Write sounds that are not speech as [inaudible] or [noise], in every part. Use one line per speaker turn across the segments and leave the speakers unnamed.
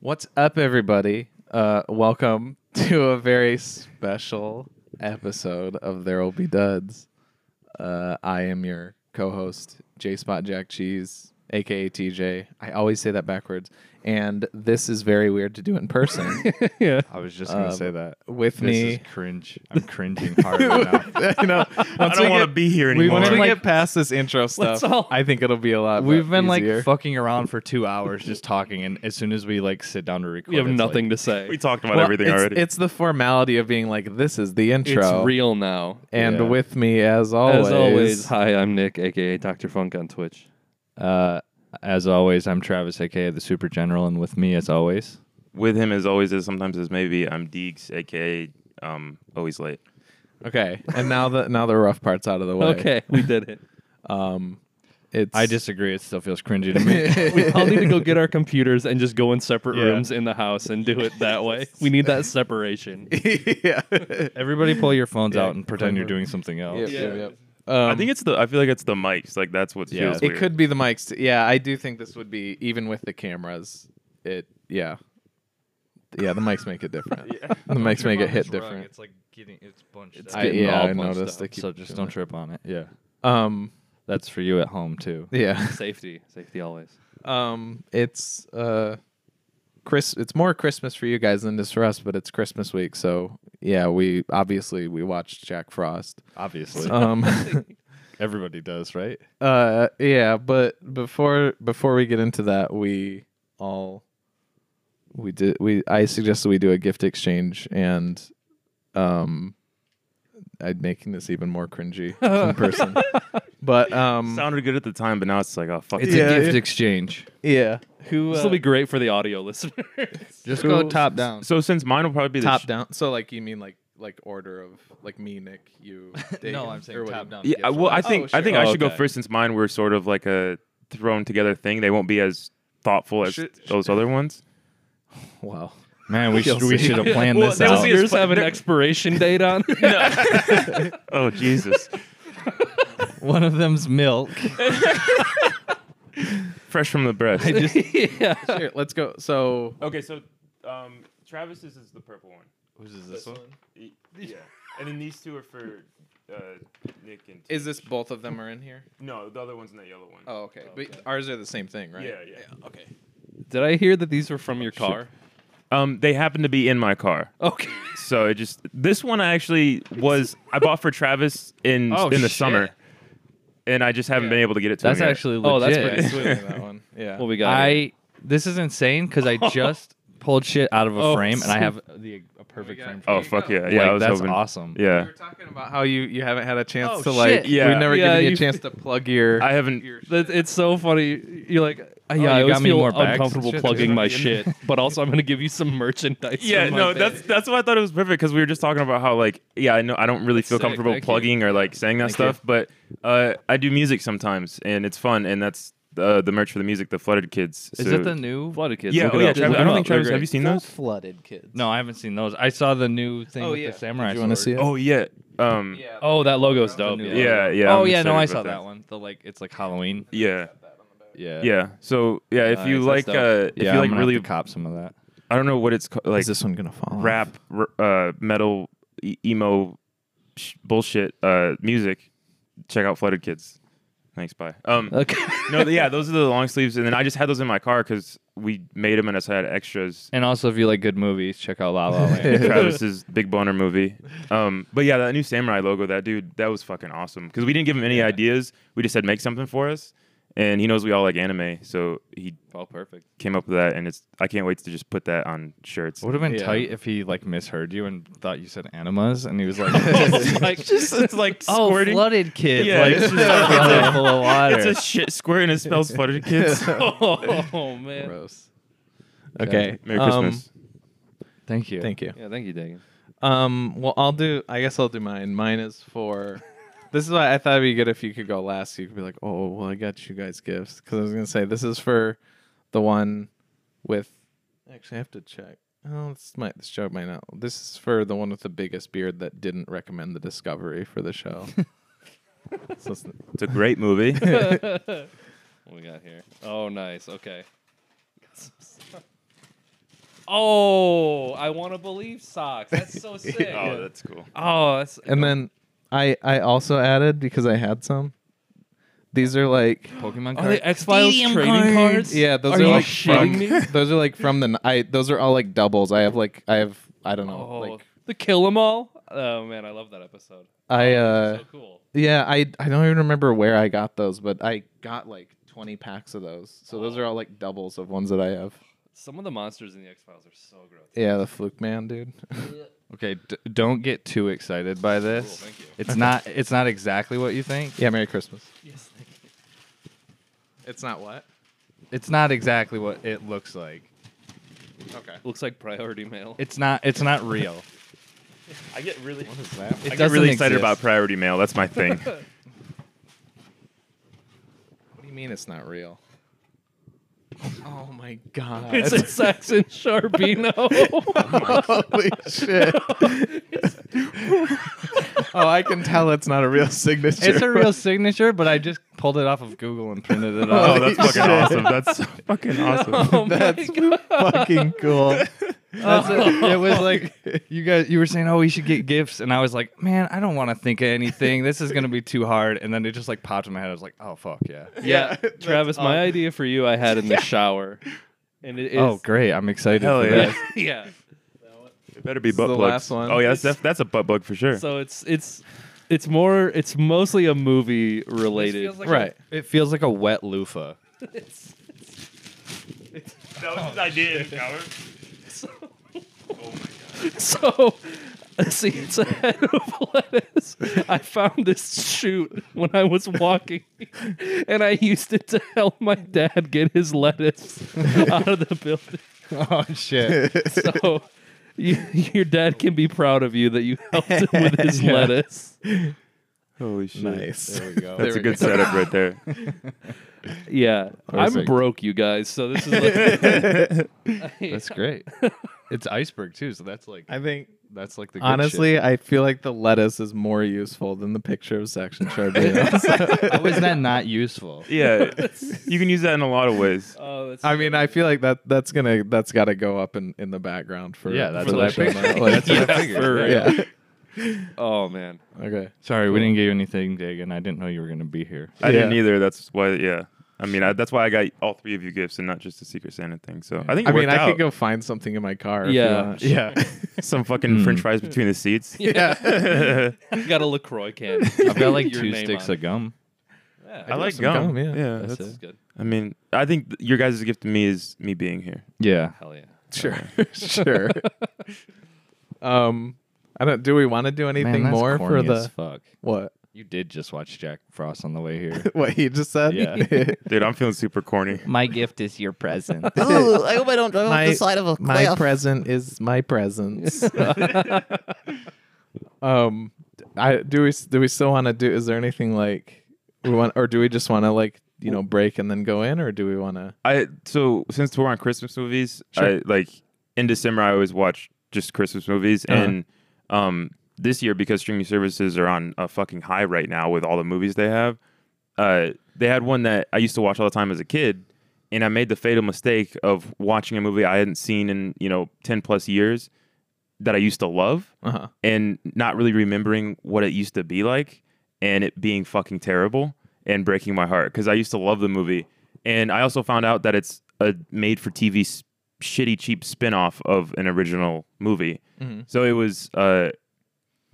What's up, everybody? Uh, welcome [laughs] to a very special episode of There Will Be Duds. Uh, I am your co-host, J Spot Jack Cheese, aka TJ. I always say that backwards, and this is very weird to do in [laughs] person.
yeah.
I was just gonna
Um,
say that.
With
This
me,
is [laughs] cringe. I'm cringing hard right now.
[laughs] you know,
I
once we
don't want
get-
to be here
we,
anymore.
once we
Like-
get past this intro stuff,
all-
I think it'll be a lot.
[laughs] We've been
easier.
like fucking [laughs] around for two hours just talking, and as soon as we like sit down to record,
We have
it's
nothing
[laughs] like,
to say.
We talked about
Well,
everything
it's,
already.
It's the formality of being like, this is the intro.
it's real now.
And
Yeah.
with me, as always,
As always, hi, I'm Nick, aka Dr. Funk on Twitch.
Uh, as always, I'm Travis, aka the Super General, and with me, as always,
With him as always, as sometimes as maybe, I'm Deeks, aka um, always late.
okay. And now the now the rough part's out of the way.
Okay, we did it.
Um, it's
I disagree. It still feels cringy to me. [laughs]
[laughs] We all need to go get our computers and just go in separate
Yeah.
rooms in the house and do it that way. We need that separation.
[laughs] yeah.
Everybody, pull your phones
Yeah,
out and pretend you're
clever.
doing something else.
Yep,
Yeah.
yep, yep. Um,
I think it's the. I feel like it's the mics. Like that's what
Yeah.
feels
it
weird.
could be the mics. t- yeah, I do think this would be even with the cameras. It yeah. Yeah, the mics make it different. [laughs] The mics make it hit different.
It's like getting it's bunched.
I- getting yeah, all I bunched noticed up. they keep
So just
doing
don't
that.
trip on it. Yeah,
Um,
that's for you at home too.
yeah.
[laughs]
[laughs]
Safety, safety always.
Um, it's uh, Chris. It's more Christmas for you guys than it is for us, but it's Christmas week, so yeah. We obviously we watched Jack Frost.
[laughs] Obviously,
Um,
everybody does, right?
uh, yeah. But before before we get into that, we all we did we I suggested we do a gift exchange and um. I'm making this even more cringy in person,
[laughs]
but um,
sounded good at the time, but now it's like oh fuck.
It's
it.
Yeah,
a gift
it-
exchange.
yeah. Who
This
uh,
will be great for the audio listeners.
Just
Who-
go top down.
So since mine will probably be the
top
sh-
down. So like you mean like like order of like me, Nick, you. Dagan,
[laughs] No, I'm saying
or what do
top
you-
down.
Yeah,
gift
well, I
order.
think
Oh,
I think
sure.
I
Oh,
should
okay.
go first since mine were sort of like a thrown together thing. They won't be as thoughtful as
Should-
those other ones.
Wow.
man, we
You'll
should we
see.
[laughs]
should have planned
Well,
this
does
out.
see
yours
as-
have an
they're-
expiration date [laughs] on?
[laughs] Oh Jesus!
[laughs] One of them's milk.
[laughs] Fresh from the breast.
yeah.
Sure, let's go. So
okay, so um, Travis's is the purple one.
Whose is this one?
Y- Yeah, and then these two are for uh, Nick and.
is this both of them are in here?
No, the other one's in that yellow one.
Oh, okay. But ours are the same thing, right?
Yeah, yeah.
Okay.
Did I hear that these were from your car?
Um, they happen to be in my car,
Okay.
so it just this one I actually was I bought for Travis in
Oh,
in the
shit.
summer, and I just haven't been able to get it to
That's
him yet.
actually
Oh, that's
legit.
pretty
Sweet,
[laughs]
that one. Yeah.
Well, we got it.
I this is insane because I just pulled shit out of a
Oh,
frame and I
sweet.
have the a perfect
got
frame.
it.
For
Oh
There you
fuck
go.
yeah,
it.
yeah!
Like,
I was
that's
hoping.
awesome.
we
Yeah,
were talking about how you you haven't had a chance
Oh,
to like.
shit.
Yeah.
We've never
Yeah,
given you a
you-
chance to plug your.
I haven't.
your
That-
shit.
It's so funny. You're like, yeah,
you
I always
got me
feel
more bags and
uncomfortable
shit,
plugging
dude.
my shit, but also I'm gonna give you some merchandise.
Yeah,
from my
no,
band.
that's that's why I thought it was perfect because we were just talking about how like yeah, I know I don't really feel
sick,
comfortable
thank you.
plugging or like saying that stuff, but uh, I do music sometimes and it's fun and that's uh, the merch for the music, the Flooded Kids.
Is
so-
that the new?
flooded kids.
Yeah,
Look
oh,
it
yeah.
up.
Travis,
Look
I
it
don't
up.
think
They're
Travis. Have
great.
you seen those?
flooded kids.
No, I haven't seen those. I saw the new thing
Oh,
with
yeah.
the samurai.
Do you wanna
sword.
see it?
Oh yeah. Um,
Yeah.
Oh, that logo's dope.
new
Yeah.
logo.
Yeah, yeah.
oh
I'm
yeah, no,
excited
I
about
saw
that.
that one. The like, it's like Halloween.
Yeah.
Yeah,
Yeah. So yeah, if
Nice,
you
that's
like,
dope.
uh, if
Yeah,
you
I'm
like
gonna have
really,
to cop some of that.
I don't know what it's called, like
is this one gonna fall? off?
rap, r- uh, metal, e- emo, sh- bullshit, uh, music. Check out Flooded Kids. Thanks. Bye. Um,
Okay.
no, th- yeah, those are the long sleeves, and then I just had those in my car because we made them, and I just had extras.
And also, if you like good movies, check out La La Land. [laughs]
Travis's big boner movie. Um, but yeah, that new samurai logo, that dude, that was fucking awesome. Because we didn't give him any ideas. We just said make something for us, and he knows we all like anime, so he
Oh, perfect.
came up with that, and it's I can't wait to just put that on shirts.
Would have been
Yeah.
tight if he like misheard you and thought you said animas, and he was like, [laughs]
like,
Just it's like
"Oh,
squirting.
flooded kids!"
Yeah,
like,
[laughs] it's
[laughs] it's
just
just full of water.
It's a shit squirt and it spells fluttered
[laughs]
[laughs] kids.
oh man.
Gross. Okay.
Merry
um,
Christmas.
Thank you.
Thank you.
Yeah, thank you, [laughs] Dagan.
Um. Well, I'll do. I guess I'll do mine. Mine is for. this is why I thought it'd be good if you could go last. You could be like, oh, well, I got you guys gifts because I was gonna say this is for the one with. Actually, I have to check. Oh, this might this joke might not. This is for the one with the biggest beard that didn't recommend the Discovery for the show. so it's-
It's a
[laughs]
great movie.
What we got here? Oh, nice. Okay. Oh, I want to believe socks.
[laughs]
That's so sick.
Oh, that's cool.
Oh, that's
And then I I also added because I had some. These are like
Pokemon
are they
card.
X Files
Stadium
trading cards?
cards.
yeah, those
Are
are,
you
like
shitting
from-
me?
[laughs] Those are like from the n- I those are all like doubles. I have like I have I don't know
Oh,
like
the Kill 'Em All. Oh man, I love that episode.
I
so
uh
cool.
yeah I I don't even remember where I got those, but I got like twenty packs of those. So those are all like doubles of ones that I have.
Some of the monsters in the X Files are so gross.
Yeah, the fluke man, dude. [laughs]
okay, d- don't get too excited by this.
thank you.
It's not. It's not exactly what you think.
yeah, Merry Christmas.
Yes, thank you.
It's not what.
It's not exactly what it looks like.
Okay.
Looks like priority mail.
It's not. It's not real.
I get really,
What is that?
It
I get
doesn't
really excited
exist.
about priority mail. That's
[laughs]
my thing.
What do you mean it's not real? Oh my [laughs] god.
[laughs] It's a [laughs] Saxon Sharpino.
Holy [laughs] shit. oh, I can tell it's not a real signature.
It's a [laughs] real signature, but I just pulled it off of Google and printed it
Oh,
out.
that's
[laughs]
fucking awesome. That's so
[laughs]
fucking awesome.
oh my
That's
[laughs] God.
[laughs]
fucking cool.
That's [laughs] it. it was like you guys you were saying, oh, we should get gifts, and I was like, man, I don't want to think of anything. This is gonna be too hard. And then it just like popped in my head. I was like, oh fuck yeah.
Yeah, Travis, my idea for you I had in [laughs] the shower, and it is.
oh great, I'm excited.
Hell
for
yeah.
this.
[laughs] yeah.
It better be
This is
butt
the
plugs.
last one.
Oh yeah, that's def- that's a butt plug for sure.
So it's it's it's more it's mostly a movie related.
like right. it feels like a wet loofah.
that was his idea. Coward.
[laughs] So, see, it's a head of lettuce. I found this shoot when I was walking, and I used it to help my dad get his lettuce out of the building.
oh shit.
[laughs] So, you, your dad can be proud of you that you helped him with [laughs] his
Yeah.
lettuce.
Holy shit.
Nice.
There we go.
That's
There
a
we
good
go.
setup
[laughs]
right there. [laughs]
Yeah, I'm
Perfect.
broke, you guys. So this is [laughs] like,
[laughs] That's great. It's iceberg too, so that's like
I think
that's like the good
honestly, [laughs] I feel like the lettuce is more useful than the picture of section Charbino.
shit. [laughs] how is that not useful?
Yeah, you can use that in a lot of ways.
[laughs] Oh, that's
I mean, I feel like that that's gonna that's got to go up in in the background for
Yeah, that's
for
what
the
I
show
figured.
now. [laughs] Like,
[laughs] That's what I figured.
for real.
yeah.
Oh man.
Okay.
Sorry, we didn't get you anything, Dagan. I didn't know you were gonna be here.
I didn't
Yeah.
either. That's why. Yeah. I mean, I, that's why I got all three of you gifts and not just the Secret Santa thing. So I think it
I mean,
worked
I
out.
could go find something in my car.
Yeah.
If [laughs] you want.
[laughs] Yeah.
[laughs] some
Hmm.
fucking French fries between
[laughs]
the seats. [laughs]
Yeah.
[laughs]
I got a Lacroix can.
I've got like
Your
two
name
sticks
on it.
of gum.
I,
Yeah,
like
some
gum.
gum, yeah.
that's,
That's
that's good.
I mean, I think th- your guys' gift to me is me being here.
Yeah.
Hell yeah. [laughs]
Sure,
[laughs]
sure. um, I don't. Do we want to do anything
Man, that's
more for
corny
the
as fuck.
what?
You did just watch Jack Frost on the way here.
[laughs] What he just said? [laughs]
Yeah.
Dude, I'm feeling super corny.
My gift is your present.
Ooh,
[laughs]
[laughs] I hope I don't drive
off My- the side
of a
my present is my
[laughs]
presence. [laughs] um, I do we do we still want to do? Is there anything like we want, or do we just want to like you know break and then go in, or do we want to?
I so since we're on Christmas movies, I like in December I always watch just Christmas movies and um this year because streaming services are on a fucking high right now with all the movies they have, uh they had one that I used to watch all the time as a kid and I made the fatal mistake of watching a movie I hadn't seen in, you know, 10 plus years that I used to love
Uh-huh.
and not really remembering what it used to be like and it being fucking terrible and breaking my heart because I used to love the movie. And I also found out that it's a made for TV s- shitty cheap spin off of an original movie.
Mm-hmm.
Mhm.
So it was uh,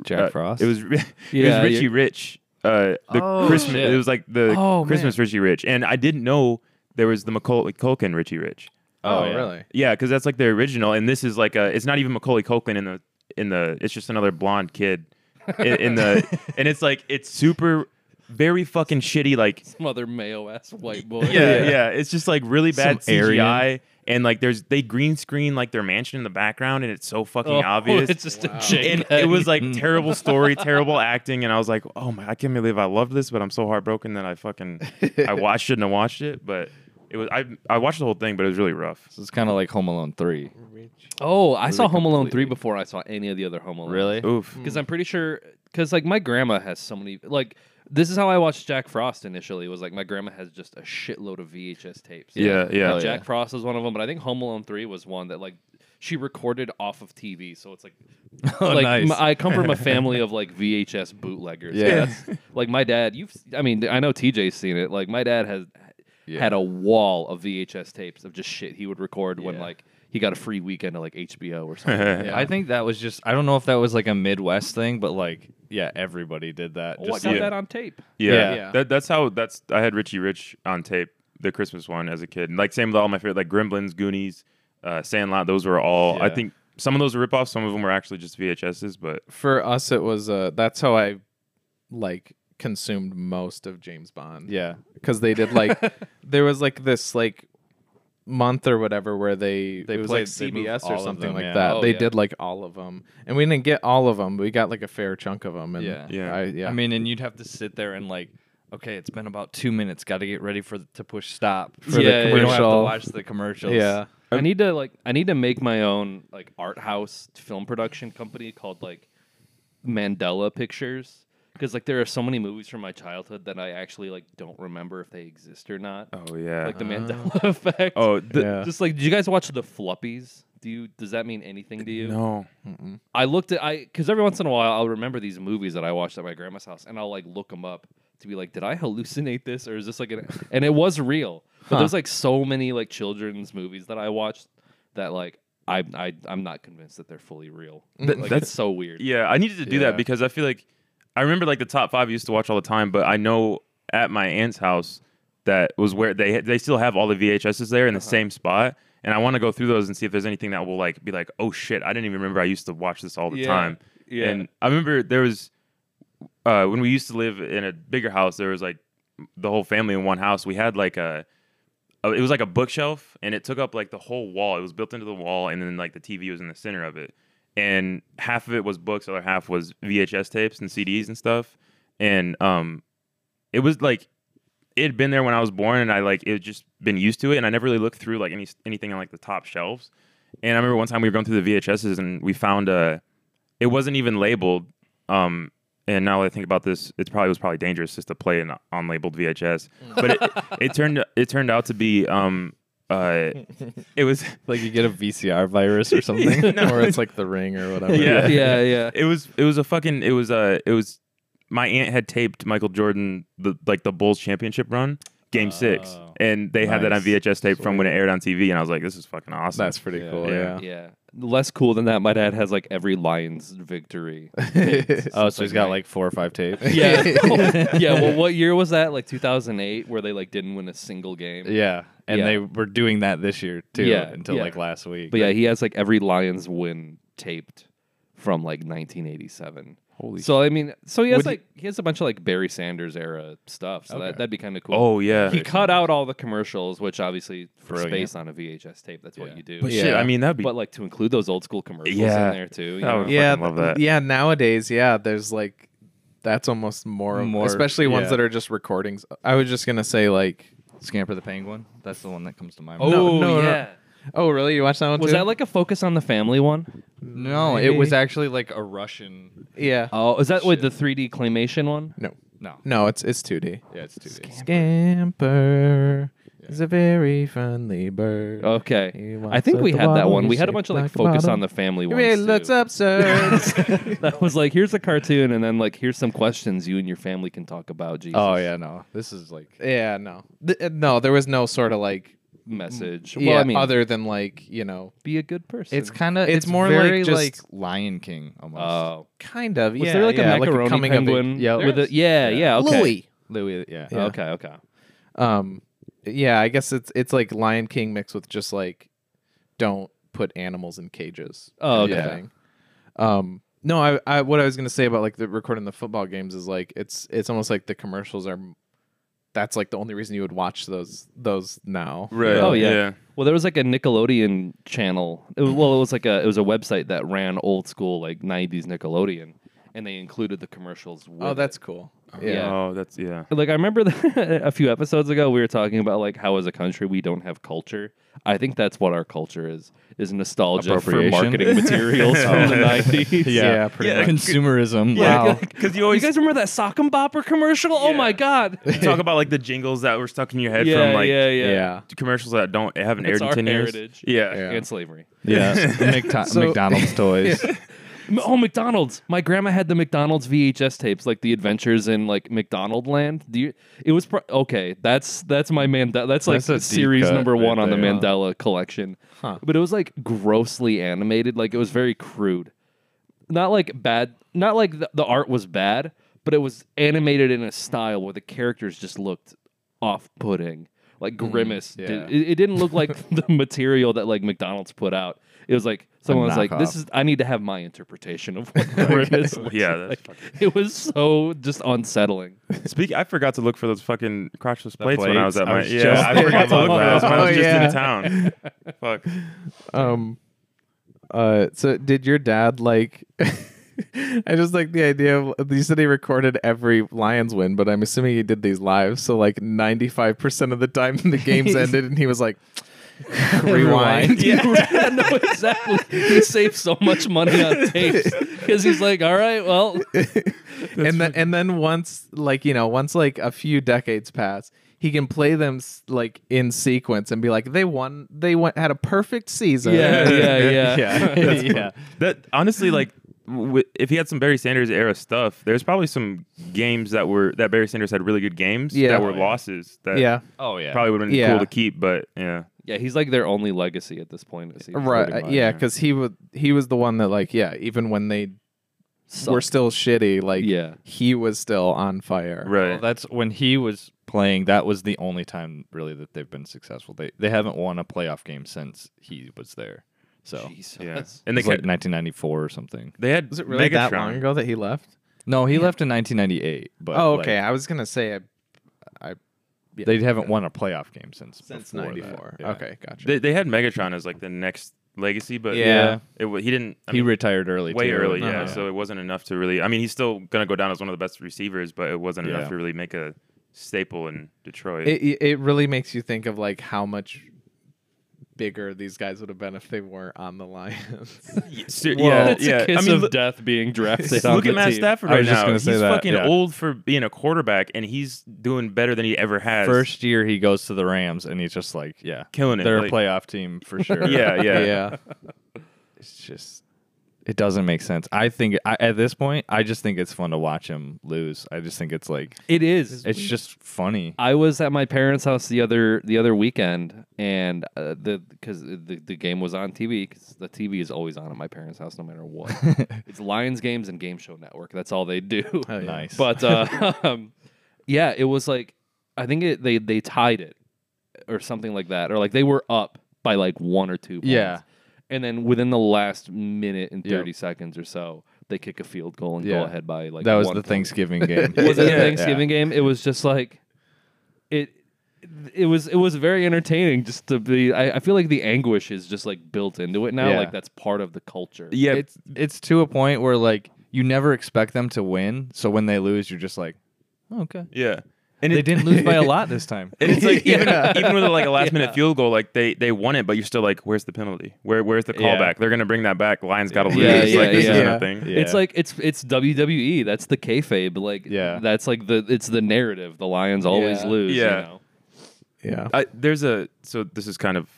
Jack
uh,
Frost.
It was ri [laughs]
Yeah,
it was Richie
you're-
Rich. Uh, the
Oh,
Christmas.
shit.
It was like the
Oh,
Christmas Richie Rich, and I didn't know there was the Macaulay Culkin Richie Rich.
Oh,
yeah.
really?
Yeah, because that's like the original, and this is like a. It's not even Macaulay Culkin in the in the. It's just another blonde kid in, in the, and it's like it's super, very fucking shitty. Like
Some other mayo ass white boy.
yeah,
[laughs]
yeah, It's just like really bad
Some
CGI,
Aryan.
and like there's they green screen like their mansion in the background, and it's so fucking
Oh, [laughs]
obvious.
It's just a
and
JPEG.
it was like terrible story, terrible acting, and I was like, "Oh my, I can't believe I loved this, but I'm so heartbroken that I fucking I watched, shouldn't have watched it." But it was I I watched the whole thing, but it was really rough.
So it's kind of like Home Alone three.
oh, I saw Home Alone three before I saw any of the other Home Alone.
Oof.
Because I'm pretty sure. Because like my grandma has so many. Like this is how I watched Jack Frost initially. Was like my grandma has just a shitload of VHS tapes.
Yeah, yeah.
Jack Frost was one of them, but I think Home Alone three was one that like she recorded off of TV. So it's like,
Oh,
like
nice.
m- I come from a family of like VHS bootleggers.
Yeah.
That's- like my dad, you've, I mean, I know TJ's seen it. Like my dad has had a wall of VHS tapes of just shit he would record when like he got a free weekend of like HBO or
[laughs]
something.
Yeah.
I think that was just I don't know if that was like a Midwest thing, but like yeah, everybody did that.
Oh, I
Just
got
like-
that on tape.
Yeah.
Yeah.
That, that's how that's I had Richie Rich on tape, the Christmas one as a kid. And like same with all my favorite like Gremlins, Goonies, uh, Sandlot, those were all I
Yeah.
think some of those were ripoffs, some of them were actually just VHSs, but
for us it was uh that's how i like consumed most of james bond
yeah.
because they did [laughs] like there was like this like month or whatever where they
They
it was
played-
like
they moved
cbs
all
or
of
something
them,
like
yeah.
that
Oh,
they
yeah.
did like all of them and we didn't get all of them but we got like a fair chunk of them and
Yeah.
Yeah.
I, yeah
I mean, and you'd have to sit there and like, okay, it's been about two minutes. Got to get ready for the, to push stop for
Yeah, yeah,
the commercial. We don't have to
yeah.
watch the commercials.
yeah
I need to like I need to make my own like art house film production company called like Mandela Pictures because like there are so many movies from my childhood that I actually like don't remember if they exist or not.
oh yeah.
Like the Mandela [laughs] effect.
oh the,
yeah
Just like did you guys watch the Fluppies? Do you does that mean anything to you?
no.
I looked at I cuz every once in a while I'll remember these movies that I watched at my grandma's house and I'll like look them up to be like did I hallucinate this or is this like an and it was real. But there's like so many like children's movies that I watched that like I I I'm not convinced that they're fully real.
Th-
like
that's-
it's so weird.
Yeah, I needed to do
Yeah.
that because I feel like I remember like the top five I used to watch all the time, but I know at my aunt's house that was where they they still have all the VHSs there in the same spot, and I want to go through those and see if there's anything that will like be like, oh shit, I didn't even remember I used to watch this all the
Yeah,
time.
yeah.
and I remember there was uh, when we used to live in a bigger house, there was like the whole family in one house. We had like a uh, it was like a bookshelf and it took up like the whole wall. It was built into the wall and then like the TV was in the center of it. And half of it was books, other half was VHS tapes and CDs and stuff. And um it was like it had been there when I was born and I like it had just been used to it and I never really looked through like any anything on like the top shelves. And I remember one time we were going through the VHSs and we found uh it wasn't even labeled um and now that I think about this, it probably was probably dangerous just to play an unlabeled VHS. But it, it turned it turned out to be um uh it was
like you get a vcr virus or [laughs] something or it's like the ring or whatever
Yeah.
yeah, yeah.
it was it was a fucking it was uh it was my aunt had taped Michael Jordan the like the Bulls championship run game six
Oh,
and they had that on
nice.
VHS tape from when it aired on TV and I was like this is fucking awesome
that's pretty cool [laughs]
[laughs] Yeah.
yeah,
Yeah. Less cool than that, my dad has like every Lions
[laughs]
victory.
Oh, so he's got like four or five tapes. [laughs]
Yeah. [laughs]
[laughs]
yeah. Well, what year was that? Like 2008, where they like didn't win a single game.
Yeah. And
Yeah.
they were doing that this year too
Yeah,
until
yeah.
like last week.
But yeah, he has like every Lions win taped from like 1987.
holy
So I mean, so he has
Would you-
like he has a bunch of like Barry Sanders era stuff. So that, that'd be kind of cool.
oh yeah
he cut out all the commercials, which obviously for
Brilliant.
space on a VHS tape, that's what
Yeah.
you do.
but shit
Yeah.
I mean that'd be
But like to include those old school commercials
Yeah.
in there too. you
That
know?
would-
yeah,
fucking love
th-
that.
yeah. Nowadays, yeah, there's like that's almost more, of-
More,
especially ones
yeah.
that are just recordings. I was just gonna say like,
Scamper the Penguin. That's the one that comes to my
Oh
No,
mind.
no, no.
yeah.
oh, really? You watched that one
Was
too?
that like a Focus on the Family one?
Oh,
No, it was actually like a Russian.
yeah?
Oh, is that with the 3D claymation one?
no,
No.
no, it's it's 2D.
Yeah, it's 2D.
Scamper is a very friendly bird.
Oh,
He
Okay. I
walks
think
up
we
the
had that
waddle,
one. We
he's
had a
shaped
bunch of like
like a
Focus
bottle.
on the Family ones.
It looks
too. [laughs]
absurd.
that was like here's a cartoon and then like here's some questions you and your family can talk about jesus
Oh yeah, no. This is like
yeah, no, Th- uh, no, there was no sort of like,
message
mm, yeah,
well i mean
other than like you know,
be a good person
it's kind of
It's
it's,
more
more
like
very like,
just-
Lion King almost.
oh
kind of.
was
yeah,
there like
yeah,
a macaroni
coming of
penguin
age- Yeah,
with a, yeah yeah okay
Louis.
Louis, yeah.
Yeah.
okay okay
Um, yeah, I guess it's it's like Lion King mixed with just like don't put animals in cages.
Oh,
kind of
okay.
thing. Um, no, I, I what I was gonna say about like the recording the football games is like it's it's almost like the commercials are. That's like the only reason you would watch those those now.
right
oh yeah. well there was like a nickelodeon channel it was, well it was like a it was a website that ran old school like 90s nickelodeon and they included the commercials. With
Oh,
it.
that's cool.
Yeah.
Oh, that's
[laughs]
yeah.
like I remember that a few episodes ago we were talking about like how as a country we don't have culture. I think that's what our culture is is nostalgia for
Appropriation.
marketing materials
[laughs]
from the nineties. [laughs]
Yeah, pretty
Yeah.
much.
Consumerism.
Yeah,
Wow.
because you always
you guys remember that sock and bopper commercial? Oh
Yeah.
my god!
talk about like the jingles that were stuck in your head
yeah,
from like
yeah, yeah,
Yeah.
commercials that don't haven't aired
It's our
in ten
heritage.
years.
Yeah.
Yeah.
And slavery.
Yeah. McDo-
So-
McDonald's toys.
M- Oh, McDonald's! My grandma had the McDonald's VHS tapes, like the Adventures in like McDonald Land. Do you? It was pro- okay. That's that's my Mandela. That's like
That's a deep
series
cut
number
right
one on the
there.
Mandela collection.
Huh.
But it was like grossly animated. Like it was very crude. Not like bad. Not like the, the art was bad, but it was animated in a style where the characters just looked off-putting. Like
Mm,
grimace. did-
yeah.
it, it didn't look like
[laughs]
the material that like McDonald's put out. It was like someone was like, "This
knockoff.
is I need to have my interpretation of what
[laughs]
grimace." looks
Yeah, that's
like.
fucking-
it was so just unsettling. [laughs]
Speak. I forgot to look for those fucking crotchless plates, when I was at
plates. I was
my. yeah,
just
I forgot to look for those when I
Oh,
was just
yeah.
in town. Fuck.
Um. Uh. So, did your dad like? [laughs] I just like the idea of you said he recorded every Lions win, but I'm assuming he did these live. So, like 95% of the time [laughs] the
[laughs]
games ended, and he was like, [laughs] rewind.
Yeah, no, exactly. He saved so much money on tapes because he's like, "All right, well,
and then and then once like you know once like a few decades pass he can play them s- like in sequence and be like they won they went had a perfect season [laughs]
yeah, yeah, yeah."
yeah.
That honestly, like, w- if he had some Barry Sanders era stuff, there's probably some games that were that Barry Sanders had really good games
Yeah.
that were losses. That
yeah
Oh yeah.
probably would have been
Yeah.
cool to keep, but yeah,
Yeah, he's like their only legacy at this point. Is he's
right
including
uh,
mine,
yeah
yeah.
because he would he was the one that like yeah even when they were still shitty like
Yeah.
he was still on fire
right.
Well, that's when he was playing. That was the only time really that they've been successful. They they haven't won a playoff game since he was there. So
Jesus.
yeah, and
it
they
was like
kept-
1994 or something.
they had
was it really that
Megatron.
long ago that he left
No, he left in 1998. But
oh
like,
okay i was gonna say i, I yeah,
they haven't won a playoff game since
since
before that.
94
Yeah.
okay gotcha
They, they had Megatron as like the next legacy, but
Yeah.
it, wa- he didn't. I
he
mean,
retired early.
way
too.
early, Oh, yeah.
Uh-huh.
So it wasn't enough to really. I mean, he's still gonna go down as one of the best receivers, but it wasn't
Yeah.
enough to really make a staple in Detroit.
it it- it really makes you think of like how much bigger these guys would have been if they weren't on the Lions.
Y- ser-
yeah, that's a kiss
I mean,
of
lo-
death being drafted. on
look at
the
Matt
team.
Stafford
I
right
was just
now.
gonna
He's
say that,
fucking
yeah.
old for being a quarterback, and he's doing better than he ever has.
First year he goes to the Rams and he's just like, yeah,
Killing it,
They're
like-
a playoff team
[laughs]
for sure.
yeah, yeah,
[laughs] yeah.
it's just it doesn't make sense. I think I, at this point, I just think it's fun to watch him lose. I just think it's like
It is.
it's just funny.
I was at my parents' house the other the other weekend, and uh, the because the, the game was on TV because the TV is always on at my parents' house no
[laughs]
matter what. it's Lions games and Game Show Network. That's all they do.
Oh, Nice,
[laughs] But uh, um, yeah, it was like I think it, they they tied it or something like that, or like they were up by like one or two. Points.
Yeah.
and then within the last minute and
Yep.
thirty seconds or so, they kick a field goal and go
Yeah.
ahead by like
that was
one
the
point
Thanksgiving
[laughs]
game.
was it
Yeah.
a Thanksgiving game? It was just like it. It was it was very entertaining just to be. I, I feel like the anguish is just like built into it now.
Yeah.
Like that's part of the culture.
yeah.
It's it's to a point where like you never expect them to win, so when they lose, you're just like, oh, okay,
yeah. And
they
it-
didn't lose by a
[laughs]
lot this time.
And it's [laughs] like even, even with like a [laughs] last minute field goal, like they they won it, but you're still like, where's the penalty? Where where's the
Yeah.
callback? They're gonna bring that back. Lions got to lose.
Yeah, yeah,
like this
yeah.
isn't a thing.
Yeah.
It's like it's it's WWE. That's the kayfabe. Like
Yeah.
that's like the it's the narrative. The Lions always
Yeah.
lose.
Yeah.
you know?
Yeah.
I, there's a so this is kind of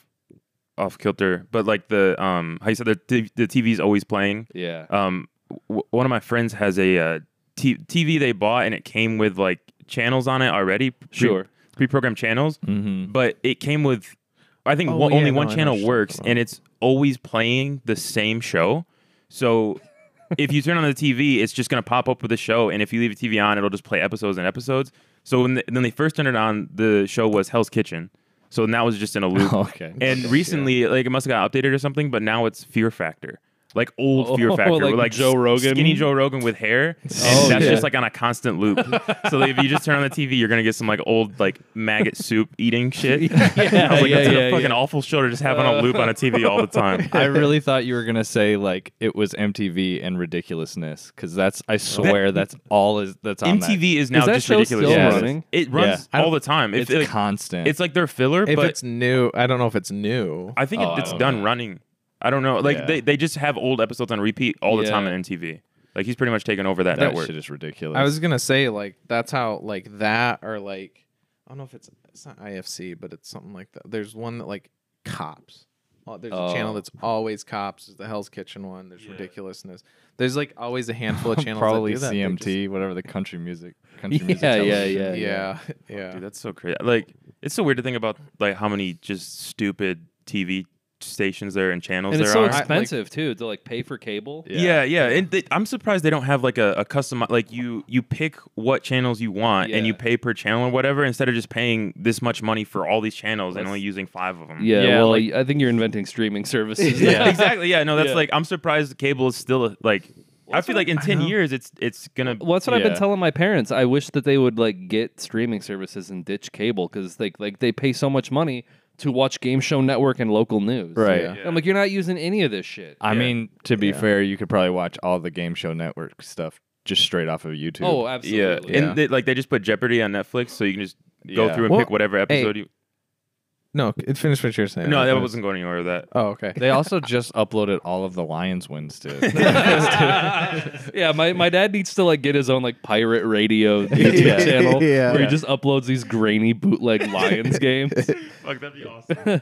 off kilter, but like the um how you said the t- the TV's always playing.
yeah.
Um, w- one of my friends has a uh, t- TV they bought and it came with like channels on it already. Pre-
Sure.
Pre-programmed channels,
Mhm.
but it came with I think
Mm-hmm. Oh,
one
yeah,
only
no, I
one
know what
channel
you're
works
talking
and it's always playing the same show.
[laughs]
So if you turn on the TV, it's just going to pop up with the show and if you leave the TV on, it'll just play episodes and episodes. So when, the, when they first turned it on, the show was Hell's Kitchen.
[laughs]
So
Oh,
and that was just in a
[laughs]
loop.
Okay.
And recently, like it must have got updated or something, but now it's Fear Factor. like old Fear
Oh, [laughs]
Factor,
like
with, like
Joe
s-
Rogan?
skinny Joe Rogan with hair,
[laughs]
and
Oh,
that's
yeah.
just like on a constant
[laughs]
loop. so like, if you just turn on the TV, you're gonna get some like old like maggot soup
[laughs]
eating shit. [laughs] I was like,
yeah,
that's
yeah,
a fucking awful show to just have on a loop on a TV all the
[laughs]
time.
I really thought you were gonna say like it was MTV and ridiculousness because that's I swear that's all is that's on that.
MTV is now
that
just
show
ridiculous.
still
Yeah.
running?
It runs
I don't-
all the time.
It's
It's like,
constant.
it's like their filler,
If
but
it's new, I don't know if it's new.
I think
Oh, I
it, it's
don't
done running. I don't know. Like
Yeah.
they, they just have old episodes on repeat all the
Yeah.
time on MTV. Like he's pretty much taken over that,
that
network.
shit is ridiculous.
I was gonna say like that's how like that or like I don't know if it's it's not IFC, but it's something like that. There's one that like cops. Oh, there's a channel
Oh.
that's always cops. There's the Hell's Kitchen one. There's
Yeah.
ridiculousness. There's like always a handful [laughs]
[laughs]
of channels.
probably
that do that.
CMT,
They
whatever the country music, country
Yeah,
music.
yeah,
television.
yeah,
just- yeah, yeah.
Dude, that's so crazy. Like it's so weird to think about like how many just stupid TV stations there and channels
and
there
it's so
are.
expensive too to like pay for cable.
Yeah.
yeah, yeah, and they, I'm surprised they don't have like a, a custom like you you pick what channels you want and
Yeah.
you pay per channel or whatever instead of just paying this much money for all these channels and
That's-
only using five of them.
Yeah,
Yeah,
well,
like-
I think you're inventing streaming [laughs]
[laughs]
services.
yeah,
now.
exactly. Yeah, no, that's
Yeah.
like I'm surprised the cable is still a- like. I
that's
feel
what
like in ten years it's it's gonna.
Well, that's what I've been
Yeah.
telling my parents. I wish that they would like get streaming services and ditch cable because they like they pay so much money to watch Game Show Network and local news.
Right.
Yeah.
I'm like, you're not using any of this shit.
I
Yeah.
mean, to be
Yeah.
fair, you could probably watch all the game show network stuff just straight off of YouTube.
oh,
yeah,
absolutely.
and [laughs] they, like they just put Jeopardy on Netflix, so you can just go
Yeah.
through and
Well,
pick whatever episode you.
No, it finished what you're saying.
No,
I
that
finished-
wasn't going anywhere with that.
Oh, [laughs] okay.
they also just uploaded all of the Lions wins too.
[laughs]
[laughs]
yeah, my, my dad needs to like get his own like pirate radio YouTube
Yeah. [laughs]
channel
Yeah.
where he just uploads these grainy bootleg Lions games.
Fuck, that'd be awesome.
The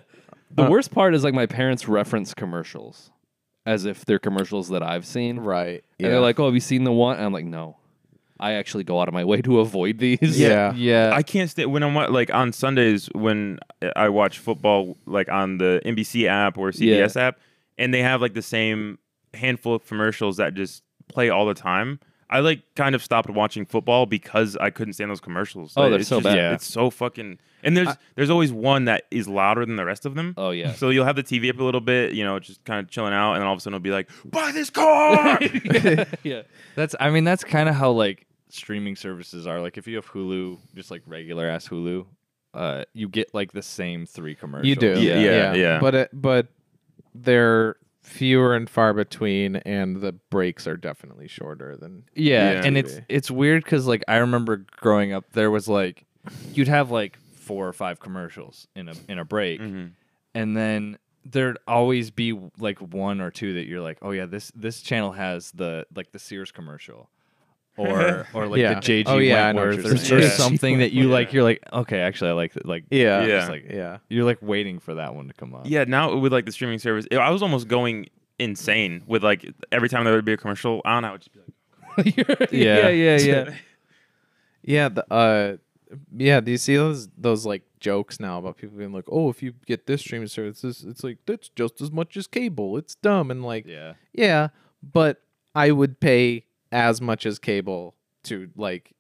Uh,
worst part is like my parents reference commercials as if they're commercials that I've seen.
right. Yeah.
And they're like, "Oh, have you seen the one?" And I'm like, "No." I actually go out of my way to avoid these.
yeah.
[laughs]
yeah,
I can't stay when I'm wa- like on Sundays when I watch football, like on the NBC app or CBS app, and they have like the same handful of commercials that just play all the time. I like kind of stopped watching football because I couldn't stand those commercials.
Oh,
Like,
they're
it's
so
just-
bad.
Yeah.
It's so fucking. And there's there's always one that is louder than the rest of them. [laughs]
Oh yeah. [laughs]
So you'll have the TV up a little bit, you know, just kind of chilling out, and then all of a sudden it'll be like, "Buy this
[laughs]
car!"
yeah. yeah.
that's. I mean, that's kind of how like streaming services are. Like, if you have Hulu, just like regular ass Hulu, uh, you get like the same three commercials.
You do.
Yeah, yeah, yeah.
But it, but they're fewer and far between, and the breaks are definitely shorter than.
Yeah,
Yeah.
and it's it's weird because like I remember growing up, there was like you'd have like four or five commercials in a in a break,
Mm-hmm.
and then there'd always be like one or two that you're like, oh yeah, this this channel has the like the Sears commercial. or or like
Yeah.
the JG
Oh, yeah, I know what
Wentworth
you're
or,
saying.
or
Yeah.
something that you like. You're like, okay, actually, I like that. Like,
Yeah.
you're
Yeah.
just like
Yeah.
you're like waiting for that one to come up.
Yeah, now with like the streaming service, I was almost going insane with like every time there would be a commercial on, I would just be like,
yeah.
[laughs] Yeah.
Yeah. Yeah. Yeah.
Yeah, the uh yeah, do you see those those like jokes now about people being like, "Oh, if you get this streaming service, it's, it's like that's just as much as cable. It's dumb." And like,
yeah,
yeah, but I would pay as much as cable to like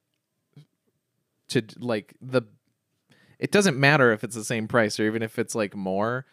to like the it doesn't matter if it's the same price or even if it's like more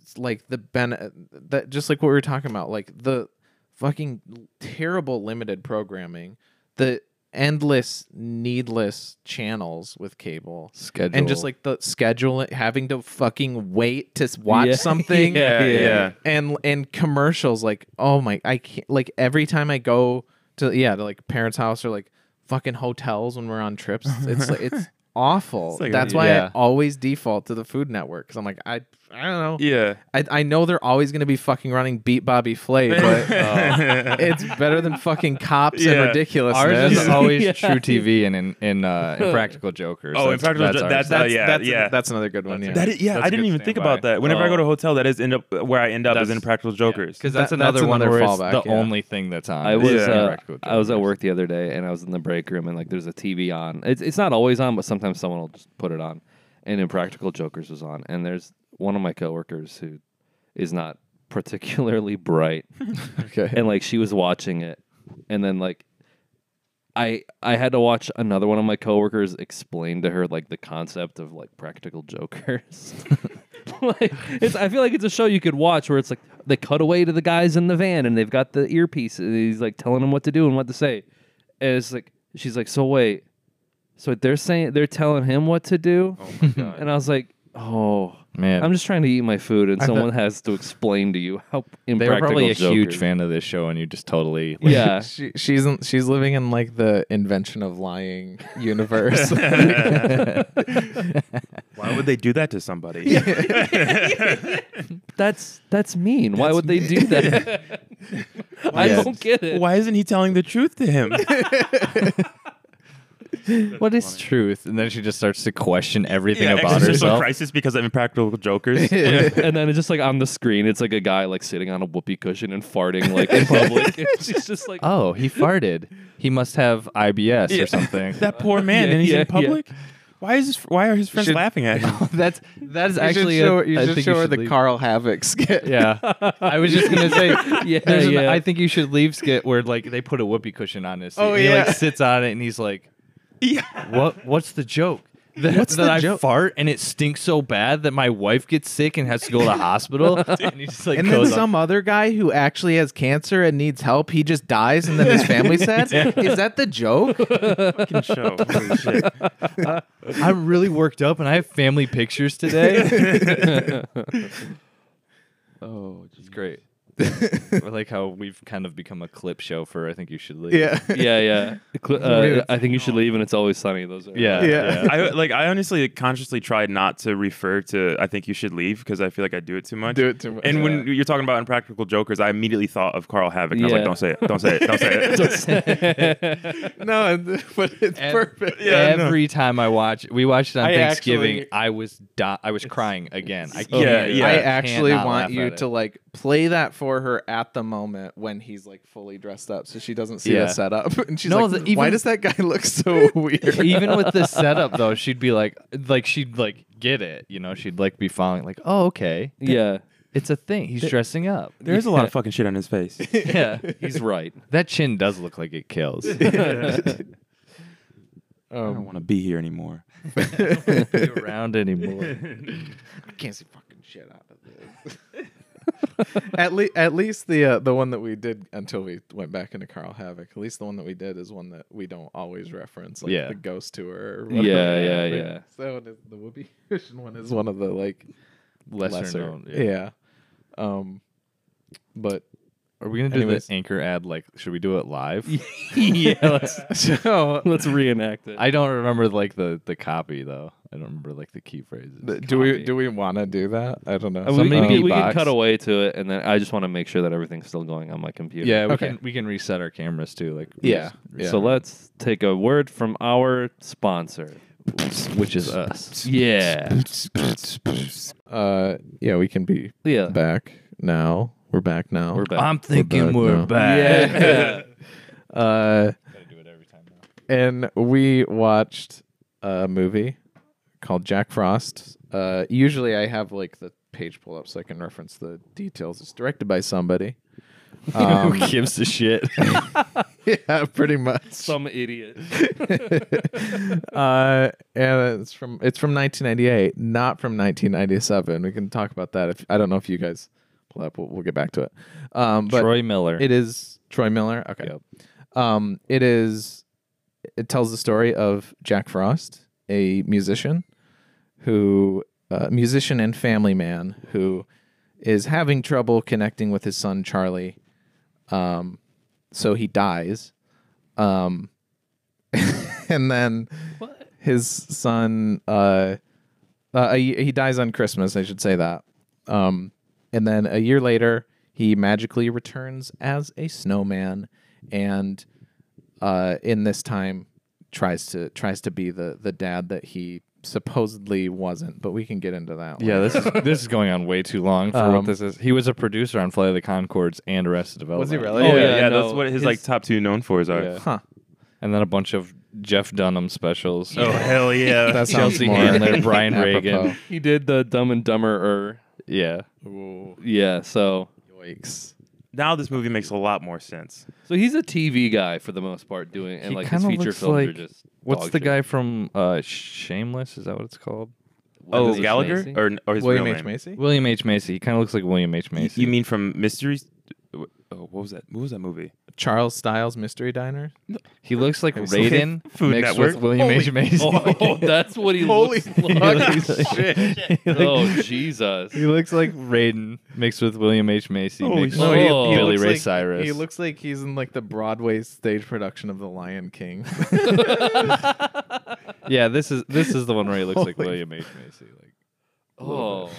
it's like the ben that just like what we were talking about like the fucking terrible limited programming the endless needless channels with cable
Schedule.
and just like the schedule having to fucking wait to s- watch
Yeah.
something
Yeah,
yeah.
and and commercials like oh my i can't like every time i go to yeah to like parents house or like fucking hotels when we're on trips it's like it's awful
It's like-
that's why
Yeah.
i always default to the food network because i'm like i i don't know
yeah.
I, I know they're always going to be fucking running beat bobby flay but it's better than fucking cops
Yeah.
and ridiculousness
ours is
Yeah.
always
Yeah.
True TV and in in, uh, Impractical Joker.
Oh, Impractical Jo-
ours.
that's-
that's,
Oh, yeah,
that's,
yeah.
that's another good one yeah
that is, yeah,
That's
I
a
didn't
good
even think
standby.
about that. Whenever I go to a hotel, that is end up where I end up is
That's-
in Practical Jokers.
Because
That-
that's
that's
another one
another
where it's
fallback,
the
yeah.
only thing that's on.
I was
is
Yeah.
uh,
Impractical
I was at
Jokers.
work the other day and I was in the break room and like there's a TV on. It's it's not always on, but sometimes someone will just put it on. And Impractical Jokers was on, and there's one of my coworkers who is not particularly bright,
okay
and like she was watching it, and then like. I, I had to watch another one of my coworkers explain to her like the concept of like practical jokers. [laughs] like it's, I feel like it's a show you could watch where it's like they cut away to the guys in the van and they've got the earpiece and he's like telling them what to do and what to say, and it's like she's like, so wait, so they're saying they're telling him what to do,
Oh
and I was like, oh.
Man.
I'm just trying to eat my food, and
I thought-
someone has to explain to you how impractical
they were probably a
Joker
huge
is.
fan of this show, and you just totally
[laughs]
like,
Yeah,
She, she's in, she's living in like the invention of lying
[laughs]
[laughs] universe.
Why would they do that to somebody? [laughs]
that's that's mean. Why would they do that?
[laughs]
[laughs] I
Yeah.
don't get it.
Why isn't he telling the truth to [laughs] him?
what is truth? And then she just starts to question everything about
existential
herself.
crisis because of impractical jokers. [laughs]
and then it's just like on the screen, it's like a guy like sitting on a whoopee cushion and farting
[laughs]
like in public. And she's just like,
Oh, he farted. He must have IBS or something.
[laughs] that poor man,
Yeah,
and he's
yeah,
in public. Why is his, why are his friends
Should-
laughing at him?
That's that is
You should
actually.
show,
a,
you
I
should
think
show her
should
the
leave-
Carl Havoc skit.
Yeah, I was just gonna [laughs] say.
[laughs] Yeah,
there's an
yeah.
I think you should leave skit where like they put a whoopee cushion on his. seat.
Oh,
he
yeah.
like sits on it and he's like,
[laughs] yeah.
"What? What's the [laughs] joke? That,
What's
that
the
I
joke?"
fart and it stinks so bad that my wife gets sick and has to go to the [laughs] hospital." and he just like
And then
goes on.
some other guy who actually has cancer and needs help, he just dies and then his [laughs] family's sad. Is that the joke?
Fucking show. Holy shit.
I'm really worked up and I have family pictures today. oh, [laughs] it's great. I like how we've kind of become a clip show for I think you should
[laughs]
leave.
Yeah.
[laughs] yeah, yeah. Cl- Uh,
Weird.
I think you should leave, and it's always sunny. Those are
Yeah.
[laughs]
Yeah.
[laughs] I like I honestly consciously tried not to refer to I think you should leave because I feel like I do it too
[laughs]
much.
Do it too much.
And when you're talking about impractical jokers, I immediately thought of Carl Havoc. And I was
Yeah.
like, don't say it, don't say it, don't
[laughs]
say
[laughs]
it.
[laughs]
No, [laughs] and- but it's
And-
perfect.
Yeah, no.
Every time I watch, we watched it on
I
Thanksgiving.
actually-
I was di- I was crying again. I
so
can't-
good. Yeah,
I
can't
actually
cannot
want
laugh
you
at it. [laughs]
to like play that for her at the moment when he's like fully dressed up, so she doesn't see
Yeah.
the setup. [laughs] And she's
No,
like,
the-
"Why
even-
does that guy [laughs] look
[laughs]
so weird?"
Even with the setup though, she'd be like, like she'd like get it. You know, she'd like be following. Like, oh okay,
yeah.
it's a thing. He's dressing up.
[laughs] There's a lot of fucking shit on his
[laughs]
face.
Yeah,
He's right.
that chin does look like it kills.
I
Um,
don't want to be here anymore.
[laughs]
be around anymore.
I can't see fucking shit out of this.
[laughs]
at least, at least the uh, the one that we did until we went back into Carl Havoc. At least the one that we did is one that we don't always reference, like
Yeah.
the ghost tour. Or
Yeah,
whatever.
yeah,
But
yeah.
So it is- the Whoopi Cushion one is one of the like
Lesser,
lesser,
known.
yeah. Um, but [laughs]
Are we gonna do
Anyways.
this anchor ad? Like, should we do it live?
yeah. Let's,
so
let's reenact it.
I don't remember like the the copy though. I don't remember like the key phrases.
do we do we want to do that? I don't know.
Uh, we-
Somebody-
we, can, we
beatbox.
can cut away to it, and then I just want to make sure that everything's still going on my computer.
Yeah, we
Okay.
can we can reset our cameras too. Like, we
yeah, yeah.
So let's take a word from our sponsor.
just- which is us.
Yeah.
uh, yeah, we can be
Yeah.
back now. We're back now.
Uh. We're back.
I'm thinking
back
we're
now.
back.
[laughs]
[laughs] Yeah.
Uh,
Gotta do it every time. now.
and we watched a movie called Jack Frost. Uh, usually, I have like the page pull up so I can reference the details. It's directed by
[laughs]
somebody. Um,
[laughs] Who gives a shit?
[laughs] yeah, pretty much.
Some idiot.
[laughs] uh, and it's from it's from 1998, not from 1997. We can talk about that. If I don't know if you guys pull up, we'll, we'll get back to it. Um, but
Troy Miller.
It is Troy Miller. Okay.
Yep.
Um, it is. It tells the story of Jack Frost, a musician, who uh, musician and family man who is having trouble connecting with his son Charlie. Um, so he dies. Um, [laughs] and then his son uh, uh, he he dies on Christmas. I should say that. Um, and then a year later, he magically returns as a snowman, and uh, in this time tries to tries to be the the dad that he supposedly wasn't. But we can get into that.
yeah,
later.
this is this is going on way too long for
Um,
what this is. He was a producer on Flight of the Concords and Arrested Development.
really?
Oh, yeah,
yeah,
yeah,
no,
that's what his, like top two known for is are.
Yeah. [laughs]
Huh.
And then a bunch of Jeff Dunham specials.
Oh hell yeah.
That sounds
Chelsea
more
Handler, Brian Reagan.
apropos.
He did the Dumb and Dumber.
Yeah.
Yeah. So
Yikes.
[laughs] now this movie makes a lot more sense.
so he's a TV guy for the most part, doing and
He
like his
kinda
feature
looks
films are
like-
just.
What's
dog
the
shit.
guy from uh, Shameless? Is that what it's called? what
Oh,
is his
Gallagher
name?
or or his
William
real
H
name?
Macy.
William H Macy. He kind of looks like William H
Y-
Macy.
You mean from Mysteries? Oh, what was that? What was that movie?
Charles Styles Mystery Diner.
he looks like
Have you seen
Raiden
Food
mixed
Network?
with William H
[laughs]
Macy.
[laughs]
[laughs]
Oh, that's what he looks like.
[laughs]
Oh, Jesus. [laughs]
He looks like Raiden mixed with William H Macy
Holy
mixed
shit.
with
No, he- he
Billy
looks
Ray
like,
Cyrus.
He looks like he's in like the Broadway stage production of The Lion
[laughs]
King.
yeah, this is this is the one where he looks
[laughs]
like
Holy-
William H Macy. Like
Oh,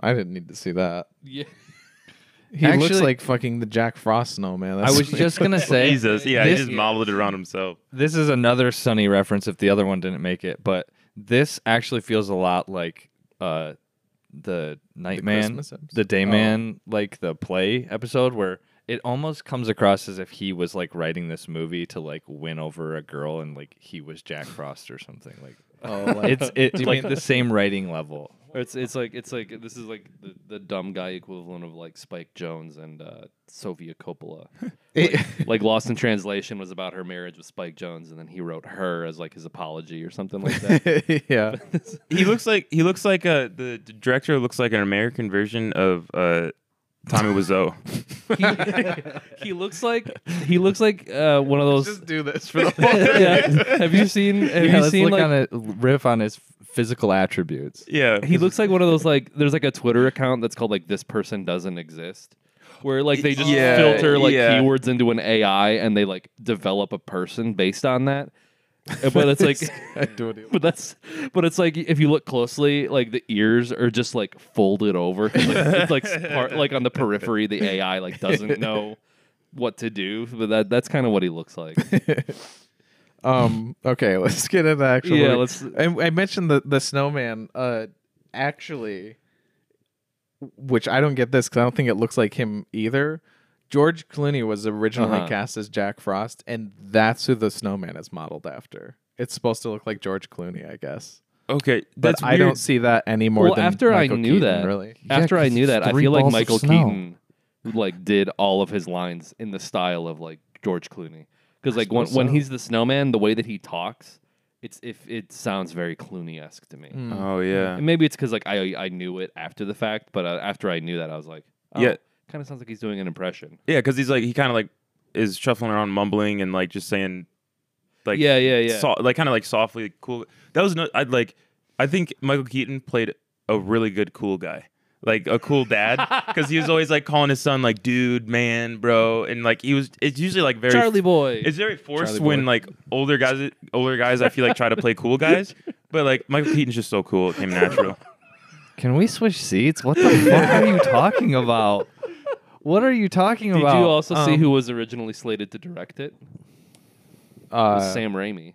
I didn't need to see that.
[laughs] yeah.
He looks
Actually-
like fucking the Jack Frost snowman.
I
That's
was
what-
just gonna say
Jesus, yeah,
this-
he just modeled it around himself.
this is another Sunny reference if the other one didn't make it, but this actually feels a lot like uh the Nightman,
Christmas
the,
episode? Oh.
Dayman, like the play episode where it almost comes across as if he was like writing this movie to like win over a girl and like he was Jack Frost or something. Like
Oh, like,
it's
[laughs]
it's like the same writing level.
Or It's it's like it's like this is like the, the dumb guy equivalent of like Spike Jones and uh, Sofia Coppola.
it-
like Lost in Translation was about her marriage with Spike Jones, and then he wrote her as like his apology or something like
[laughs]
that.
yeah.
He looks like he looks like uh the d- director looks like an American version of uh Tommy Wiseau.
he looks like he looks like uh, one
[laughs]
of those.
do this
[laughs]
for the
yeah. Have you seen? Have
yeah,
you
let's
seen
look
like
on a riff on his physical attributes.
yeah,
He looks like one of those like there's like a Twitter account that's called like this person doesn't exist. Where like they just
Yeah,
filter like
yeah.
keywords into an AI and they like develop a person based on that. Uh, But
[laughs]
[laughs]
it's like [laughs] but that's but it's like if you look closely, like the ears are just like folded over. 'cause, Like, it's like s- part, like on the periphery, the AI like doesn't know what to do. But that that's kind of what he looks like.
um. Okay. [laughs] Let's get into actual.
Yeah,
movie.
let's-
I, I mentioned the the snowman. Uh, actually, which I don't get this because I don't think it looks like him either. George Clooney was originally
Uh-huh.
cast as Jack Frost, and that's who the snowman is modeled after. It's supposed to look like George Clooney, I guess.
okay.
But
That's
I
weird.
don't see that anymore.
well,
than
after I
Michael
knew
Keaton,
that,
really.
Yeah,
after I
'cause
knew
it's
that, I
three
feel
balls
like
of
Michael
snow.
Keaton like did all of his lines in the style of like George Clooney. Because like when,
suppose
when
so.
he's the snowman, the way that he talks, it's if it sounds very Clooney esque to me.
Mm.
Oh yeah.
And maybe it's because like I I knew it after the fact, but uh, after I knew that, I was like, oh,
Yeah.
kind of sounds like he's doing an impression.
Yeah, because he's like he kind of like is shuffling around, mumbling, and like just saying, like
yeah, yeah, yeah.
so, like kind of like softly cool. That was no, I'd like. I think Michael Keaton played a really good cool guy, like a cool dad, because he was always like calling his son like dude, man, bro, and like he was. It's usually like very
Charlie boy.
It's [laughs] very forced
Charlie boy.
when like older guys, older guys, I feel like try to play [laughs] cool guys, but like Michael Keaton's just so cool, [laughs] it came natural.
Can we switch seats? What the fuck are you talking about? What are you talking
Did
about?
you also see
um,
who was originally slated to direct it? It
Uh,
was Sam Raimi.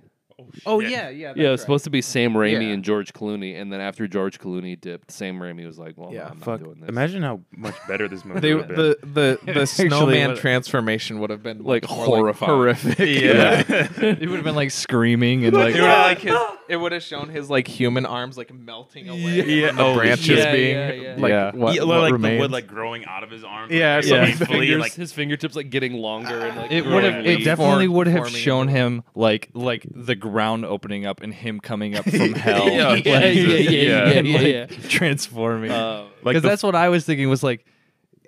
Oh yeah, yeah.
Yeah, it was supposed to be Sam Raimi
Yeah.
and George Clooney, and then after George Clooney dipped, Sam Raimi was like, "Well,
Yeah,
I'm
Fuck,
not doing [laughs] this."
imagine how much better this movie
They,
would have been.
the
[laughs]
the the snowman
what-
transformation would have been
Like,
much more,
horrifying.
horrific.
[laughs]
yeah. [laughs]
It would have been like screaming and like
It would have like his. It would have shown his like human arms like melting away.
Yeah.
from the
Oh,
branches
yeah,
being
yeah, yeah.
like
Yeah.
what,
yeah,
what
like
remains.
the wood like growing out of his arm.
Yeah,
like,
or
yeah.
something.
his,
Fully,
fingers,
like,
his fingertips like getting longer and like
it
growing
would have it
leaves.
definitely
Form-
would have
forming
shown him like like the ground opening up and him coming up from hell.
Yeah,
like,
yeah, yeah, yeah,
and,
yeah, yeah,
like, transforming.
Uh,
like
because
the-
that's what I was thinking was like,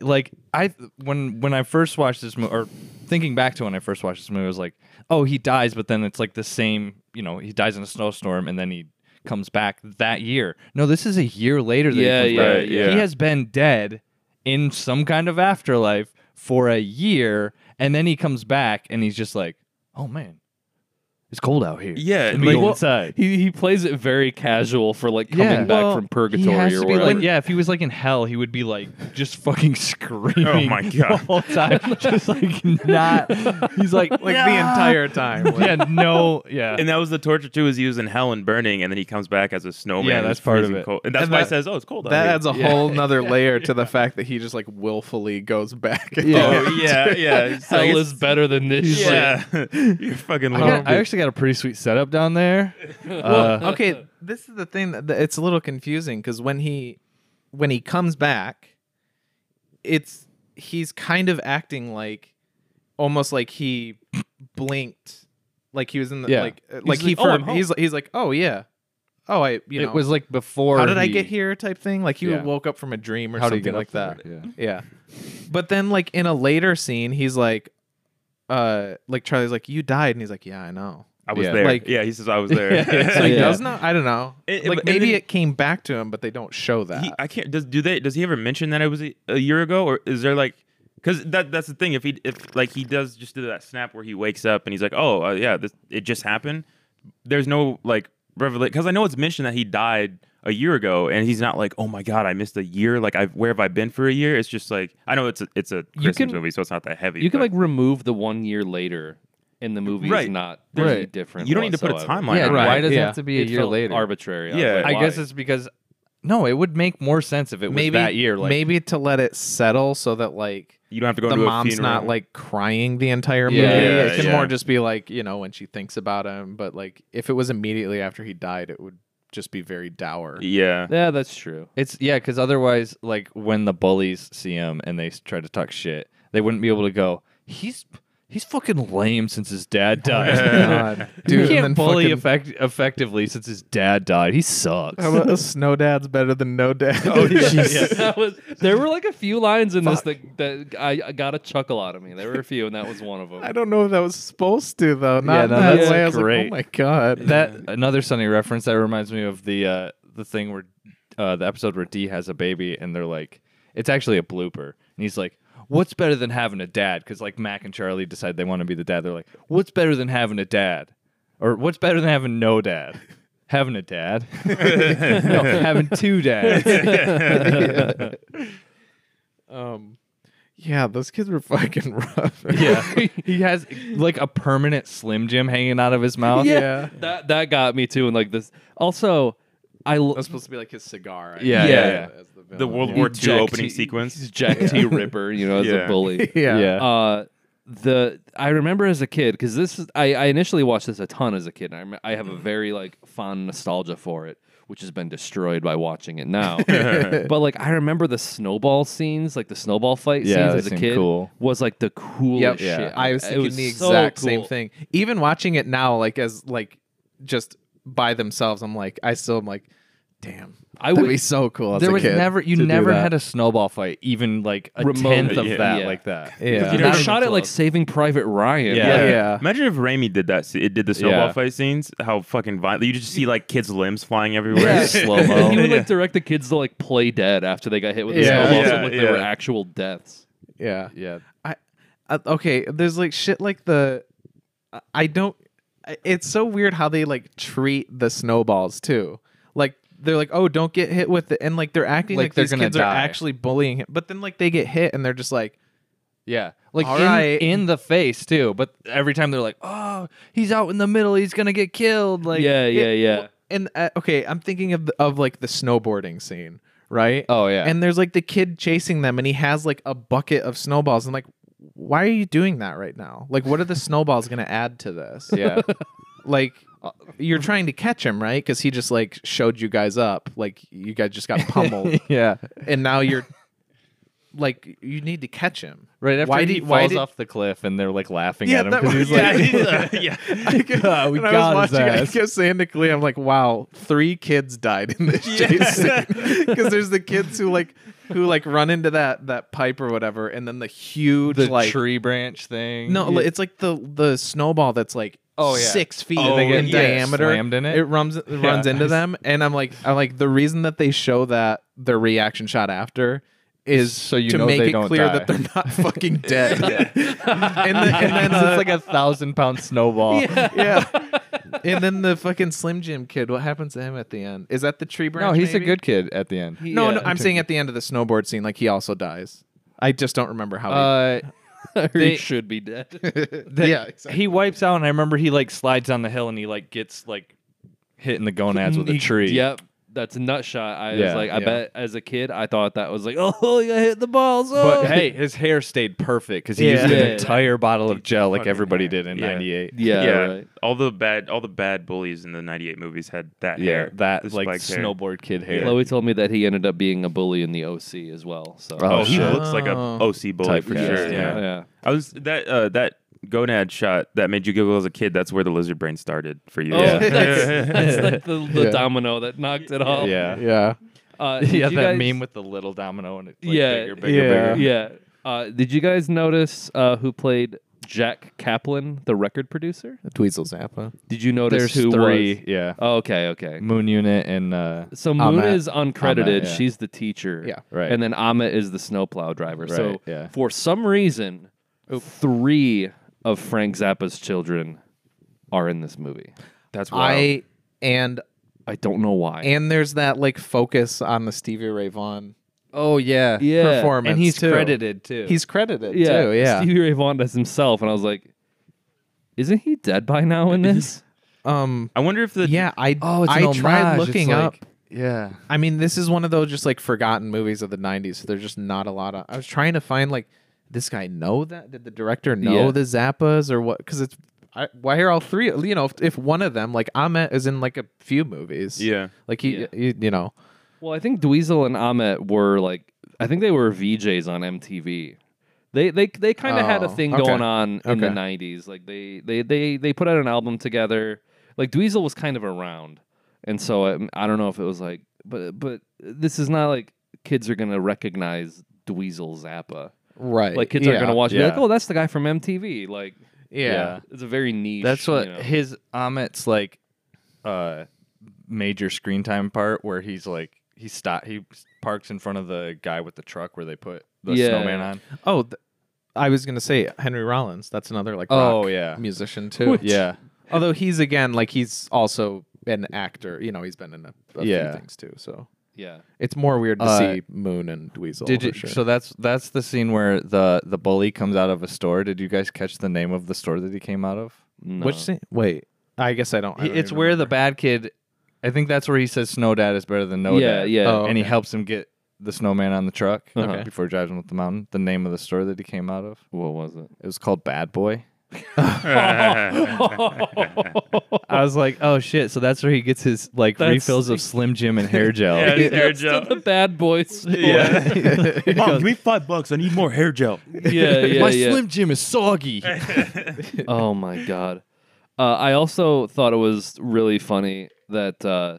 like I when when I first watched this movie or thinking back to when I first watched this movie, I was like, oh, he dies, but then it's like the same, you know, he dies in a snowstorm and then he comes back that year. No, this is a year later. That
Yeah,
he comes
yeah,
back.
yeah.
He has been dead in some kind of afterlife for a year, and then he comes back and he's just like, oh man, it's cold out here.
[laughs] Yeah,
Let
and
me
like-
go
well,
inside.
he he plays it very casual for like coming back
Well,
from
he has
purgatory
to
or
be
whatever.
Like, yeah, if he was like in hell, he would be like just [laughs] fucking screaming.
Oh my
The
God.
whole time, just like not. He's
[laughs]
like
like the entire time. Like,
Yeah, no. Yeah,
And that was the torture too. Is he was in hell and burning, and then he comes back as a snowman.
Yeah,
and
that's
it's
part of
freezing
it.
cold. And that's
And
why
that-
it says, "Oh, it's cold." out
That
here."
adds a whole nother layer to the fact that he just like willfully goes back. [laughs]
Oh [laughs] yeah, yeah.
[laughs]
It's like,
[laughs] Hell is better than this.
it's-
shit. [laughs]
yeah. [laughs] You're fucking.
I,
little
got, I actually got a pretty sweet setup down there.
well,
Uh,
okay, this is the thing that that it's a little confusing because when he when he comes back, it's he's kind of acting like almost like he blinked, like he was in the
Yeah.
like uh, like
He's
he
like, "Oh, I'm
for,
home."
he's he's like oh yeah oh, I you
it
know
was like before.
how did I
he-
get here type thing. Like he
Yeah.
woke up from a dream or
How did he
something
get
like
up
that.
there?
Yeah.
Yeah.
But then like in a later scene, he's like uh like Charlie's like, You died and he's like, Yeah, I know.
I was
Yeah.
there.
Like-
yeah, he says I was there.
So he
Yeah.
does know I don't know.
It- it-
like
and
maybe
then-
it came back to him, but they don't show that.
He, I can't. Does do they? Does he ever mention that it was a, a year ago, or is there like? Because that that's the thing. If he if like he does just do that snap where he wakes up and he's like, oh uh, yeah, this it just happened. There's no like revelation because I know it's mentioned that he died a year ago, and he's not like, oh my god, I missed a year. Like I where have I been for a year? It's just like I know it's a it's a Christmas
can-
movie, so it's not that heavy.
You can
but
uh,
like remove the one year later, and the movie
Right.
is not really
Right.
different.
you don't need to put a
whatsoever.
timeline.
Yeah,
on
Why
Right.
does it
yeah.
have to be a
It
year
felt
later?
Arbitrary. I was
Yeah.
like,
I guess
why?
it's because no, it would make more sense if it was
maybe
that year. Like
maybe to let it settle so that like
You don't have to go
the
into
mom's
a funeral.
not like crying the entire movie.
Yeah,
it can
yeah.
more just be like, you know, when she thinks about him. But like if it was immediately after he died, it would just be very dour. [laughs]
yeah.
yeah, that's true.
It's yeah, because otherwise, like when the bullies see him and they s- try to talk shit, they wouldn't be able to go. He's he's fucking lame since his dad died.
Oh [laughs]
[laughs]
God.
Dude,
Dude,
he
and
can't
then
bully
fucking-
effect- effectively since his dad died. He sucks.
How about [laughs] snow dad's better than no dad?
[laughs]
Oh,
that was, there were like a few lines in this that, that I, I got a chuckle out of me. There were a few, and that was one of
[laughs]
them.
I don't know if that was supposed to though. Not
no,
that
that's
way. I was like, oh
great.
my god.
that [laughs] another Sunny reference that reminds me of the uh, the thing where uh, the episode where D has a baby and they're like, it's actually a blooper, and he's like. What's better than having a dad? Because like Mac and Charlie decide they want to be the dad. They're like, "What's better than having a dad?" Or "What's better than having no dad?" [laughs] having a dad, [laughs] no, having
[laughs]
two dads.
um, yeah, those kids were fucking [laughs] rough.
[laughs] yeah, he has like a permanent Slim Jim hanging out of his mouth.
yeah.
that that got me too. And like this, also, I l-
That was supposed to be like his cigar. I
Yeah,
think,
yeah,
as-
yeah.
as the,
[laughs] The
villain.
World War
Jack
II opening
T-
sequence.
[laughs] Jack T. Ripper, you know, as
Yeah.
[laughs]
a bully.
[laughs] Yeah.
yeah.
Uh, the I remember as a kid because this is I, I initially watched this a ton as a kid. And I rem- I have a
Mm-hmm.
very like fond nostalgia for it, which has been destroyed by watching
[laughs]
it now. but like I remember the snowball scenes, like the snowball fight
Yeah, they
scenes as a
seem
kid,
cool.
was like the coolest
Yep.
shit.
I was
It
thinking the
so
exact same
cool.
thing. Even watching it now, like as like just by themselves, I'm like, I still am like, damn,
I
that'd
would-
be so cool. As
there
a
was
kid
never you
to do
never
that.
had a snowball fight even like a
Remote.
tenth of
Yeah.
that
Yeah.
like that.
Yeah.
They
Not even
shot it like
close.
Saving Private Ryan.
Yeah.
yeah.
Yeah.
yeah.
Imagine if Raimi did that. It did the snowball
Yeah.
fight scenes. How fucking violent! You just see like kids' limbs flying everywhere.
[laughs]
Yeah.
Slow
And [laughs] he
mo.
would like direct the kids to like play dead after they got hit with the
Yeah.
snowballs.
Yeah,
so, like, they were
yeah.
actual deaths.
Yeah.
Yeah.
I, I Uh, okay, there's like shit like the I- I don't I- it's so weird how they like treat the snowballs too. Like they're like, "Oh, don't get hit with it." And like they're acting
Like
like,
they're
these
gonna
kids are
die.
actually bullying him. But then like they get hit and they're just like,
Yeah. Like
All
in,
right.
in the face too, but every time they're like, "Oh, he's out in the middle, he's going to get killed." Like
yeah, yeah,
it-
yeah.
well, And uh, okay, I'm thinking of the, of like the snowboarding scene, right?
Oh yeah.
And there's like the kid chasing them and he has like a bucket of snowballs and like why are you doing that right now? Like what are the snowballs going to add to this?
yeah.
[laughs] like you're trying to catch him right because he just like showed you guys up like you guys just got pummeled
[laughs] yeah.
and now you're like you need to catch him
Right after
Why
he
did- why
falls
did-
off the cliff and they're like laughing
Yeah,
at him
that
cuz
was- [laughs]
he's
yeah,
like
[laughs] yeah.
[laughs] "Ah, we
and I
got
was
his
watching. I
ass."
kept saying to Klee, "I'm like, wow, three kids died in this chase because there's the kids who like, who like run into that that pipe or whatever, and then [laughs] the huge
[laughs] The
like
tree branch thing.
No, li- it's like the the snowball that's like
Oh, yeah.
six feet
Oh,
in
yeah.
diameter.
Slammed in it?
runs it runs into them, and I'm like, I'm like, the reason that they show that their reaction shot after is
So you
to
know
make
they
it
don't
clear
die.
that they're not fucking dead. [laughs]
[laughs]
and, the,
and [laughs] then it's
uh,
like a 1000 pound snowball.
[laughs]
[laughs]
yeah. And then the fucking Slim Jim kid. What happens to him at the end? Is that the tree branch?
No, he's
maybe?
a good kid at the end.
No,
Yeah.
no, I'm saying at the end of the snowboard scene, like he also dies. I just don't remember [laughs] how.
Uh
They should
[laughs]
be dead.
he,
that
yeah, exactly.
he wipes out and i remember he like slides down the hill and he like gets like hit in the gonads with a tree
Yep. That's a nut shot. I was
Yeah,
like, I
yeah.
bet as a kid, I thought that was like, [laughs] oh, I hit the balls. Oh.
but hey his hair stayed perfect because he used
Yeah.
an entire bottle of gel like
Fucking
everybody
hair.
did in
Yeah.
98
[laughs] yeah,
Yeah.
right.
All the bad, all the bad bullies in the '98 movies had that
yeah
hair. the
that like
spiked hair.
snowboard kid hair
Chloe told me that he ended up being a bully in the OC as well. So
Oh,
Oh, he
shit.
looks like a
Oh.
OC bully
Type
for
guy,
sure.
yeah.
I was that uh, that gonad shot that made you giggle as a kid, that's where the lizard brain started for you.
Oh,
Yeah. [laughs]
that's, that's like the, the
Yeah.
domino that knocked it off.
Oh, Yeah.
Yeah.
Uh, did
Yeah,
you
that
guys-
meme with the little domino and it's like
[laughs] Yeah,
bigger, bigger,
yeah.
bigger.
Yeah. Uh, did you guys notice uh, who played Jack Kaplan, the record producer?
Dweezil Zappa.
Did you notice
There's
who
three.
was?
Yeah.
Oh, okay, okay.
Moon Unit and uh,
So Moon
Ahmet.
is uncredited.
Ahmet, yeah.
She's the teacher.
Yeah.
Right.
And then Amit is the snowplow driver.
Right,
so
yeah.
for some reason, three of Frank Zappa's children are in this movie.
That's wild.
I and
I don't know why.
and there's that like focus on the Stevie Ray Vaughan
oh yeah,
Yeah.
performance.
and he's
too.
credited too.
He's credited
yeah,
too. Yeah.
Stevie Ray Vaughan as himself, and I was like, "Isn't he dead by now in this?"
um.
I wonder if the
Yeah. I.
oh, it's
I
an
tried
homage. It's
looking up.
like- Yeah,
I mean, this is one of those just like forgotten movies of the '90s. So there's just not a lot of. I was trying to find like, this guy know that? Did the director know
Yeah.
the Zappas or what? Because it's I, why are all three? You know, if, if one of them, like Ahmet, is in like a few movies.
Yeah. [laughs]
Like he,
Yeah.
he- you know.
Well, I think Dweezil and Ahmet were like, I think they were VJs on MTV. They they they kind of had a
Oh,
thing
okay.
going on in the
Okay.
'90s. Like they they they they put out an album together. Like Dweezil was kind of around, and so I, I don't know if it was like, but but this is not like kids are gonna recognize Dweezil Zappa.
Right.
Like kids
yeah.
are gonna watch, and be
yeah.
like, oh, that's the guy from MTV. Like
Yeah.
it's a very niche.
that's what
you know.
his Amit's like uh major screen time part where he's like he stop he parks in front of the guy with the truck where they put the
Yeah.
snowman on.
Oh, th- I was gonna say Henry Rollins. That's another like
Oh,
rock
yeah.
musician too.
Yeah.
Although he's again like he's also an actor. You know, he's been in a, a
Yeah.
few things too. So
yeah.
it's more weird to
Uh,
see Moon and Dweezil.
Did
for
you,
sure.
so that's that's the scene where the the bully comes out of a store. Did you guys catch the name of the store that he came out of?
No.
Which scene? Wait, I guess I don't. I
He-
don't
it's
even
where
remember.
the bad kid. I think that's where he says Snow Dad is better than No
Yeah,
Dad.
yeah.
Oh,
And he
okay.
helps him get the snowman on the truck
Okay.
before he drives him up the mountain. The name of the store that he came out of.
What was it?
It was called Bad Boy.
[laughs]
[laughs]
I was like, oh shit! So that's where he gets his like
That's-
refills [laughs] of Slim Jim and hair gel. [laughs]
Yeah, it's hair
That's
gel.
the bad boys.
Mom, give me five bucks. I need more hair gel.
[laughs] yeah, yeah,
My
yeah.
Slim Jim is soggy.
Oh my god. Uh, I also thought it was really funny that, uh,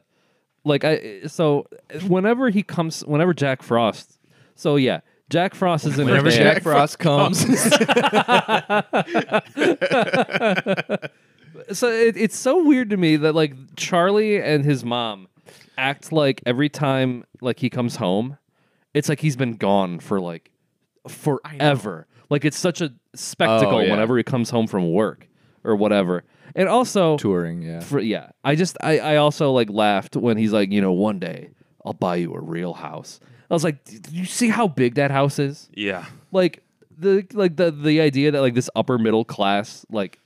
like, I so whenever he comes, whenever Jack Frost, so yeah, Jack Frost is in
Whenever
a
Jack Frost [laughs] comes,
So it, it's so weird to me that like Charlie and his mom act like every time like he comes home, it's like he's been gone for like forever. Like it's such a spectacle
Oh, yeah.
whenever he comes home from work or whatever. And also,
touring. Yeah,
for, yeah, I just I, I also like laughed when he's like, you know, one day I'll buy you a real house. I was like, "D- do you see how big that house is?
Yeah.
like the like the the idea that like this upper middle class like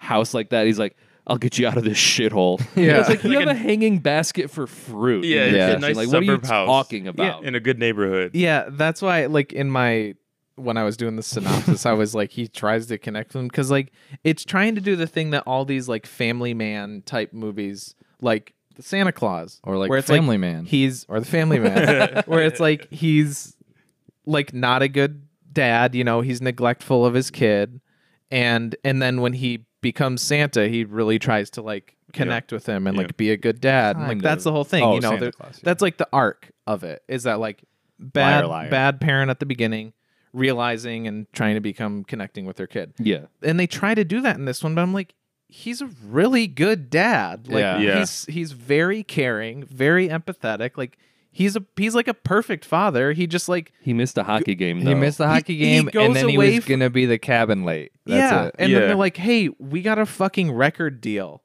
house like that he's like I'll get you out of this
[laughs]
shithole.
Yeah.
it's like you
Like
have a,
a-
hanging basket for fruit. in
Yeah,
your
it's a
kitchen.
nice
like what are you
suburb house.
talking about?
In a good neighborhood.
Yeah, that's why. Like in my when I was doing the synopsis, I was like, he tries to connect them because like it's trying to do the thing that all these like Family Man type movies like. the Santa Claus,
Or, like,
where it's,
Family Man.
he's or the Family [laughs] Man, where it's like he's like not a good dad, you know, he's neglectful of his kid, and and then when he becomes Santa, he really tries to like connect with him and like be a good dad, and like
Kind
that's
of.
the whole thing,
Oh,
you know.
Santa
there-
Claus, yeah.
That's like the arc of it is that like bad
liar.
bad parent at the beginning, realizing and trying to become connecting with their kid,
yeah.
and they try to do that in this one, but I'm like, he's a really good dad. Like
Yeah.
Yeah.
he's he's very caring, very empathetic. Like he's a he's like a perfect father. He just like
He missed a hockey game though.
he missed the hockey
he
game,
goes
and then he
away
was
f-
gonna be the cabin late. That's
yeah,
it.
and
Yeah.
then they're like, hey, we got a fucking record deal,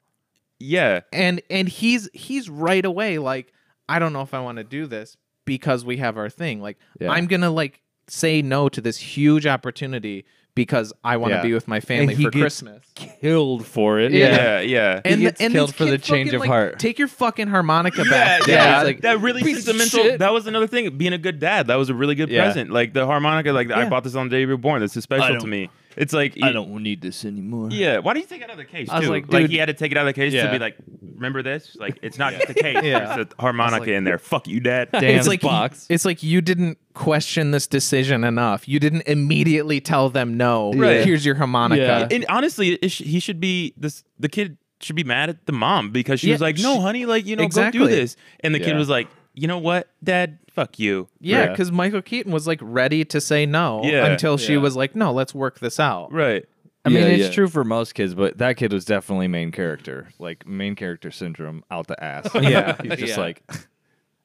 Yeah.
and and he's he's right away like, I don't know if I want to do this because we have our thing. Like
Yeah.
I'm gonna like say no to this huge opportunity because I want to
Yeah.
be with my family
he
for
gets-
Christmas.
killed for it.
Yeah.
Yeah. Yeah.
and
gets
and
killed
this
for the
kid
change
fucking,
of
like,
heart.
Take your fucking harmonica back.
yeah,
dad.
it's
Like,
that really
piece of
sentimental.
shit.
That was another thing. Being a good dad, that was a really good
Yeah.
present. Like the harmonica, like I
Yeah.
bought this on the day you were born. This is special to
don't-
me. It's like
I don't need this anymore.
Yeah, why do you take it out of the case?
I was
too?
like,
like
dude-
he had to take it out of the case
Yeah.
to be like, remember this? Like, it's not just a cake.
Yeah.
There's a harmonica in there. Fuck you, Dad.
Damn.
it's like
box.
it's like you didn't question this decision enough. You didn't immediately tell them no.
Right.
Here's your harmonica.
And honestly, it sh- he should be this. The kid should be mad at the mom because she
Yeah,
was like, "No,
she-
honey, like you know, go
Exactly.
do this." And the kid
Yeah.
was like, "You know what, Dad? Fuck you."
Yeah,
Yeah.
because Michael Keaton was like ready to say no
Yeah.
until she
Yeah.
was like, "No, let's work this out."
Right.
I mean,
Yeah,
it's
yeah.
true for most kids, but that kid was definitely main character, like main character syndrome out the ass.
[laughs] Yeah.
[laughs] he's just
Yeah.
like,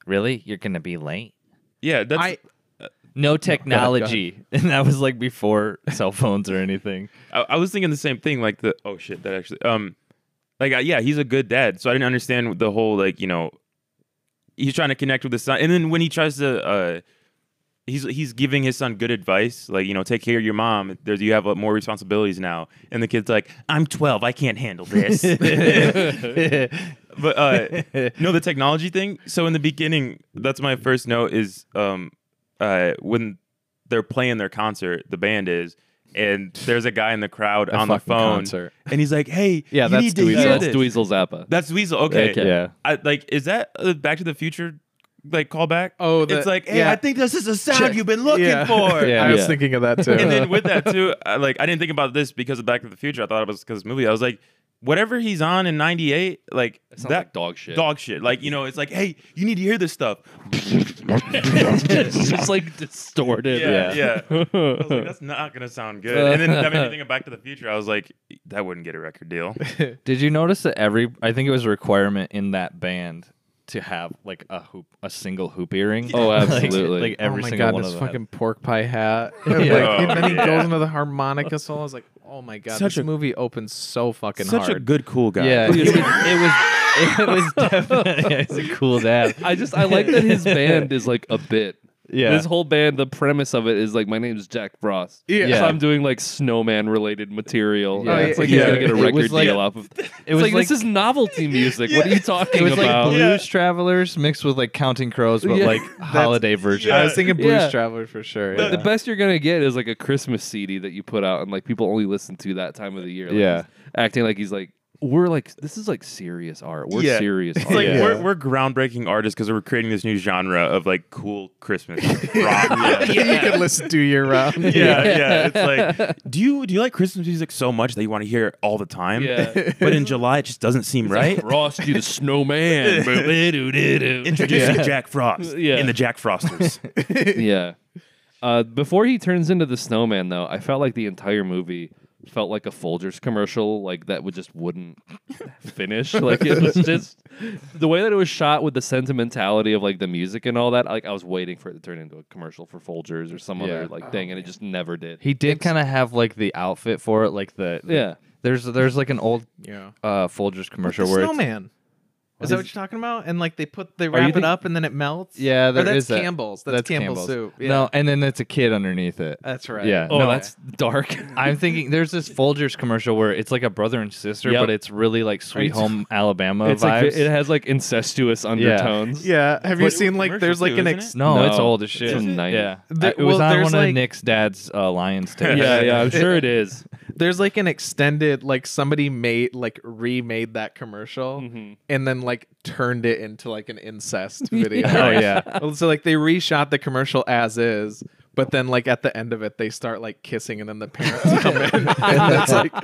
really, you're gonna be late?
Yeah. That's.
I
No technology,
[laughs]
and that was like before cell phones or anything.
I, I was thinking the same thing. Like the oh shit, that actually um, like uh, yeah, he's a good dad. So I didn't understand the whole like you know, he's trying to connect with his son, and then when he tries to uh, he's he's giving his son good advice, like you know, take care of your mom. There's you have uh, more responsibilities now, and the kid's like, I'm 12, I can't handle this. [laughs] but uh, no, the technology thing. So in the beginning, that's my first note is um, uh, when they're playing their concert, the band is, and there's a guy in the crowd on the
fucking
phone,
concert.
and he's like, "Hey,
Yeah,
you
that's
need to
Dweezil.
hear
That's
this."
Dweezil Zappa.
That's Weasel. Okay,
Okay.
Yeah.
I, like, is that a Back to the Future like callback?
Oh, the-
it's like, hey,
yeah.
I think this is the sound you've been looking
[laughs]
for.
yeah, I was thinking of that too.
And then with that too, I, like I didn't think about this because of Back to the Future. I thought it was because of the movie. I was like, whatever he's on in '98, like that
sounds like dog shit. [laughs]
Dog shit. Like you know, it's like, hey, you need to hear this stuff.
it's just like distorted.
Yeah, yeah.
Yeah.
[laughs]
I was like, that's not gonna sound good. And then that made me think of Back to the Future. I was like, that wouldn't get a record deal.
Did you notice that every? I think it was a requirement in that band to have like a hoop, a single hoop earring. [laughs]
Oh,
Like-
absolutely.
Like,
oh
every
my
single
god,
one
this
of them. had-
fucking pork pie hat. And,
Yeah.
like, and
Oh,
then he
yeah.
goes into the harmonica solo. I was like, "Oh my god,
Such
this
a-
movie opens so fucking hard."
good, cool
[laughs]
guy.
Yeah, it was. It was, it was definitely. Yeah, he's a cool [laughs] dad.
[laughs] I just I like that his band is like a bit.
Yeah.
His whole band, the premise of it is like my name's Jack Frost.
Yeah.
So
Yeah.
I'm doing like snowman related material.
Yeah.
Yeah. It's like
Yeah.
he's gonna get a
It was
record
like-
deal off of it.
It was
like, this is novelty music. What are you talking
It was
about?
like Blues Travelers mixed with like Counting Crows, but
Yeah.
like holiday version.
I was thinking Blues
Yeah.
Traveler for sure.
The
yeah.
best you're gonna get is like a Christmas CD that you put out, and like people only listen to that time of the year. Like,
Yeah.
he's acting like he's like we're like this is like serious art. We're
Yeah.
serious.
It's
art.
like
Yeah.
we're, we're groundbreaking artists because we're creating this new genre of like cool [laughs] Christmas rock.
[laughs]
yeah.
you can listen to year [laughs] round.
yeah, yeah. It's like, do you do you like Christmas music so much that you want to hear it all the time?
Yeah.
but in July, it just doesn't seem [laughs] right.
Frosty the Snowman.
Introducing
[laughs]
Jack Frost
Yeah.
in the Jack Frosters.
yeah. Uh, before he turns into the snowman, though, I felt like the entire movie felt like a Folgers commercial, like that would just wouldn't [laughs] finish. Like
[laughs]
it was just the way that it was shot with the sentimentality of like the music and all that. Like I was waiting for it to turn into a commercial for Folgers or some
Yeah.
other like thing, and it just never did.
He did kind of have like the outfit for it, like the
Yeah.
There's there's like an old
yeah.
uh, Folgers commercial
The
where it's-
snowman. Is that what you're talking about? And like they put they
you
wrap it
think-
up and then it melts.
yeah,
Or
there
that's
is that.
Campbell's. That's, Campbell's, soup. Yeah.
No, and then it's a kid underneath it.
that's right.
yeah.
Oh,
No,
that's
[laughs]
dark.
I'm thinking there's this Folgers commercial where it's like a brother and sister,
Yep.
but it's really like Sweet Home Alabama
it's like
vibes.
it has like incestuous undertones.
Yeah. Have you
But-
seen like there's like an
Commercial too,
ex-
isn't
no, it's
No.
old as shit.
It's from the 90s.
yeah,
The-
I- it was
well,
on
there's,
one
like-
of Nick's dad's uh,
[laughs]
Lions tapes.
yeah, yeah, I'm sure it is.
there's like an extended like somebody made like remade that commercial and then like turned it into like an incest video.
Oh yeah.
Well, so like they reshot the commercial as is, but then like at the end of it they start like kissing and then the parents come in and it's like
[laughs]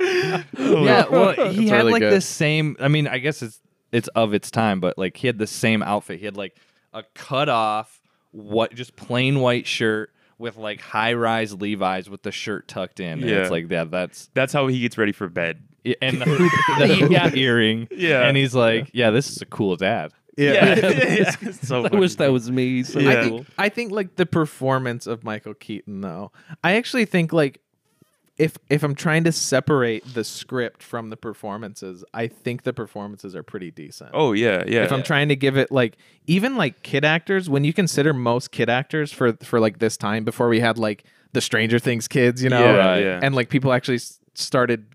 yeah, well, he
It's
had
really
like
good.
the same. I mean, I guess it's it's of its time, but like he had the same outfit. He had like a cut off, what just plain white shirt with like high rise Levi's with the shirt tucked in. And
Yeah.
it's like yeah, that's
That's how he gets ready for bed.
[laughs]
and [laughs] the hoop, the hoop earring.
Yeah.
and he's like, yeah, this is a cool dad.
yeah.
[laughs] It's so
I
funny.
wish that was me. So
Yeah.
I
cool.
think I think like the performance of Michael Keaton though. I actually think like if if I'm trying to separate the script from the performances, I think the performances are pretty decent.
Oh yeah, yeah.
if I'm trying to give it like even like kid actors, when you consider most kid actors for for like this time before we had like the Stranger Things kids, you know,
Yeah, Right. yeah.
and like people actually s- started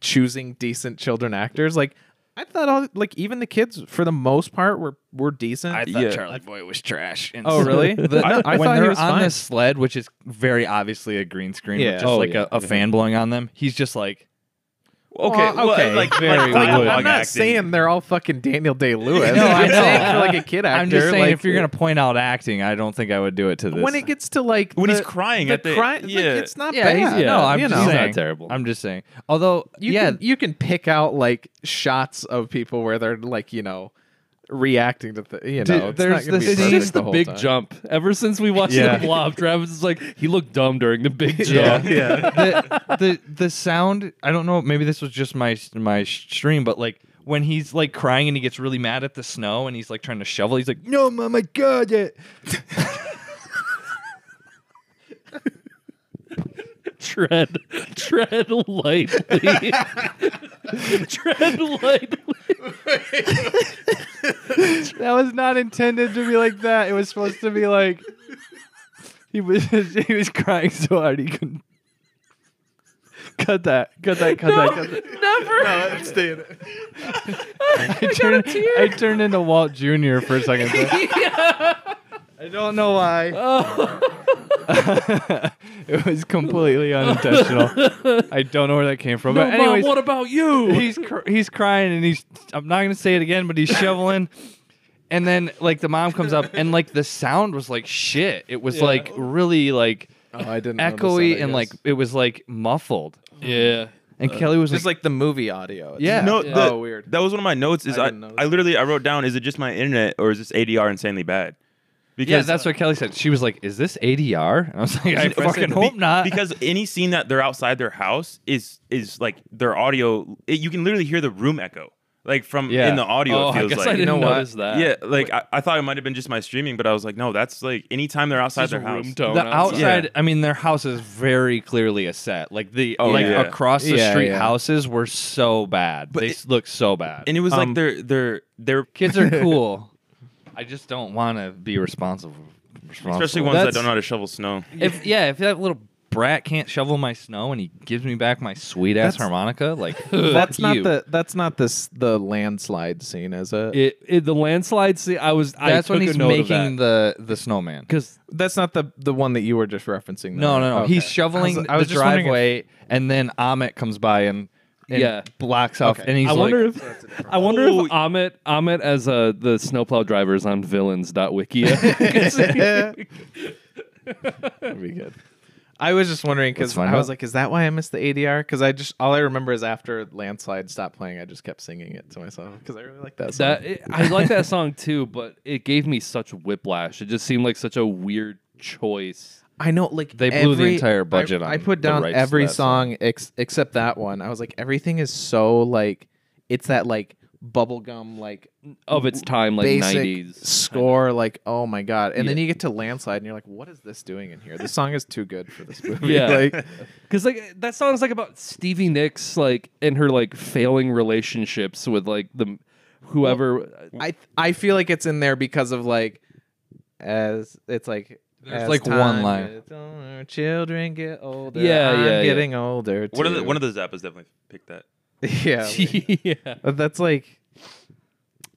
choosing decent children actors, like. I thought all like even the kids for the most part were were decent. [laughs]
thought Yeah.
Charlie Boy was trash.
oh really? The- no, I
when
thought
they're
he was
on
fine.
this sled, which is very obviously a green screen
Yeah.
with just
Oh,
like
yeah.
a, a fan blowing on them, he's just like,
Okay, well,
okay,
like
very
like dialogue
wood. I'm not
acting.
saying they're all fucking Daniel Day Lewis.
[laughs] No, I
I'm saying
know.
for like a kid actor.
I'm just saying,
like,
if you're gonna point out acting, I don't think I would do it to this.
when it gets to like
when he's
the-
crying
the
at the
cry- like,
yeah,
it's not
yeah,
bad.
he's- no,
you
I'm just
know.
saying,
not terrible.
I'm just saying. Although,
You [laughs]
yeah,
can, you can pick out like shots of people where they're like you know reacting to the you know.
Dude,
it's not
there's
gonna be
this-
It's
perfect
just the,
whole
big
time.
jump. Ever since we watched
Yeah.
the blob, Travis is like, he looked dumb during the
[laughs]
big
Yeah.
jump.
yeah.
the, the the sound. I don't know. Maybe this was just my my stream, but like when he's like crying and he gets really mad at the snow and he's like trying to shovel, he's like, "No, mom, I got it."
[laughs] Tread, tread lightly. [laughs] tread
[laughs]
lightly.
That was not intended to be like that. It was supposed to be like he was [laughs] he was crying so hard he couldn't. Cut that! Cut that! Cut that! Cut that!
Never.
I turned, I turned into Walt Jr. for a second.
[laughs]
there. I don't
[laughs]
know why. [laughs]
Oh,
Oh,
it was completely unintentional. I don't know where that came from.
No,
but
Mom,
anyways,
what about you?
he's cr- he's crying and he's I'm not gonna say it again, but he's shoveling. And then like the mom comes up and like the sound was like shit. It was like really like
Oh, I didn't notice
echoey
that, I
and like
guess.
it was like muffled.
[laughs] Yeah.
And Kelly was
just
like,
like the movie audio. It's
Yeah.
no,
Yeah.
the-
Oh, weird.
That was one of my notes. Is
I
I,
didn't notice
I, literally I wrote down: Is it just my internet or is this ADR insanely bad? Because
yeah, that's what Kelly said. She was like, "Is this ADR?" And I was like, "I fucking
Be-
hope not."
Because any scene that they're outside their house is is like their audio. It, you can literally hear the room echo, like from
Yeah.
in the audio.
Oh,
it
I
feels
guess
like
I didn't
know what?
notice that.
Yeah, like I, I thought it might have been just my streaming, but I was like, no, that's like anytime they're outside
Just
their house.
room tone.
the outside
Oh, Yeah.
i mean their house is very clearly a set like the like
yeah.
across the
Yeah,
street
yeah.
houses were so bad they
it-
s look so bad
And it was
Um,
like their their their
kids are cool [laughs] i just don't want to be responsible, responsible.
especially ones that
That's-
don't know how to shovel snow.
if yeah if that little brat can't shovel my snow and he gives me back my sweet ass
That's-
harmonica
[laughs]
like
that's
fuck
not
you.
the that's not this the landslide scene, is it?
It, it the landslide. See, I was. I
that's
took
when he's
a note of
making the the snowman
because
That's not the the one that you were just referencing.
No,
though.
no, no.
Okay.
Oh, He's shoveling
I was- I was
the
just wondering if-
driveway, and then Amit comes by and, and
Yeah.
blocks off. And he's
I wonder
like,
if I wonder
Oh,
if Amit Amit as uh, the snowplow driver is
[laughs]
on [laughs] villains.wikia.
That'd be good. I was just wondering
Let's
because
find
I was
out.
like, is that why I missed the ADR? Because I just all I remember is after landslide stopped playing, I just kept singing it to myself because I really like that song.
that it, I like that song too, but it gave me such whiplash. It just seemed like such a weird choice.
I know, like
They blew the
every-
entire
I-
budget on
I put
the
down
rights to
every
that
song, Ex- except that one. I was like, everything is so like it's that like bubblegum like
Of its time, like
basic
nineties.
score. Like oh my god! And then you get to landslide, and you're like, what is this doing in here? This song is too good for
[laughs]
this movie.
Yeah.
[laughs] like
Because like that song's like about Stevie Nicks, like and her like failing relationships with like the whoever.
I I feel like it's in there because of like as it's like
There's
as
like one
time
line.
gets older, children get older.
Yeah,
Yeah, I'm
yeah, yeah.
getting older. Too.
One of the
[laughs]
one of the Zappas definitely picked that.
yeah. like-
[laughs] yeah.
But that's like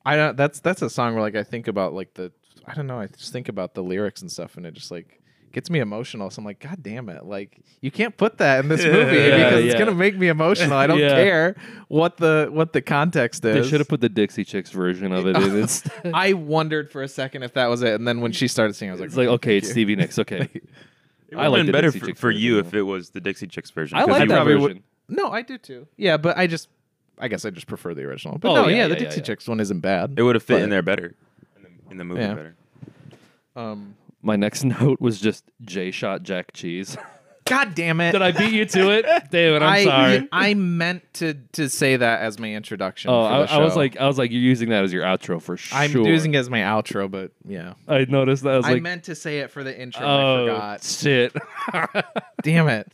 I don't that's that's a song where like I think about like the I don't know, I just think about the lyrics and stuff and it just like gets me emotional. So I'm like, God damn it, like you can't put that in
[laughs]
this movie
Yeah,
because it's
yeah.
gonna make me emotional. I don't
[laughs] Yeah.
care what the what the context
They
is.
should have put the Dixie Chicks version of it in instead.
[laughs] I wondered for a second if that was it, and then when she started singing, I was like,
It's like, oh. okay, it's
you.
Stevie Nicks. Okay.
It
I
would have
like
been
the
better
Dixie
for,
Chicks
for you
version,
if it was the Dixie Chicks version.
I
'cause
like
you
that
probably
version.
would-
"No, I do too." Yeah, but I just, I guess I just prefer the original. But
Oh,
no,
yeah,
yeah,
yeah,
the
yeah,
Dixie
yeah.
Chicks one isn't bad.
It would have fit
But-
in there better in the, in the movie
Yeah.
better.
Um,
My next [laughs] note was just J shot
[laughs]
Jack Cheese.
God damn it!
Did I beat you to it? Damn it, I'm
I-
sorry.
I meant to to say that as my introduction. for
Oh, I,
the
I was
show.
like, I was like, you're using that as your outro for sure.
I'm using it as my outro, but yeah,
I noticed that. I was
I
like,
meant to say it for the intro.
oh
I forgot.
shit. [laughs]
Damn it!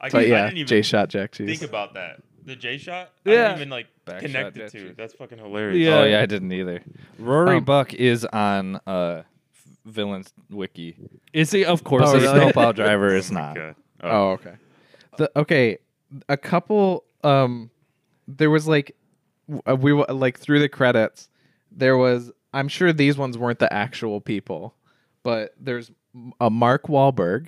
I,
But yeah,
didn't even
J Shot Jack Cheese.
think about that. The J shot. I
Yeah.
didn't even like
Back shot,
connect the
that
two.
shit.
That's fucking hilarious.
Yeah.
"Oh yeah, I didn't either." Rory
Um,
Buck is on uh, villains wiki.
Is he? Of course.
Oh,
he's
really?
not.
Snowplow driver
[laughs]
is not.
Okay.
Oh, okay. The, okay, a couple. Um, there was like, w- uh, we wa- like through the credits. There was. I'm sure these ones weren't the actual people, but there's m- a Mark Wahlberg,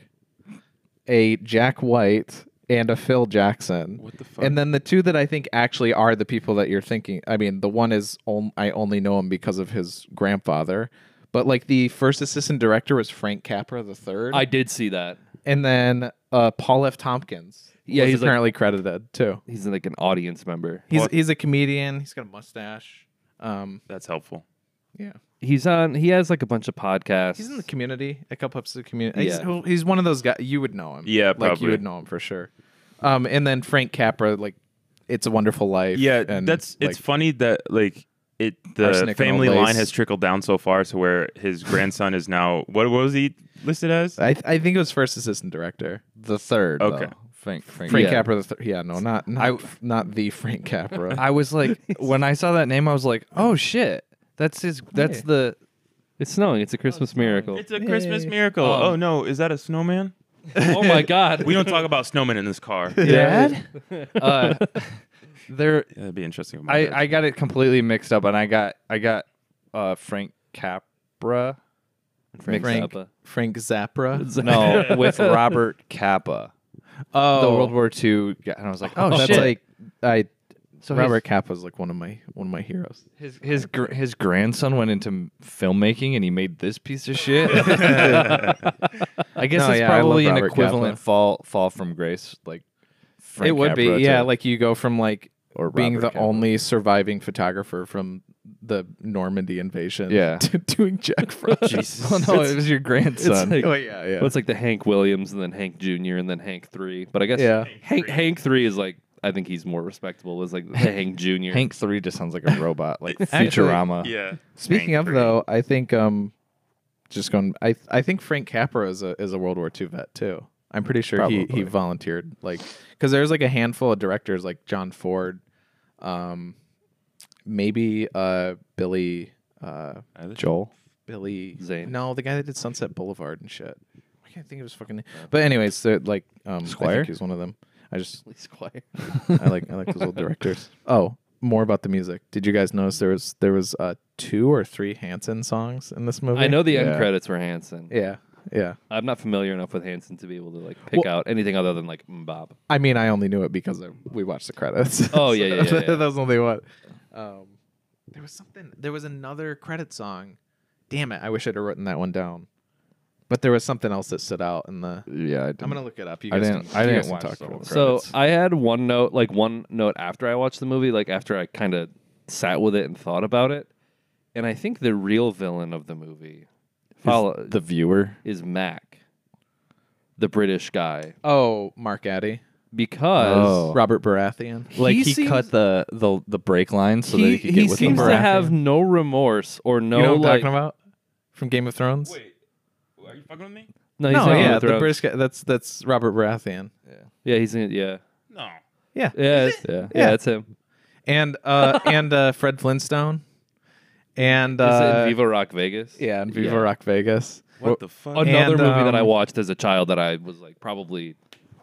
a Jack White, and a Phil Jackson.
What the fuck?
And then the two that I think actually are the people that you're thinking. I mean, the one is on, I only know him because of his grandfather, but like the first assistant director was Frank Capra the third,
[laughs] I did see that.
and then uh, Paul F. Tompkins.
Yeah,
was
he's like-
apparently credited too.
He's like an audience member.
He's he's a comedian. He's got a mustache. Um,
That's helpful.
yeah,
He's on. He has like a bunch of podcasts.
he's in the community. A couple episodes of community. He's-
Yeah.
He's, one of those guys. You would know him.
Yeah,
like
probably.
you would know him for sure. Um, and then Frank Capra, like It's a Wonderful Life.
Yeah,
and
that's
like,
it's funny that like it the
Arsenic and
family
old lace.
line has trickled down so far to where his grandson is now what, what was he listed as?
I, I think it was first assistant director, the third.
Okay.
though.
Frank, Frank,
Frank
Yeah.
Capra. The thir- yeah, no, not not, not the Frank
[laughs]
Capra.
I
[laughs]
was like, when I saw that name, I was like, oh shit, that's his. That's
Yeah.
the.
It's snowing. It's a Christmas
Oh,
miracle.
It's a Christmas miracle. oh no, is that a snowman?
[laughs]
oh my god. [laughs]
We [laughs] don't talk about snowmen in this car.
Dad. uh, [laughs] there,
That'd be interesting. if my
I
dad-
I got it completely mixed up, and I got I got uh Frank
[laughs]
Capra.
Frank
Frank
Zappa.
Frank Zappa.
No,
[laughs]
with Robert Kappa,
Oh,
the World War II guy. And I was like, oh,
that's
shit.
like I.
so his-
Robert Cappa's like one of my one of my heroes.
His his gr- his grandson went into filmmaking and he made this piece of
[laughs]
shit. I guess
No,
it's
yeah, I love
probably an
Robert
equivalent
Kappa.
fall fall from grace, like Frank
it would
Capra
be, yeah.
to-
Like you go from like
or
being
Robert
the
Kappa.
only surviving photographer from the Normandy invasion, [laughs]
Yeah.
to doing Jack Frost.
Well, [laughs] no, it was your
[laughs]
grandson.
like-
oh yeah, yeah.
Well, it's like the Hank Williams and then Hank Jr. and then Hank three. But I guess
Yeah.
Hank Hank three is like I think he's more respectable as like the Hank Jr.
Hank three just sounds like a robot, like
Actually,
Futurama.
yeah.
Speaking
Hank
of
three.
though, I think um, just going. I I think Frank Capra is a is a World War II vet too. I'm pretty sure he he
Probably.
volunteered like because there's like a handful of directors like John Ford, um, maybe uh Billy uh
Joel.
Billy
Zane.
No, the guy that did Sunset Boulevard and shit. I can't I think of his fucking name.
Uh,
But anyways, they're like um, I
Squire?
think he's one of them. I
[laughs]
just
Squire.
I like I like those old directors. Oh, more about the music. Did you guys notice there was there was uh, two or three Hanson songs in this movie?
I know the end
Yeah.
credits were Hanson.
Yeah, yeah.
I'm not familiar enough with Hanson to be able to like pick out anything other than like mm, Bob.
I mean, I only knew it because I, we watched the credits.
Oh, yeah, yeah, yeah, yeah.
[laughs] that was the only one. Um, there was something. There was another credit song. Damn it! I wish I'd have written that one down. But there was something else that stood out in the.
Yeah, I didn't.
I'm gonna look it up. You
I
guys
didn't-
Can,
I
you
didn't
guys can
watch
talk
the
about
whole
it.
credit.
So
credits.
I had one note, like one note after I watched the movie, like after I kind of sat with it and thought about it. And I think the real villain of the movie follow,
the viewer.
is Mac, the British guy,
Oh, Mark Addy,
because
Oh.
Robert Baratheon.
Like he,
seems-
cut the, the the brake line so that he could get with
seems
the
to
brake.
have no remorse or no
you know what I'm
like.
talking about? From Game of Thrones.
Are you fucking with me?
No, he's
no,
not
yeah,
yeah,
the British. guy- That's that's Robert Baratheon.
Yeah, he's in. Yeah,
No.
Yeah,
yeah, it's, yeah, yeah,
[laughs] Yeah.
It's him.
and [laughs] uh, and uh, Fred Flintstone, and
Is
uh,
it in Viva Rock Vegas?
yeah, and Viva
Yeah.
Rock Vegas.
What the fuck?
Another
And,
movie that I
um,
watched as a child that I was like probably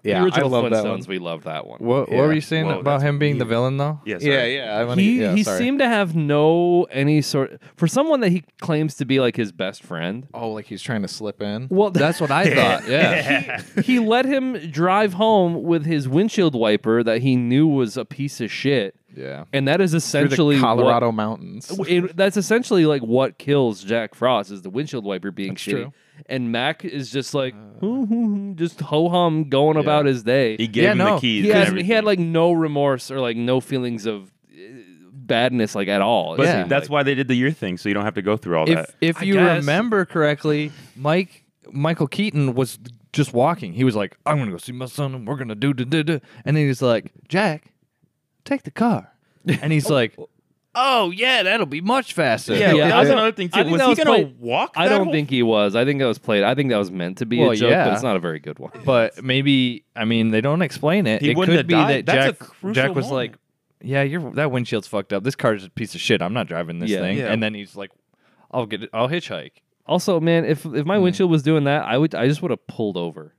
Yeah,
the original
I love
Flintstones.
that one.
We love that one.
What,
Yeah.
what were you saying
Whoa,
about
that's
him being the villain though?
Yes.
Yeah, yeah. I wanna,
he
yeah,
he
sorry.
seemed to have no any sort for someone that he claims to be like his best friend.
Oh, like he's trying to slip in. [laughs]
Well,
That's what I thought. Yeah.
he let him drive home with his windshield wiper that he knew was a piece of shit,
yeah.
and that is
Through
essentially
the
what-
Colorado mountains.
it- that's essentially like what kills Jack Frost is the windshield wiper being shitty,
true. Uh.
and Mac is just like just ho hum going about his day.
He gave
Yeah,
him
no,
the keys.
he,
and
has, he
everything.
had like no remorse or like no feelings of uh, badness like at all.
But
Yeah.
that's why they did the year thing, so you don't have to go through all that.
If if
I
you
guess.
remember correctly, Mike Michael Keaton was just walking. He was like, "I'm gonna go see my son, and we're gonna do da da da," and then he's like, "Jack, take the
[laughs]
car," and he's like, "Oh yeah, that'll be much faster."
yeah,
yeah,
that was
I-
another thing too.
I think
was
that
he
was
gonna
played-
walk?
I
that
don't
[laughs]
whole-
think he was. I think that was played. I think that was meant to be
Well,
a joke, but
yeah.
it's not a very good one.
But maybe I mean they don't explain it.
He
it
wouldn't
could
have
be that
died. That's a
Jack
crucial
Jack was
moment.
like, "Yeah, you're that windshield's fucked up. This car's a piece of shit. I'm not driving this
Yeah.
thing."
Yeah.
And then he's like, "I'll get it. I'll hitchhike."
Also, man, if if my windshield was doing that, I would I just would have pulled over.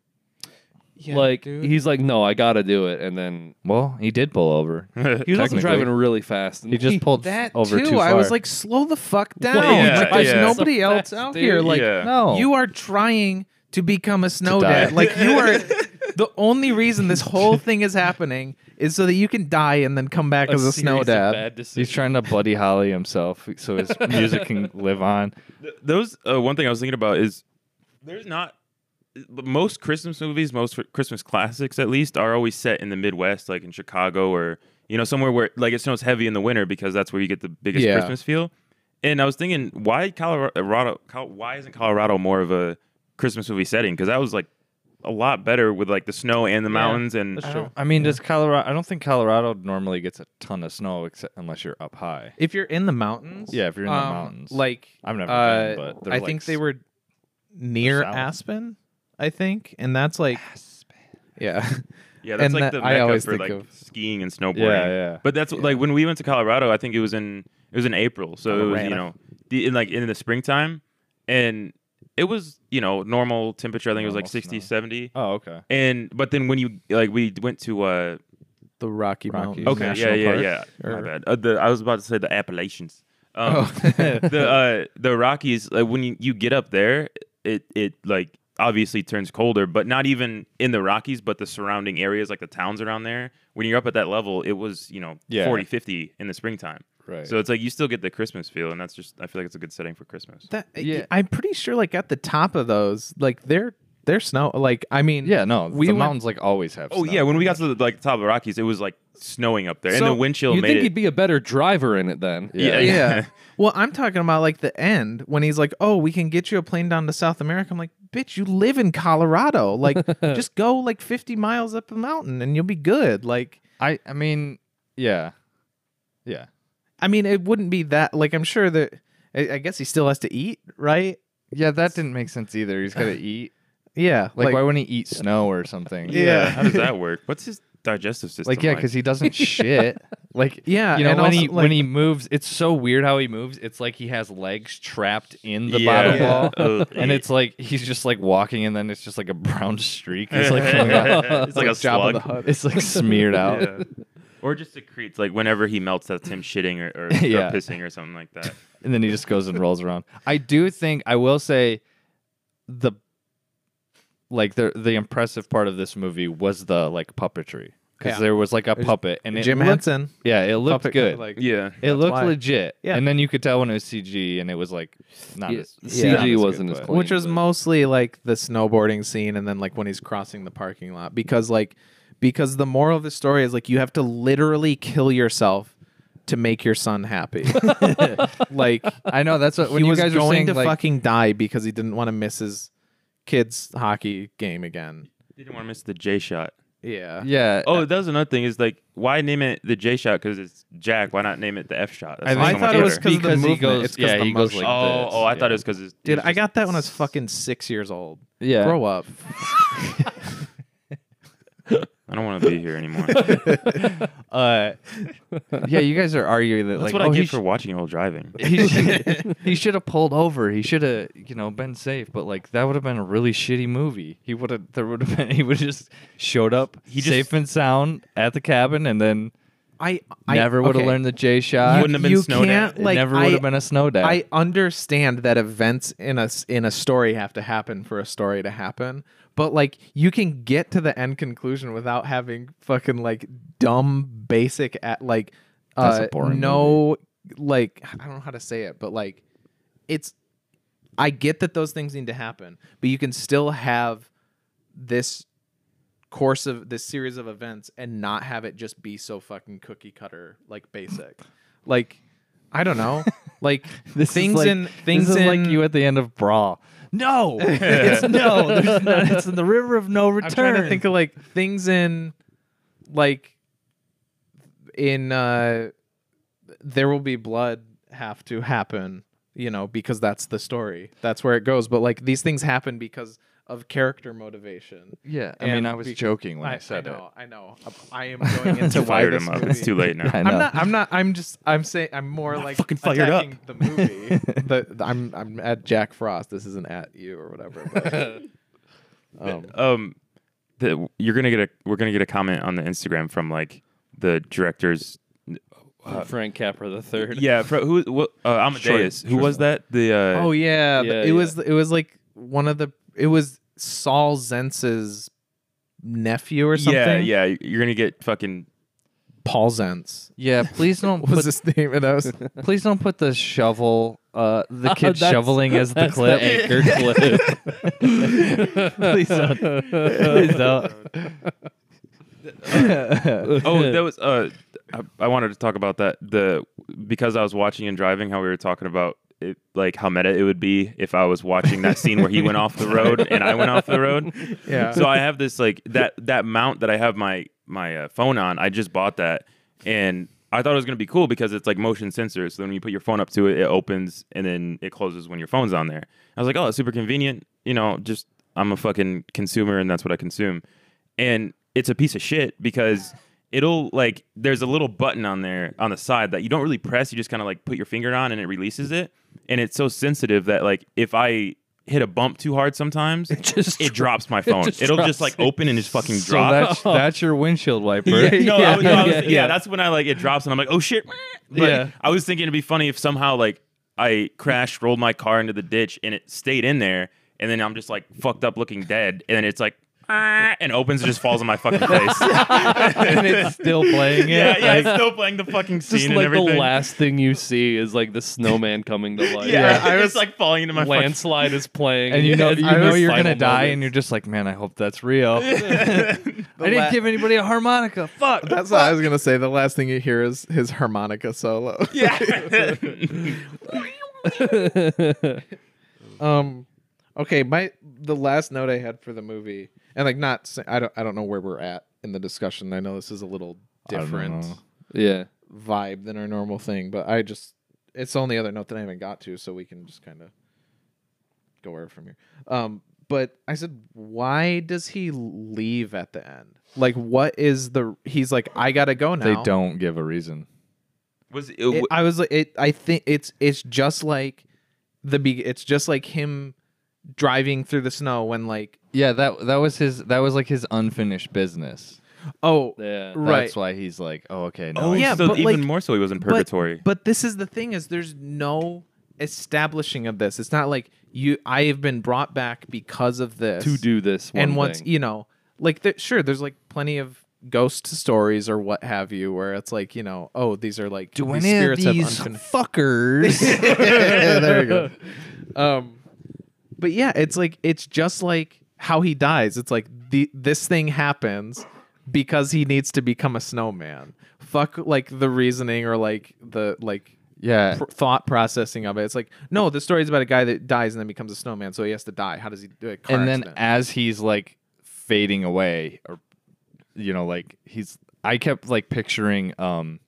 like he's like, no, I gotta do it, and then
Well, he did pull
[laughs]
over.
he was also
Technically.
driving really fast. And
He [laughs] just pulled
that
over
too.
too
I was
far.
like, slow the fuck down.
yeah,
like, there's
yeah.
nobody
So
else
fast,
out
dude.
here. Like,
Yeah.
No,
you are trying to become a snow
Oh. die. [laughs]
dad. Like you are. the only reason this whole thing is happening is so that you can die and then come back as a
series
snow
of
dad.
Bad
He's
decisions.
trying to Buddy Holly himself so his music can live on.
Those uh, one thing I was thinking about is there's not most Christmas movies, most Christmas classics at least, are always set in the Midwest, like in Chicago or you know somewhere where like it snows heavy in the winter because that's where you get the biggest
Yeah.
Christmas feel. And I was thinking, why Colorado? Col- Why isn't Colorado more of a Christmas movie setting? Because that was like a lot better with like the snow and the mountains and
I, don't- I mean, does Colorado? I don't think Colorado normally gets a ton of snow except unless you're up high.
If you're in the mountains, um,
Yeah, if you're in the mountains.
like
I've never
uh,
been, but they're
I
like
think they
s-
were near
south.
Aspen, I think, and that's like yeah, [laughs]
Yeah, that's
And
like
that-
the
I
mecca
always
for
think
like
of-
skiing and snowboarding.
Yeah, yeah.
But that's like when we went to Colorado. I think it was in it was in April, so it was you
Colorado.
know the, in like in the springtime, and it was you know normal temperature. I think it was like
Normal
60,
snow.
70.
Oh, okay.
And but then when you like we went to uh
the Rocky
Rockies.
Mountains.
okay
National
yeah
Park,
yeah yeah my
or-
bad. Uh, the, I was about to say the Appalachians. Um, [laughs]
Oh.
the uh, the Rockies like, when you, you get up there, it it like obviously turns colder, but not even in the Rockies, but the surrounding areas like the towns around there. When you're up at that level, it was you know
Yeah.
forty fifty 40, 50 in the springtime.
Right.
So it's like you still get the Christmas feel, and that's just I feel like it's a good setting for Christmas.
[laughs] That,
[laughs] Yeah.
I'm pretty sure like at the top of those, like they're they're snow. Like I mean,
yeah, no,
we
the
went-
mountains like always have.
Oh
snow.
yeah, when we got to the, like the top of the Rockies, it was like snowing up there, and the wind chill
You
made
think
it.
he'd be a better driver in it then?
yeah, [laughs]
[laughs]
yeah. Well, I'm talking about like the end when he's like, "Oh, we can get you a plane down to South America." I'm like, "Bitch, you live in Colorado.
[laughs]
Like, just go like 50 miles up a mountain and you'll be good." Like,
I I mean, yeah, yeah.
I mean, it wouldn't be that. Like, I'm sure that I, I guess he still has to eat, right?
Yeah, that didn't make sense either. He's [laughs] got to eat.
Yeah.
Like, why wouldn't he eat snow or something?
Yeah.
How does that work? What's his digestive system?
Like, [laughs] yeah, because he doesn't shit. Like,
Yeah,
you know,
and
when
also,
he
like-
when he moves, it's so weird how he moves. It's like he has legs trapped in the bottom
Yeah. [laughs] Oh,
wall,
Ugh.
and it's like he's just like walking, and then it's just like a brown streak. It's
[laughs]
like coming out. [laughs]
it's like a
Jabba
slug.
the Hutt.
it's like
[laughs]
smeared out.
Yeah. or just secretes like whenever he melts, that's him shitting or, [laughs] or, or
Yeah.
pissing or something like that.
and then he just goes and rolls around. I do think I will say the like the the impressive part of this movie was the like puppetry because
Yeah.
there was like a puppet and it
Jim
looked,
Henson.
Yeah, it looked
Puppet,
good.
Like,
[laughs] Yeah,
it looked
why.
legit.
Yeah.
And then you could tell when it was CG and it was like not
Yeah,
as
CG
not good,
wasn't as
but-
clean.
which was
but-
mostly like the snowboarding scene and then like when he's crossing the parking lot because like because the moral of the story is like you have to literally kill yourself to make your son
[laughs]
happy like
I know that's what when
he
you
was
guys
going
were saying
to
like,
fucking die because he didn't want to miss his kids hockey game again
didn't want to miss the J shot.
yeah
yeah.
Oh, that was another thing. Is like, why name it the J shot? Because it's Jack. Why not name it the F shot? That's
I
not
I
think-
so much
thought it was
better.
because of the
Because he
movement.
goes-
it's 'cause
yeah,
the
he goes
motion.
like
Oh,
this,
oh, I
yeah.
thought it was because it's.
dude, I got that when I
[laughs]
was fucking six years old.
yeah.
Grow up.
I don't want to be
[laughs]
here anymore.
[laughs] Uh, yeah, you guys are arguing that like
That's what
oh,
I
he
get
sh-
for watching
[laughs]
while driving.
[laughs]
[laughs] he should, he should have pulled over. He should have, you know, been safe. But like that would have been a really shitty movie. He would have. There would have been. He would have just showed up
He just-
safe and sound at the cabin, and then
I, I
never would have
okay.
learned the J shot.
Wouldn't have been
you
snowed at.
can't, Like,
never would
I-
have been a snow day.
I understand that events in a s- in a story have to happen for a story to happen, but like you can get to the end conclusion without having fucking like dumb basic at like
That's a
uh,
boring
no like I don't know how to say it, but like it's I get that those things need to happen, but you can still have this course of this series of events and not have it just be so fucking cookie cutter like
[laughs]
basic like i don't know like
this is
things
like-
in things
this is
in
like you at the end of Brawl. No, it's no. There's [laughs] not, it's in the river of no
i'm
return.
trying to think of like things in like in uh there will be blood have to happen you know because that's the story that's where it goes but like these things happen because of character motivation
yeah, I
And
mean, I was
bec-
joking when I, said
know, I know. I am
[laughs]
going into why
Fired
this
him up.
movie.
It's too late
[laughs]
now.
it. I know.
I'm not. I'm not. I'm just. I'm saying. I'm more like
fucking fired up.
attacking The movie. [laughs] the, the- I'm. I'm at Jack Frost. This isn't at you or whatever. [laughs] but- um,
um the, you're gonna get a we're gonna get a comment on the instagram from like the directors
Uh, Frank Capra the third.
yeah fro- who wha- uh, amadeus who was that the uh
oh yeah,
Yeah,
the- it was. It was like one of the. It was Saul Zentz's nephew or something.
Yeah, yeah. y- You're gonna
[laughs]
get fucking.
Paul Zentz
Yeah, please don't
was
put
his name. And that was
please don't put the shovel uh
[laughs]
the
Uh,
kid
that's-
shoveling as the
that's
clip.
anchor clip.
please don't. [laughs] Please don't.
Oh, that was. Uh, I, I wanted to talk about that. The because I was watching and driving, how we were talking about it, like how meta it would be if I was watching that scene where he went off the road and I went off the road.
[laughs] yeah.
So I have this like that that mount that I have my my uh, phone on. I just bought that, and I thought it was gonna be cool because it's like motion sensor. So then when you put your phone up to it, it opens and then it closes when your phone's on there. I was like, oh, it's super convenient. You know, just I'm a fucking consumer and that's what I consume. And it's a piece of shit because it'll like there's a little button on there on the side that you don't really press. You just kind of like put your finger on and it releases it. And it's so sensitive that like if I hit a bump too hard sometimes
[laughs] Just
it drops my phone.
just
It'll
drops
just like
it.
open and just fucking
So
drop.
that's that's your windshield wiper.
[laughs] no, I was- no, I was- yeah,
yeah, yeah.
that's when I like it drops and I'm like, oh shit. But
Yeah.
I was thinking it'd be funny if somehow like I crashed, rolled my car into the ditch, and it stayed in there, and then I'm just like fucked up, looking dead, and then it's like. "Ah," And opens and just falls on my fucking face. yeah,
[laughs] and
[laughs]
it's still playing it.
yeah,
like,
it's still playing the fucking scene
Just
and
like the
everything.
last thing you see is like the snowman coming to life.
[laughs] yeah,
Yeah.
I was like falling into my fucking
[laughs] landslide is playing,
and you know you
I
know
was-
you're
final
gonna die, and
moments.
you're just like, man, I hope that's real. I
la-
didn't give anybody a harmonica. Fuck.
That's what I was gonna say. The last thing you hear is his harmonica solo.
Yeah.
Um. Okay. My the last note I had for the movie, and like not, sa- I don't, I don't know where we're at in the discussion. I know this is a little
I don't
different
know.
[laughs] yeah.
vibe than our normal thing, but I just, it's the only other note that I haven't got to, so we can just kind of go wherever from here. Um. But I said, why does he leave at the end? Like, what is the? He's like, I gotta go now.
They don't give a reason.
was it,
it, I was like, it. I think it's it's just like the be. It's just like him driving through the snow when like
Yeah, that that was his that was like his unfinished business.
oh
Yeah.
right.
That's why he's like, oh okay, no.
oh
I-
yeah,
yeah, so
but,
even
like-
more so, he was in
But-
purgatory.
But, this is the thing: is there's no establishing of this. It's not like you. I have been brought back because of this
To do this, one
and once
thing.
you know, like there, sure, there's like plenty of ghost stories or what have you, where it's like you know, oh, these are like
Do
these
any of
spirits have
these
unfin- [laughs]
fuckers? [laughs]
there you go. Um, but yeah, it's like it's just like how he dies. It's like the this thing happens because he needs to become a snowman. Fuck like the reasoning or like the like
yeah,
pr- thought processing of it. It's like no, the story's about a guy that dies and then becomes a snowman, so he has to die. How does he do it? Car
and then
accident.
as he's like fading away or you know like he's i kept like picturing um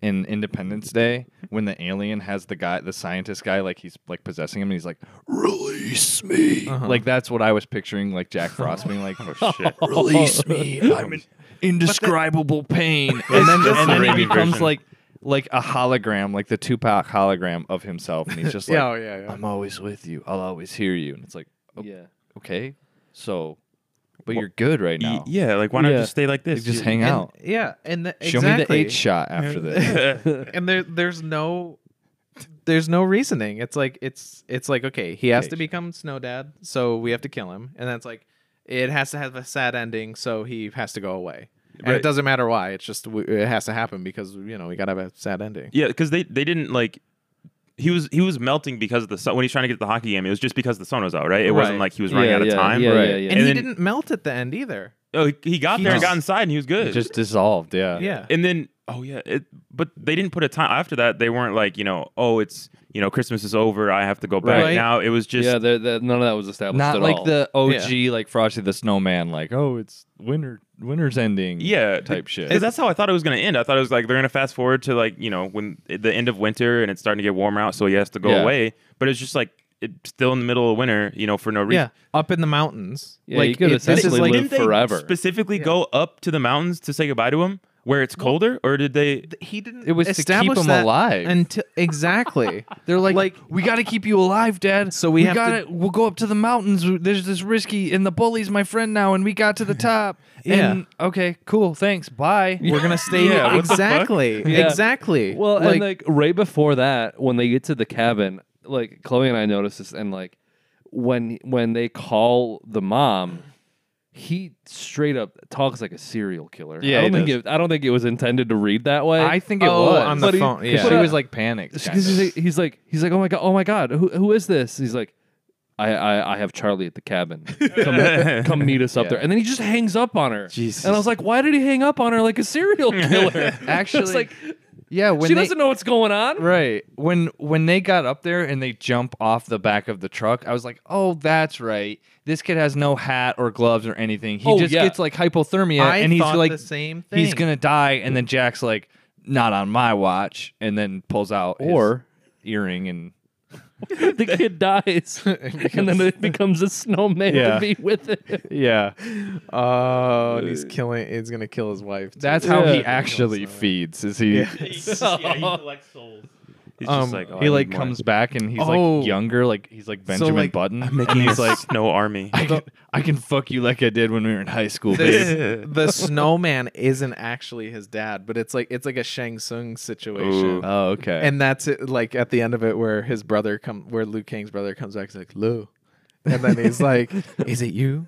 in independence day when the alien has the guy the scientist guy like he's like possessing him and he's like release me like that's what i was picturing like jack frost being like [laughs]
oh shit.
release me i'm in indescribable pain and then,
That's
and
the
then he
Raimi
becomes
version.
like like a hologram like the tupac hologram of himself and he's just [laughs] like
yeah, oh, yeah, yeah.
i'm always with you i'll always hear you and it's like
Yeah.
okay, so, but you're good right
Y-
now.
Yeah, like why not
Yeah.
just stay like this?
You just
You-
hang
And-
out.
yeah, and the,
Show
exactly.
me the eight shot after
[laughs]
this.
and there there's no there's no reasoning. It's like it's it's like okay, he has to become Snow Dad, so we have to kill him, and that's like it has to have a sad ending, so he has to go away. And it
Right.
doesn't matter why. It's just w- it has to happen because you know we gotta have a sad ending.
Yeah, because they they didn't like. He was he was melting because of the sun when he's trying to get to the hockey game. It was just because the sun was out, right? It wasn't
Right.
like he was running
Yeah,
out of
yeah,
time.
yeah,
Right.
yeah, yeah.
And,
And
he
then-
didn't melt at the end either.
Oh, he- he got
He
there and
just-
got inside, and he was good.
It just dissolved. Yeah.
Yeah.
and then oh yeah, it, but they didn't put a time after that. They weren't like you know oh it's you know Christmas is over. I have to go back
Right.
now. It was just
yeah, there- there- none of that was established
Not
at
like
all.
the OG, like Frosty the Snowman, like oh, it's winter, winter's ending.
yeah
Type shit.
Because that's how I thought it was going to end. I thought it was like they're going to fast forward to like you know when the end of winter and it's starting to get warmer out, so he has to go
Yeah.
away. But it's just like it's still in the middle of winter, you know, for no reason.
Yeah, up in the mountains.
Yeah, you could
it- this is
essentially
like
live-
didn't they
forever.
Specifically, go up to the mountains to say goodbye to him, where it's colder, or did they?
he didn't.
It was to keep
establish
him
that
alive.
until exactly.
They're like,
Like-
we got to keep you alive, Dad.
So we have to-
gotta- We'll go up to the mountains. There's this risky, and the bully's my friend now, and we got to the top.
Yeah.
okay, cool. Thanks. Bye.
We're
[laughs]
gonna stay
Yeah,
here.
what the fuck?
Exactly.
Yeah.
Exactly.
Well, and like right before that, when they get to the cabin, like Chloe and I noticed this, and like when when they call the mom, he straight up talks like a serial killer.
Yeah,
I
he
don't think
does.
it, I don't think it was intended to read that way.
I think it
Oh,
was
on the
But he-
phone,
'cause
yeah.
she was like [laughs] panicked.
Because
kind of.
[laughs] he's, like, he's like, he's like, oh my god, oh my god, who who is this? He's like, I I, I have Charlie at the
[laughs]
cabin. Come, come meet us up
Yeah.
there. And then he just hangs up on her.
Jesus.
And I was like, why did he hang up on her like
[laughs]
a serial killer?
Actually,
it's like
yeah, when
she
they-
doesn't know what's going on.
Right. When when they got up there and they jump off the back of the truck, I was like, "Oh, that's right. This kid has no hat or gloves or anything. He
Oh,
just
yeah.
gets like hypothermia
I
and he's
thought
like
the same
he's
thing.
[laughs] going to die." And then Jack's like, "Not on my watch." And then pulls out his
Or-
earring and
the
[laughs]
kid dies,
[laughs]
and then it becomes a snowman
Yeah.
to be
[laughs]
with it.
yeah.
Oh, and he's killing. He's gonna kill his wife. too.
That's how he
Yeah.
actually feeds. Is he
[laughs]
Oh.
He's
Um,
just like
[laughs]
oh,
he
I
like
need more.
comes back and he's
Oh.
like younger, like he's like Benjamin
like,
Button.
I'm making
and he's
a
like
snow army. [laughs]
I can, I can fuck you like I did when we were in high [laughs] school, babe.
[laughs]
This, the snowman isn't actually his dad, but it's like it's like a Shang Tsung situation.
Ooh.
Oh, okay.
And that's it, like at the end of it where his brother come where Luke Kang's brother comes back, he's like, Lou. And then he's
[laughs]
like, Is it you?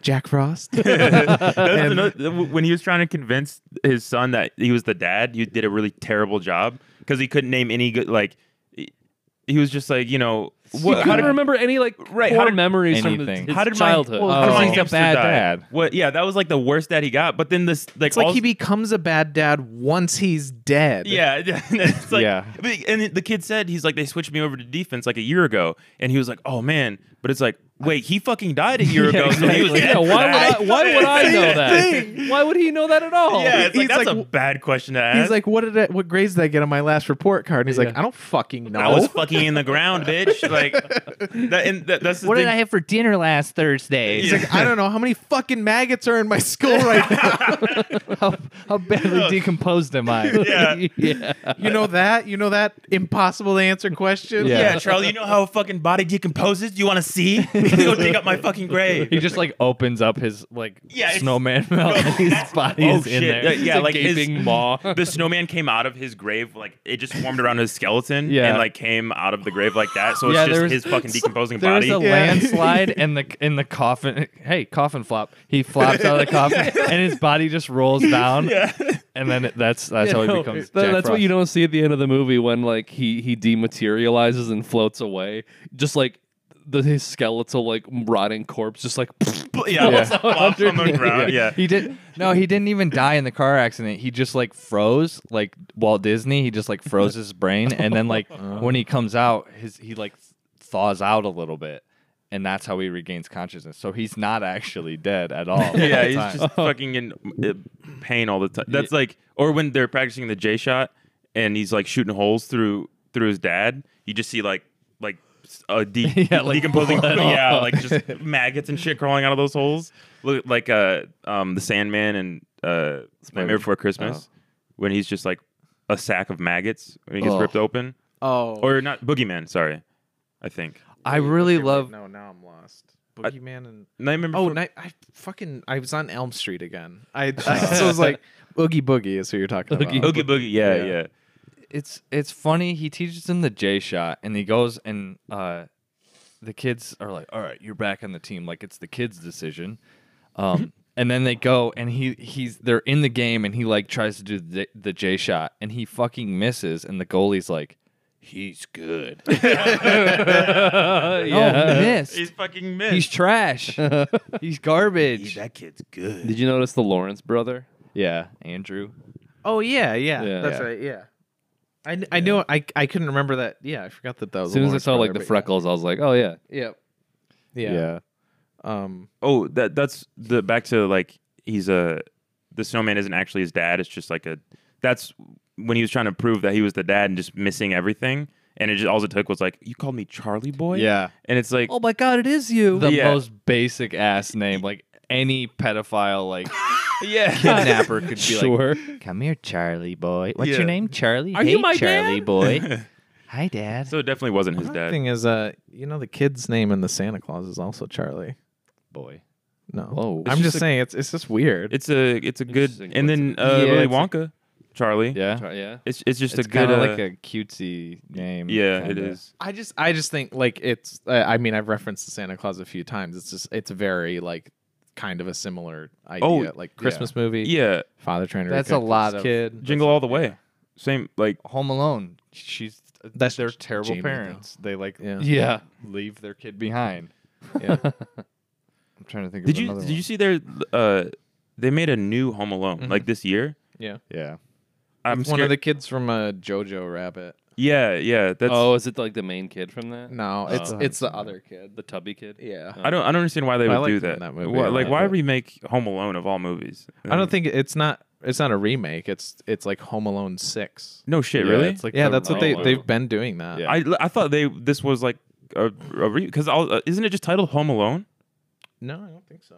Jack Frost?
That's another- when he was trying to convince his son that he was the dad, you did a really terrible job because he couldn't name any good. Like he he was just like you know
What,
what?
you
how
couldn't
did,
remember any like
Right, how
core
did-
memories from the,
Anything.
his
how did my-
childhood.
well,
Oh.
how did my
He's a [laughs]
hamster
bad
die?
dad.
What? Yeah, that was like the worst dad he got. But then this like
It's like
all-
he becomes a bad dad once he's dead.
Yeah, [laughs] it's like,
Yeah.
but- And the kid said he's like they switched me over to defense like a year ago, and he was like, "Oh man," but it's like, wait, he fucking died a year ago, so he was
yeah,
dead for
why would I,
that.
why would
[laughs]
I know that? Why would he know that at all?
Yeah, it's like,
He's
that's
like-
a bad question to ask.
He's like, What did I, what grades did I get on my last report card? And he's like,
Yeah.
I don't fucking know.
I was fucking in the
[laughs]
ground, bitch. Like, that, and that, that's the thing.
have for dinner last Thursday?
He's like, I don't know how many fucking maggots are in my skull right now.
[laughs] how, how
[laughs]
badly decomposed am I? [laughs]
yeah.
yeah.
You know that? You know that impossible to answer question?
Yeah.
yeah, Charlie, you know how a fucking body decomposes? You want to see? [laughs] Go dig up my fucking grave.
[laughs]
He just like opens up his like
Yeah, it's-
snowman mouth and [laughs] his body
oh,
is in
shit.
there.
Yeah, yeah,
It's a
like his-
gaping maw.
the snowman came out of his grave like it just formed around his skeleton
Yeah.
and like came out of the grave like that. So it's
Yeah, there
just
was- [laughs]
his fucking decomposing
There was
body.
a
Yeah.
[laughs]
landslide and the in the coffin. Hey, coffin flop. He flops out of the coffin
[laughs]
and his body just rolls down. [laughs] And then it, that's that's how he
No,
becomes.
that-
Jack
that's what
Frost.
you don't see at the end of the movie when like he he dematerializes and floats away, just like the his skeletal like rotting corpse, just like [laughs]
[laughs]
yeah, [laughs] flopped on the ground. Yeah.
He did no, he didn't even die in the car accident. He just like froze, like Walt Disney. He just like froze his brain, and then
[laughs]
like
Uh-huh.
when he comes out, his he like thaws out a little bit, and that's how he regains consciousness. So he's not actually dead at all. all the
[laughs] Yeah,
time.
he's just fucking in uh, pain all the time. That's like, or when they're practicing the J shot and he's like shooting holes through through his dad. You just see like like s- a de- [laughs]
Yeah, like
decomposing,
blood.
yeah, like just [laughs] maggots and shit crawling out of those holes. Look like uh um the Sandman and uh Nightmare Before Christmas when he's just like a sack of maggots when he gets
Oh.
ripped open,
Oh.
or not Boogeyman. Sorry, I think
I really
Okay, wait,
love.
No, now I'm lost. Boogeyman and
Nightmare.
oh,
Before...
night. I fucking I was on Elm Street again. [laughs] I, I so was like, Oogie Boogie is who you're talking
Oogie
about.
Oogie Boogie. Yeah,
Yeah.
yeah.
It's it's funny. He teaches him the J shot, and he goes and uh, the kids are like, "All right, you're back on the team. Like it's the kids' decision." [laughs] Um, and then they go and he he's they're in the game and he like tries to do the, the J shot and he fucking misses and the goalie's [laughs] like, "He's good." Oh,
yeah.
missed.
He's
He's,
fucking
[laughs]
missed.
trash. he's garbage.
that kid's good.
Did you notice the Lawrence brother?
yeah, Andrew.
Oh yeah, yeah,
Yeah.
that's
Yeah.
right. Yeah, I kn- I know I I couldn't remember that. Yeah, I forgot that that was.
As soon as I
Lawrence
saw like
brother,
the
but yeah.
freckles, I was like, oh yeah,
Yep. Yeah. Um.
Oh, that that's the back to like he's a the snowman isn't actually his dad. It's just like a that's when he was trying to prove that he was the dad and just missing everything. And it just all it took was like you called me Charlie Boy.
Yeah.
and it's like
Oh my god, it is you. The
Yeah.
most basic ass name, like any pedophile, [laughs] like
yeah,
kidnapper could be like, "Come here, Charlie boy. What's
Yeah.
your name, Charlie?
Are
hey,
you my
Charlie
dad?" [laughs]
boy. Hi, Dad.
so it definitely wasn't his
Another
dad.
thing is, uh, you know, the kid's name in the Santa Claus is also Charlie.
boy.
No.
Whoa.
I'm
It's
just,
just a-
saying it's it's just weird.
It's a it's a good
Interesting
and then uh,
Yeah,
Willy
it's like-
Wonka, Charlie.
Yeah,
yeah.
it's it's just
it's
a good
kind of like
uh,
a cutesy name.
yeah. It
kinda.
is.
I just I just think like it's uh, I mean I've referenced the Santa Claus a few times. It's just it's very like kind of a similar idea, like Christmas movie,
Yeah,
Father trying to
Oh, That's
recruit
a lot
this
of-
kid.
Jingle All the Way. Same like
Home Alone. She's
That's
they're terrible
Jamie, though.
parents. They like
Yeah.
Yeah.
leave their kid behind.
Yeah.
I'm trying to think
Did
of
you
another
did you see their uh they made a new Home Alone like this year?
yeah.
Mm-hmm. one. Yeah.
I'm
One of
scared.
the kids from uh, Jojo Rabbit.
yeah, yeah. That's
oh, is it like the main kid from that?
No, it's
Oh.
it's the other kid.
The tubby kid?
Yeah.
I don't I don't understand why they
I
would
liked
do
him in
that.
that movie
Why-
a
like
lot,
why
but-
remake Home Alone of all movies?
I don't think it's not it's not a remake. It's it's like Home Alone 6.
No shit,
Yeah,
really?
it's like
yeah,
the
that's what they
Alone.
they've been doing that.
Yeah.
I I thought they this was like a, a re- cuz uh, isn't it just titled Home Alone?
No, I don't think so.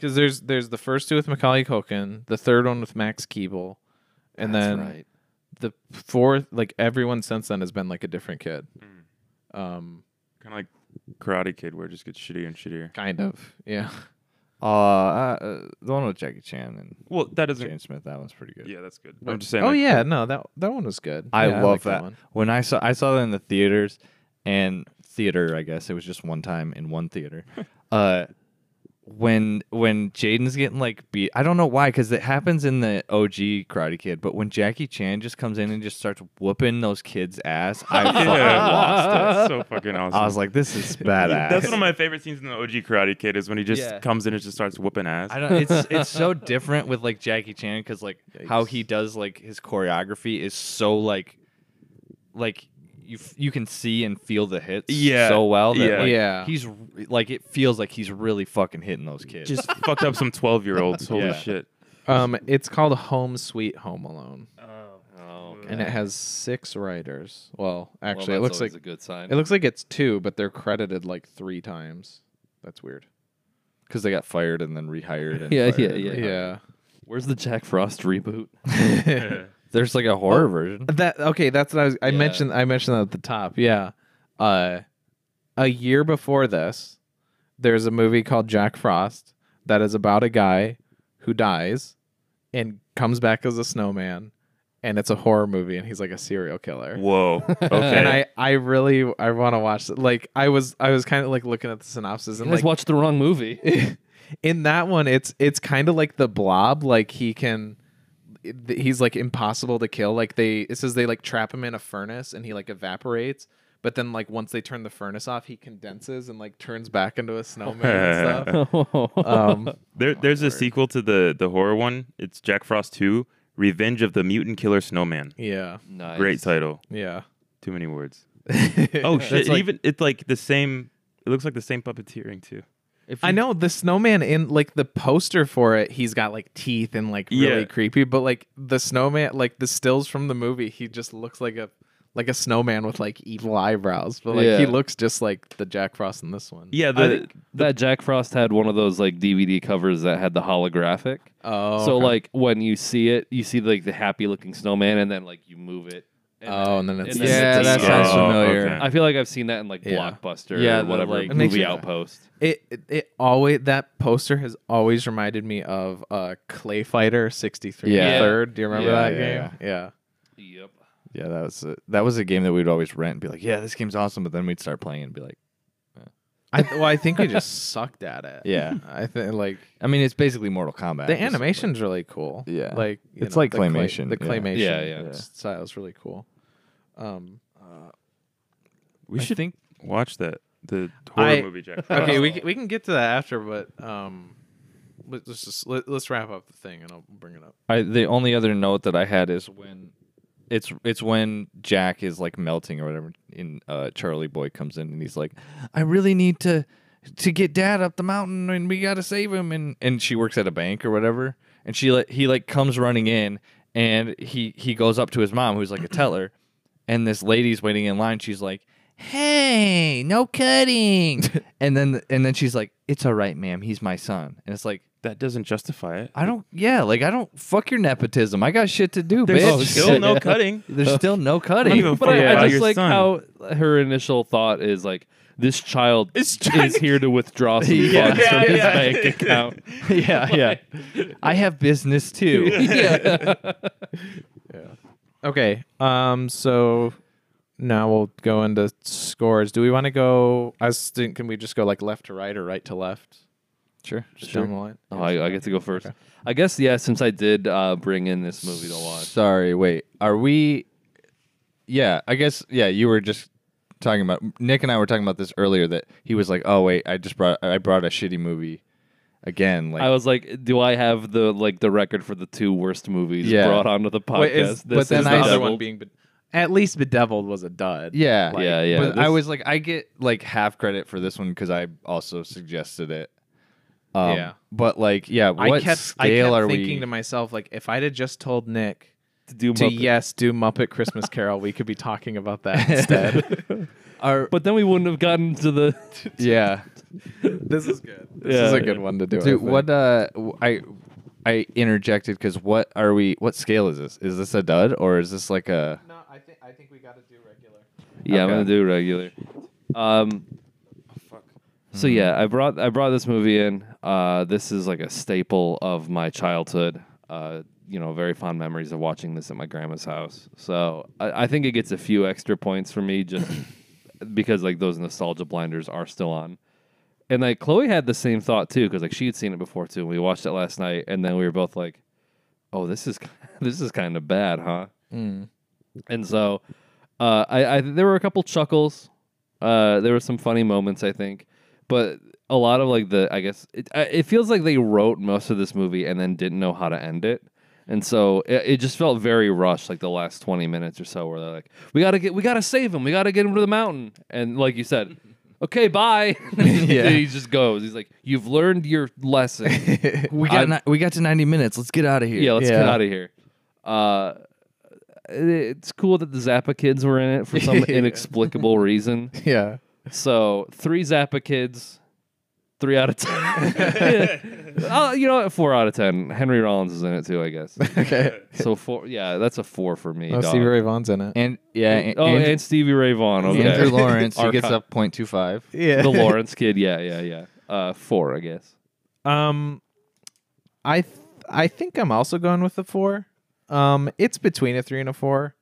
Cuz there's there's the first two with Macaulay Culkin, the third one with Max Keeble, and then the fourth like everyone since then has been like a different kid.
Hmm.
Um
Kind of like Karate Kid where it just gets shittier and shittier.
kind of. Yeah.
Uh, uh, the one with Jackie Chan and
Well, that doesn't
James Smith. That one's pretty good.
Yeah, that's good. I'm just saying
oh
like,
yeah, no, that that one was good.
I
Yeah,
love
like
that.
one.
When I saw I saw that in the theaters and theater, I guess it was just one time in one theater. [laughs] uh when when Jaden's getting like beat, I don't know why cuz it happens in the OG Karate Kid, but when Jackie Chan just comes in and just starts whooping those kids ass, [laughs] I fucking
Yeah.
lost it.
That's so fucking awesome.
I was like this [laughs] is badass.
That's one of my favorite scenes in the OG Karate Kid is when he just
Yeah.
comes in and just starts whooping ass.
I don't. It's it's so different with like Jackie Chan because like how he does like his choreography is so like, like you f- you can see and feel the hits
Yeah,
so well that
yeah.
like,
Yeah.
he's r- like it feels like he's really fucking hitting those kids.
just fucked up some 12 year olds. Holy
Yeah.
shit.
Um it's called Home Sweet Home Alone.
Oh, okay.
and it has six writers. Well, actually,
well,
it looks
that's
like
always a good sign.
it looks like it's two, but they're credited like three times. That's weird.
because they got fired and then rehired. And
[laughs] Yeah,
fired
yeah,
and
yeah.
rehired.
Yeah.
Where's the Jack Frost reboot? [laughs]
There's like a horror version.
That okay. That's what I was. I
Yeah.
mentioned. I mentioned that at the top. Yeah. Uh, a year before this, there's a movie called Jack Frost that is about a guy who dies and comes back as a snowman, and it's a horror movie, and he's like a serial killer.
Whoa.
And
Okay.
I, I really, I want to watch. it. Like, I was, I was kind of like looking at the synopsis
You
and
guys
like,
watched the
[laughs]
wrong movie.
in that one it's it's kind of like the blob like he can th- he's like impossible to kill like they it says they like trap him in a furnace and he like evaporates but then like once they turn the furnace off he condenses and like turns back into a snowman
[laughs]
and
[laughs]
stuff um
there, there's a sequel to the, the horror one. It's Jack Frost 2 Revenge of the Mutant Killer Snowman.
yeah
nice.
Great title.
yeah
Too many words.
[laughs]
Oh, shit.
like-
Even It's like the same. It looks like the same puppeteering, too.
i know the snowman in like the poster for it he's got like teeth and like really
Yeah.
creepy but like the snowman like the stills from the movie he just looks like a like a snowman with like evil eyebrows but like he
Yeah.
looks just like the jack frost in this one
Yeah.
I
The,
think that Jack Frost had one of those like DVD covers that had the holographic.
Oh,
so
okay.
like when you see it, you see like the happy looking snowman, and then like you move it. And
oh, and then it's
and then
yeah,
it's
that
the-
sounds
Oh,
familiar.
okay.
I feel like I've seen that in like
Yeah.
Blockbuster
Yeah,
or
the,
whatever
like-
It makes
movie
you-
outpost.
It, it it always that poster has always reminded me of uh Clay Fighter sixty three
Yeah.
third. Do you remember
Yeah,
that
yeah,
game? Yeah.
Yep.
Yeah, that was a, that was a game that we'd always rent and be like, yeah, this game's awesome. But then we'd start playing and be like,
I well, I think we just [laughs] sucked at it.
yeah.
I think like
[laughs] I mean, it's basically Mortal Kombat.
the
just-
animation's really cool.
Yeah.
like you
It's like
the clay-
claymation,
The
yeah.
claymation,
Yeah, yeah.
Yeah.
style is really cool. Um,
we
I
should
think
watch that. The horror
I- [laughs]
movie, Jack.
[laughs]
Frost.
okay, we can, we can get to that after, but um, let- let's just let, let's wrap up the thing and I'll bring it up.
I the only other note that I had is when it's it's when Jack is like melting or whatever in uh Charlie Boy comes in and he's like, I really need to to get dad up the mountain and we gotta save him and and she works at a bank or whatever and she like he like comes running in and he he goes up to his mom who's like a teller and this lady's waiting in line she's like hey no cutting and then and then she's like it's all right ma'am he's my son and it's like
That doesn't justify it.
I don't. Yeah, like I don't. Fuck your nepotism. I got Oh, shit to do,
There's
bitch.
still no cutting.
[laughs] There's still no cutting.
I don't give a
But I,
Yeah.
I
About
just
your
like
son.
how her initial thought is like, this child is, [laughs] here to withdraw some
Yeah.
[laughs]
funds
Yeah,
from his
yeah.
bank
[laughs]
account.
yeah, [laughs] yeah. I have business too. yeah.
Okay. Um. So now we'll go into scores. Do we want to go? I was thinking, can we just go like left to right or right to left? Sure. Just
Sure.
down the line.
Oh, I, I get to go first. I guess yeah. Since I did uh, bring in this movie to watch,
Sorry, wait. Are we? Yeah, I guess. Yeah, you were just talking about Nick and I were talking about this earlier. That he was like, "Oh wait, I just brought I brought a shitty movie again." Like,
I was like, "Do I have the like the record for the two worst movies
Yeah.
brought onto the podcast?"
Wait, is, but then
is
the
I-
other
Bedeviled.
one being, bed- at least bedeviled was a dud.
yeah,
like,
yeah, yeah.
but
this-
I was like, I get like half credit for this one because I also suggested it. Um,
Yeah.
but like, yeah,
I
what
kept
scale
I kept
are
thinking
we?
to myself like if I'd have just told Nick
to do
to
Muppet-
yes do Muppet [laughs] Christmas Carol, we could be talking about that instead.
[laughs] are,
But then we wouldn't have gotten to the.
yeah,
[laughs] this is good. This
Yeah.
is a good one to do. I
dude.
think.
What uh, w- I I interjected because what are we? What scale is this? Is this a dud or is this like a?
No, I think I think we got to do regular.
yeah, I'm
Okay.
gonna do regular. Um, So yeah, I brought I brought this movie in. Uh, this is like a staple of my childhood. Uh, you know, very fond memories of watching this at my grandma's house. So I, I think it gets a few extra points for me just because like those nostalgia blinders are still on. And like Chloe had the same thought too because like she had seen it before too. And we watched it last night, and then we were both like, "Oh, this is [laughs] this is kind of bad, huh?" And so uh, I, I there were a couple chuckles. Uh, there were some funny moments, I think, but a lot of like the I guess it, I- it feels like they wrote most of this movie and then didn't know how to end it, and so it, it just felt very rushed, like the last twenty minutes or so, where they're like, "We gotta get, we gotta save him, we gotta get him to the mountain," and like you said. Okay, bye. [laughs] yeah. He just goes. He's like, "You've learned your lesson.
We got ni- we got to ninety minutes. Let's get out of here.
Yeah, let's get
Yeah.
out of here. Uh, it- it's cool that the Zappa kids were in it for
[laughs]
some inexplicable reason.
Yeah.
So three Zappa kids, three out of ten.
[laughs]
[laughs] Oh, you know what? Four out of ten. Henry Rollins is in it too, I guess.
Okay.
So four. Yeah, that's a four for me.
Oh,
dog.
Stevie Ray Vaughan's in it.
And yeah, and,
oh,
Andrew,
and Stevie Ray Vaughan. Okay. [laughs]
Andrew Lawrence he
Our
gets
co-
up 0.25.
[laughs] Yeah.
the Lawrence kid. Yeah, yeah, yeah. Uh, four, I guess.
Um, I th- I think I'm also going with the four. Um, it's between a three and a four.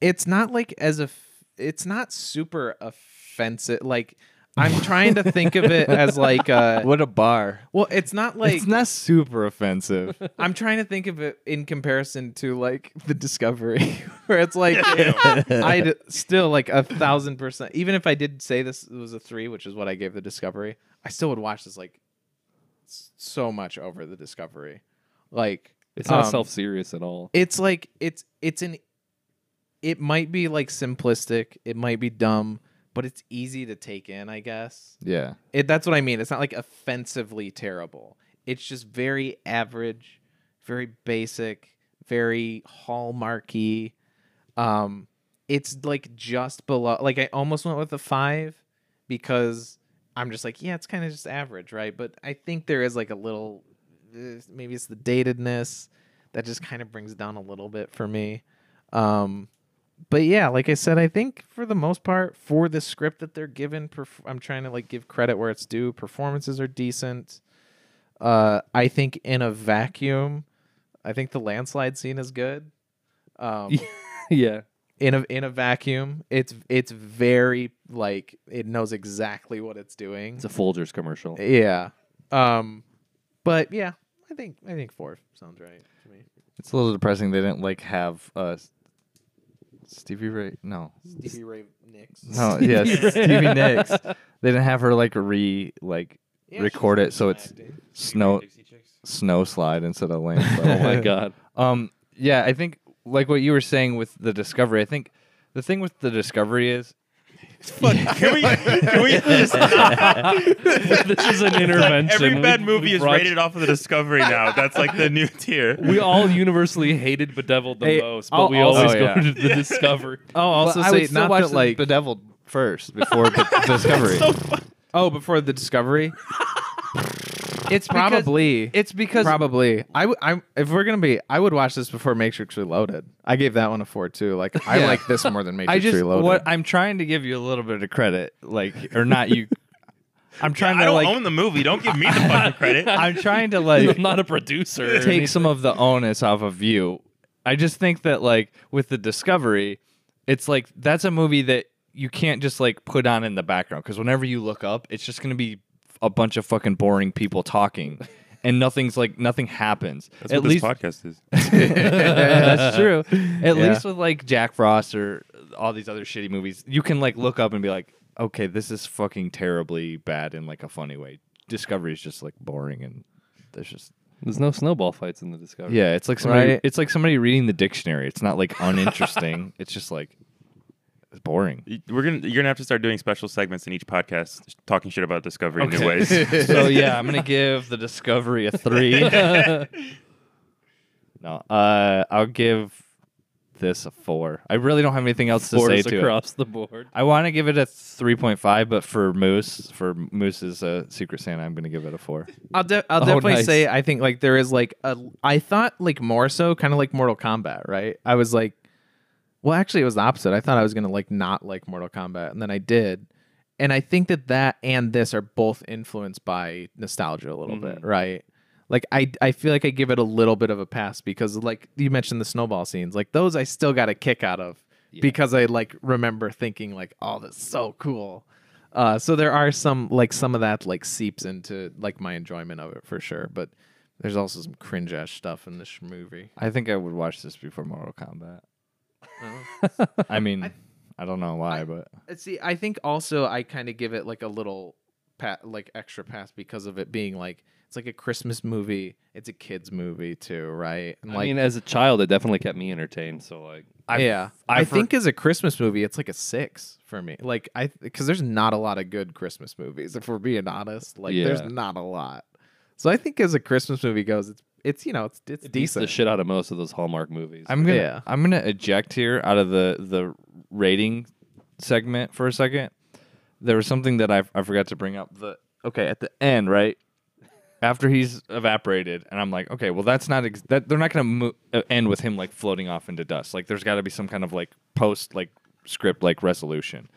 It's not like as if it's not super offensive. Like I'm trying to think of it as like uh
[laughs] What a bar!
well, it's not like
it's not super offensive.
I'm trying to think of it in comparison to like the Discovery, [laughs] where it's like I'd still like a thousand percent. Even if I did say this was a three, which is what I gave the Discovery, I still would watch this like s- so much over the Discovery. Like
It's not
um,
self serious at all. [laughs]
It's like it's it's an. It might be like simplistic. It might be dumb, but it's easy to take in, I guess.
yeah,
It, that's what I mean. It's not like offensively terrible. It's just very average, very basic, very hallmarky. Um, it's like just below. Like I almost went with a five because I'm just like, yeah, it's kind of just average, right? But I think there is like a little, uh, maybe it's the datedness that just kind of brings it down a little bit for me. Um, but yeah, like I said, I think for the most part, for the script that they're given, perf- I'm trying to like give credit where it's due. Performances are decent. Uh, I think in a vacuum, I think the landslide scene is good.
[laughs]
Um,
yeah.
in a in a vacuum, it's it's very like it knows exactly what it's doing.
It's a Folgers commercial.
yeah. Um, but yeah, I think I think four sounds right to me.
it's a little depressing. They didn't like have uh, Stevie Ray. No,
Stevie Ray Nicks.
no, yeah, Stevie Nicks. They didn't have her like re like
Yeah,
record
she's
it, so it's
acting.
snow snow slide instead of landslide.
Oh
[laughs]
[laughs] my god.
Um, yeah, I think like what you were saying with the discovery. I think the thing with the discovery is
Can we? Can we
[laughs] this is an intervention.
every
We-
bad
we
movie is
brought-
rated off of the Discovery now. That's like the new tier.
We all universally hated Bedeviled the
Hey,
most, but
I'll
we
also-
always
Oh,
go
yeah.
to the
[laughs]
Discovery.
Oh, also
I
say not that like
bedeviled first before the [laughs] discovery.
Oh, before the discovery?
it's
Probably.
it's because
Probably. I, w- I if we're gonna be, I would watch this before Matrix Reloaded. I gave that one a four too. Like I
Yeah.
like this more than Matrix
[laughs] I just
Reloaded.
what I'm trying to give you a little bit of credit, like or
[laughs]
not you. I'm trying
I
to
don't
like
own the movie. Don't give me the fucking credit.
I'm trying to
[laughs]
like
I'm not a producer. or
take some of the onus off of you. I just think that like with the discovery, it's like that's a movie that you can't just like put on in the background because whenever you look up, it's just gonna be a bunch of fucking boring people talking, and nothing's like nothing happens.
That's
At
what
least
this podcast is.
[laughs] that's true. At
Yeah.
least with like Jack Frost or all these other shitty movies, you can like look up and be like, okay, this is fucking terribly bad in like a funny way. Discovery is just like boring and there's just
There's no snowball fights in the Discovery.
yeah, it's like somebody
Right.
it's like somebody reading the dictionary. It's not like [laughs] uninteresting. it's just like it's boring.
Y- We're gonna you're gonna have to start doing special segments in each podcast, talking shit about Discovery in new
Okay. [laughs]
ways.
so yeah, I'm gonna give the Discovery a three. [laughs] no, uh, I'll give this a four. I really don't have anything else to say
Borders
to it.
across the board.
I want to give it a 3.5, but for Moose, for Moose's uh, Secret Santa, I'm going to give it a 4.
I'll, de- I'll definitely
nice.
say I think like there is like a I thought like more so kind of like Mortal Kombat, right? I was like, well, actually it was the opposite. I thought I was gonna like not like Mortal Kombat, and then I did, and I think that that and this are both influenced by nostalgia a little bit, right? Like I I feel like I give it a little bit of a pass because like you mentioned the snowball scenes, like those I still got a kick out of because I like remember thinking like, oh, that's so cool. Uh, so there are some like some of that like seeps into like my enjoyment of it for sure, but there's also some cringe ass stuff in this movie.
I think I would watch this before Mortal Kombat. [laughs] I mean, Oh. I, don't know why, but
Uh, See, I think also I kind of give it like a little pat, like extra pass because of it being like it's like a Christmas movie. It's a kids movie too, right? And
I mean, as a child, it definitely kept me entertained. So like,
I,
yeah,
I
I,
for-
think as a Christmas movie, it's like a six for me. Like I, because there's not a lot of good Christmas movies. If we're being honest, like
Yeah.
there's not a lot. So I think as a Christmas movie goes, it's it's you know it's it's
beats the
decent.
shit out of most of those Hallmark movies.
I'm gonna
Yeah.
I'm gonna eject here out of the the rating segment for a second. There was something that I I forgot to bring up. The okay at the end, right after he's evaporated, and I'm like, okay, well that's not ex- that they're not gonna mo- uh, end with him like floating off into dust. Like there's got to be some kind of like post like script like resolution.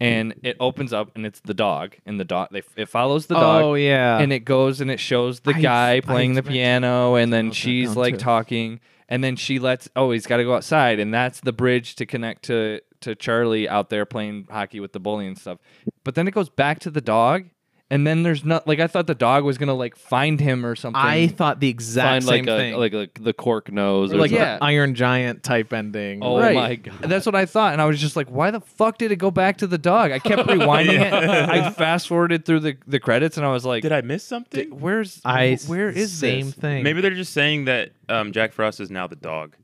And it opens up, and it's the dog, and the dog. They, it follows the dog.
Oh, yeah.
and it goes and it shows the
I-
guy
I
playing the
expected-
piano, and then she's
down,
like
too.
talking and then she lets oh he's got to go outside and that's the bridge to connect to to charlie out there playing hockey with the bully and stuff but then it goes back to the dog and then there's not like i thought the dog was gonna like find him or something
I thought the
find
exact
like
same
a,
thing,
like a, the cork nose or
like
like
the
[laughs]
yeah.
Iron Giant type ending.
Oh
Right.
my god.
That's what I thought, and I was just like, "Why the fuck did it go back to the dog?"
[laughs]
I kept rewinding it. I fast forwarded through the, the credits, and I was like,
[laughs] Did I miss something?
"Where's
I
where is
same
this?"
thing?
Maybe they're just saying that um, Jack Frost is now the dog.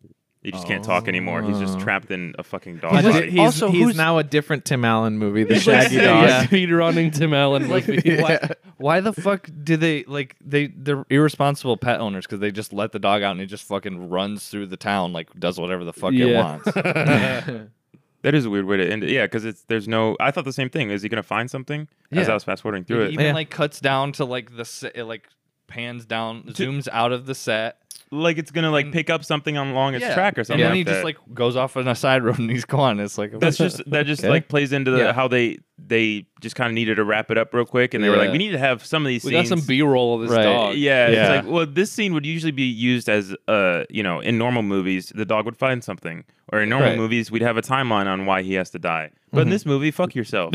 He just can't talk anymore. He's just trapped in a fucking dog
But
He's-
body.
he's,
also,
he's
who's-
now a different Tim Allen movie, the Shaggy Dog.
yeah. speedrunning Tim Allen
[laughs]
[laughs]
movie.
why, why the fuck do they like they they're irresponsible pet owners because they just let the dog out and it just fucking runs through the town like does whatever the fuck it
Yeah.
wants
[laughs] that is a weird way to end it. Yeah, because it's there's no. I thought the same thing. Is he gonna find something? As
Yeah.
I was fast forwarding through
it
it,
even
Yeah.
like cuts down to like the se- it, like pans down zooms out of the set
like it's gonna like pick up something on along its
Mm. Yeah.
track or something.
and then
like
he
that.
just like goes off on a side road and he's gone it's like [laughs]
that's just that just
Okay.
like plays into the,
Yeah.
how they they just kind of needed to wrap it up real quick, and they were
Yeah.
like, we need to have some of these
We got
scenes.
some B roll of this
Right.
dog.
Yeah,
Yeah.
it's like well, this scene would usually be used as uh, you know, in normal movies, the dog would find something, or in normal
Right.
movies, we'd have a timeline on why he has to die. But in this movie, fuck yourself.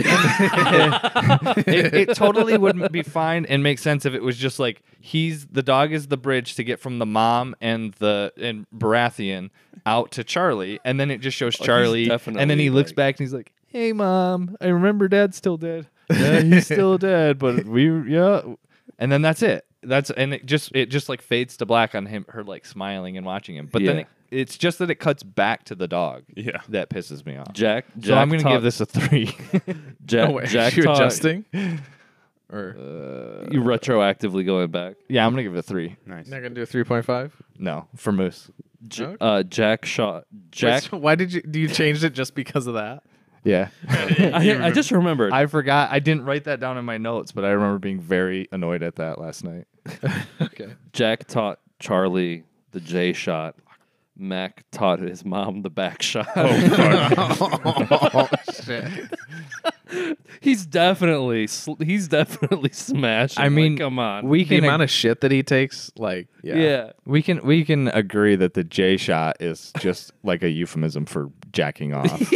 it, it totally would be fine and make sense if it was just like he's the dog is the bridge to get from the mom and the and Baratheon out to Charlie, and then it just shows Charlie, and then
Oh, definitely,
he looks
like-
back and he's like, "Hey, mom, I remember Dad's still dead. Yeah, he's still dead, but we yeah." And then that's it. That's and it just it just like fades to black on him, her like smiling and watching him. But then
Yeah.
it, it's just that it cuts back to the dog.
Yeah.
that pisses me off.
Jack, Jack
so I'm gonna
talk-
give this a three. [laughs]
Jack,
Oh, [laughs] wait,
Jack
you're
talk-
adjusting? Or
You retroactively going back.
yeah, I'm gonna give it a three.
nice.
they're gonna do a three point five?
No, for Moose.
J-
Okay.
uh, Jack shot Jack.
why did you do you change it just because of that?
Yeah.
[laughs] I, I just remembered.
I forgot. I didn't write that down in my notes, but I remember being very annoyed at that last night.
Okay.
Jack taught Charlie the J shot. Mac taught his mom the back shot.
Oh,
[laughs] oh shit.
[laughs] he's definitely sl- he's definitely [laughs] smashing.
I
Like,
mean,
come on.
We
The
can
amount of shit that he takes, like yeah.
yeah.
[laughs] [laughs] we can we can [laughs]
[laughs]
agree that the J shot is just like a euphemism for jacking off.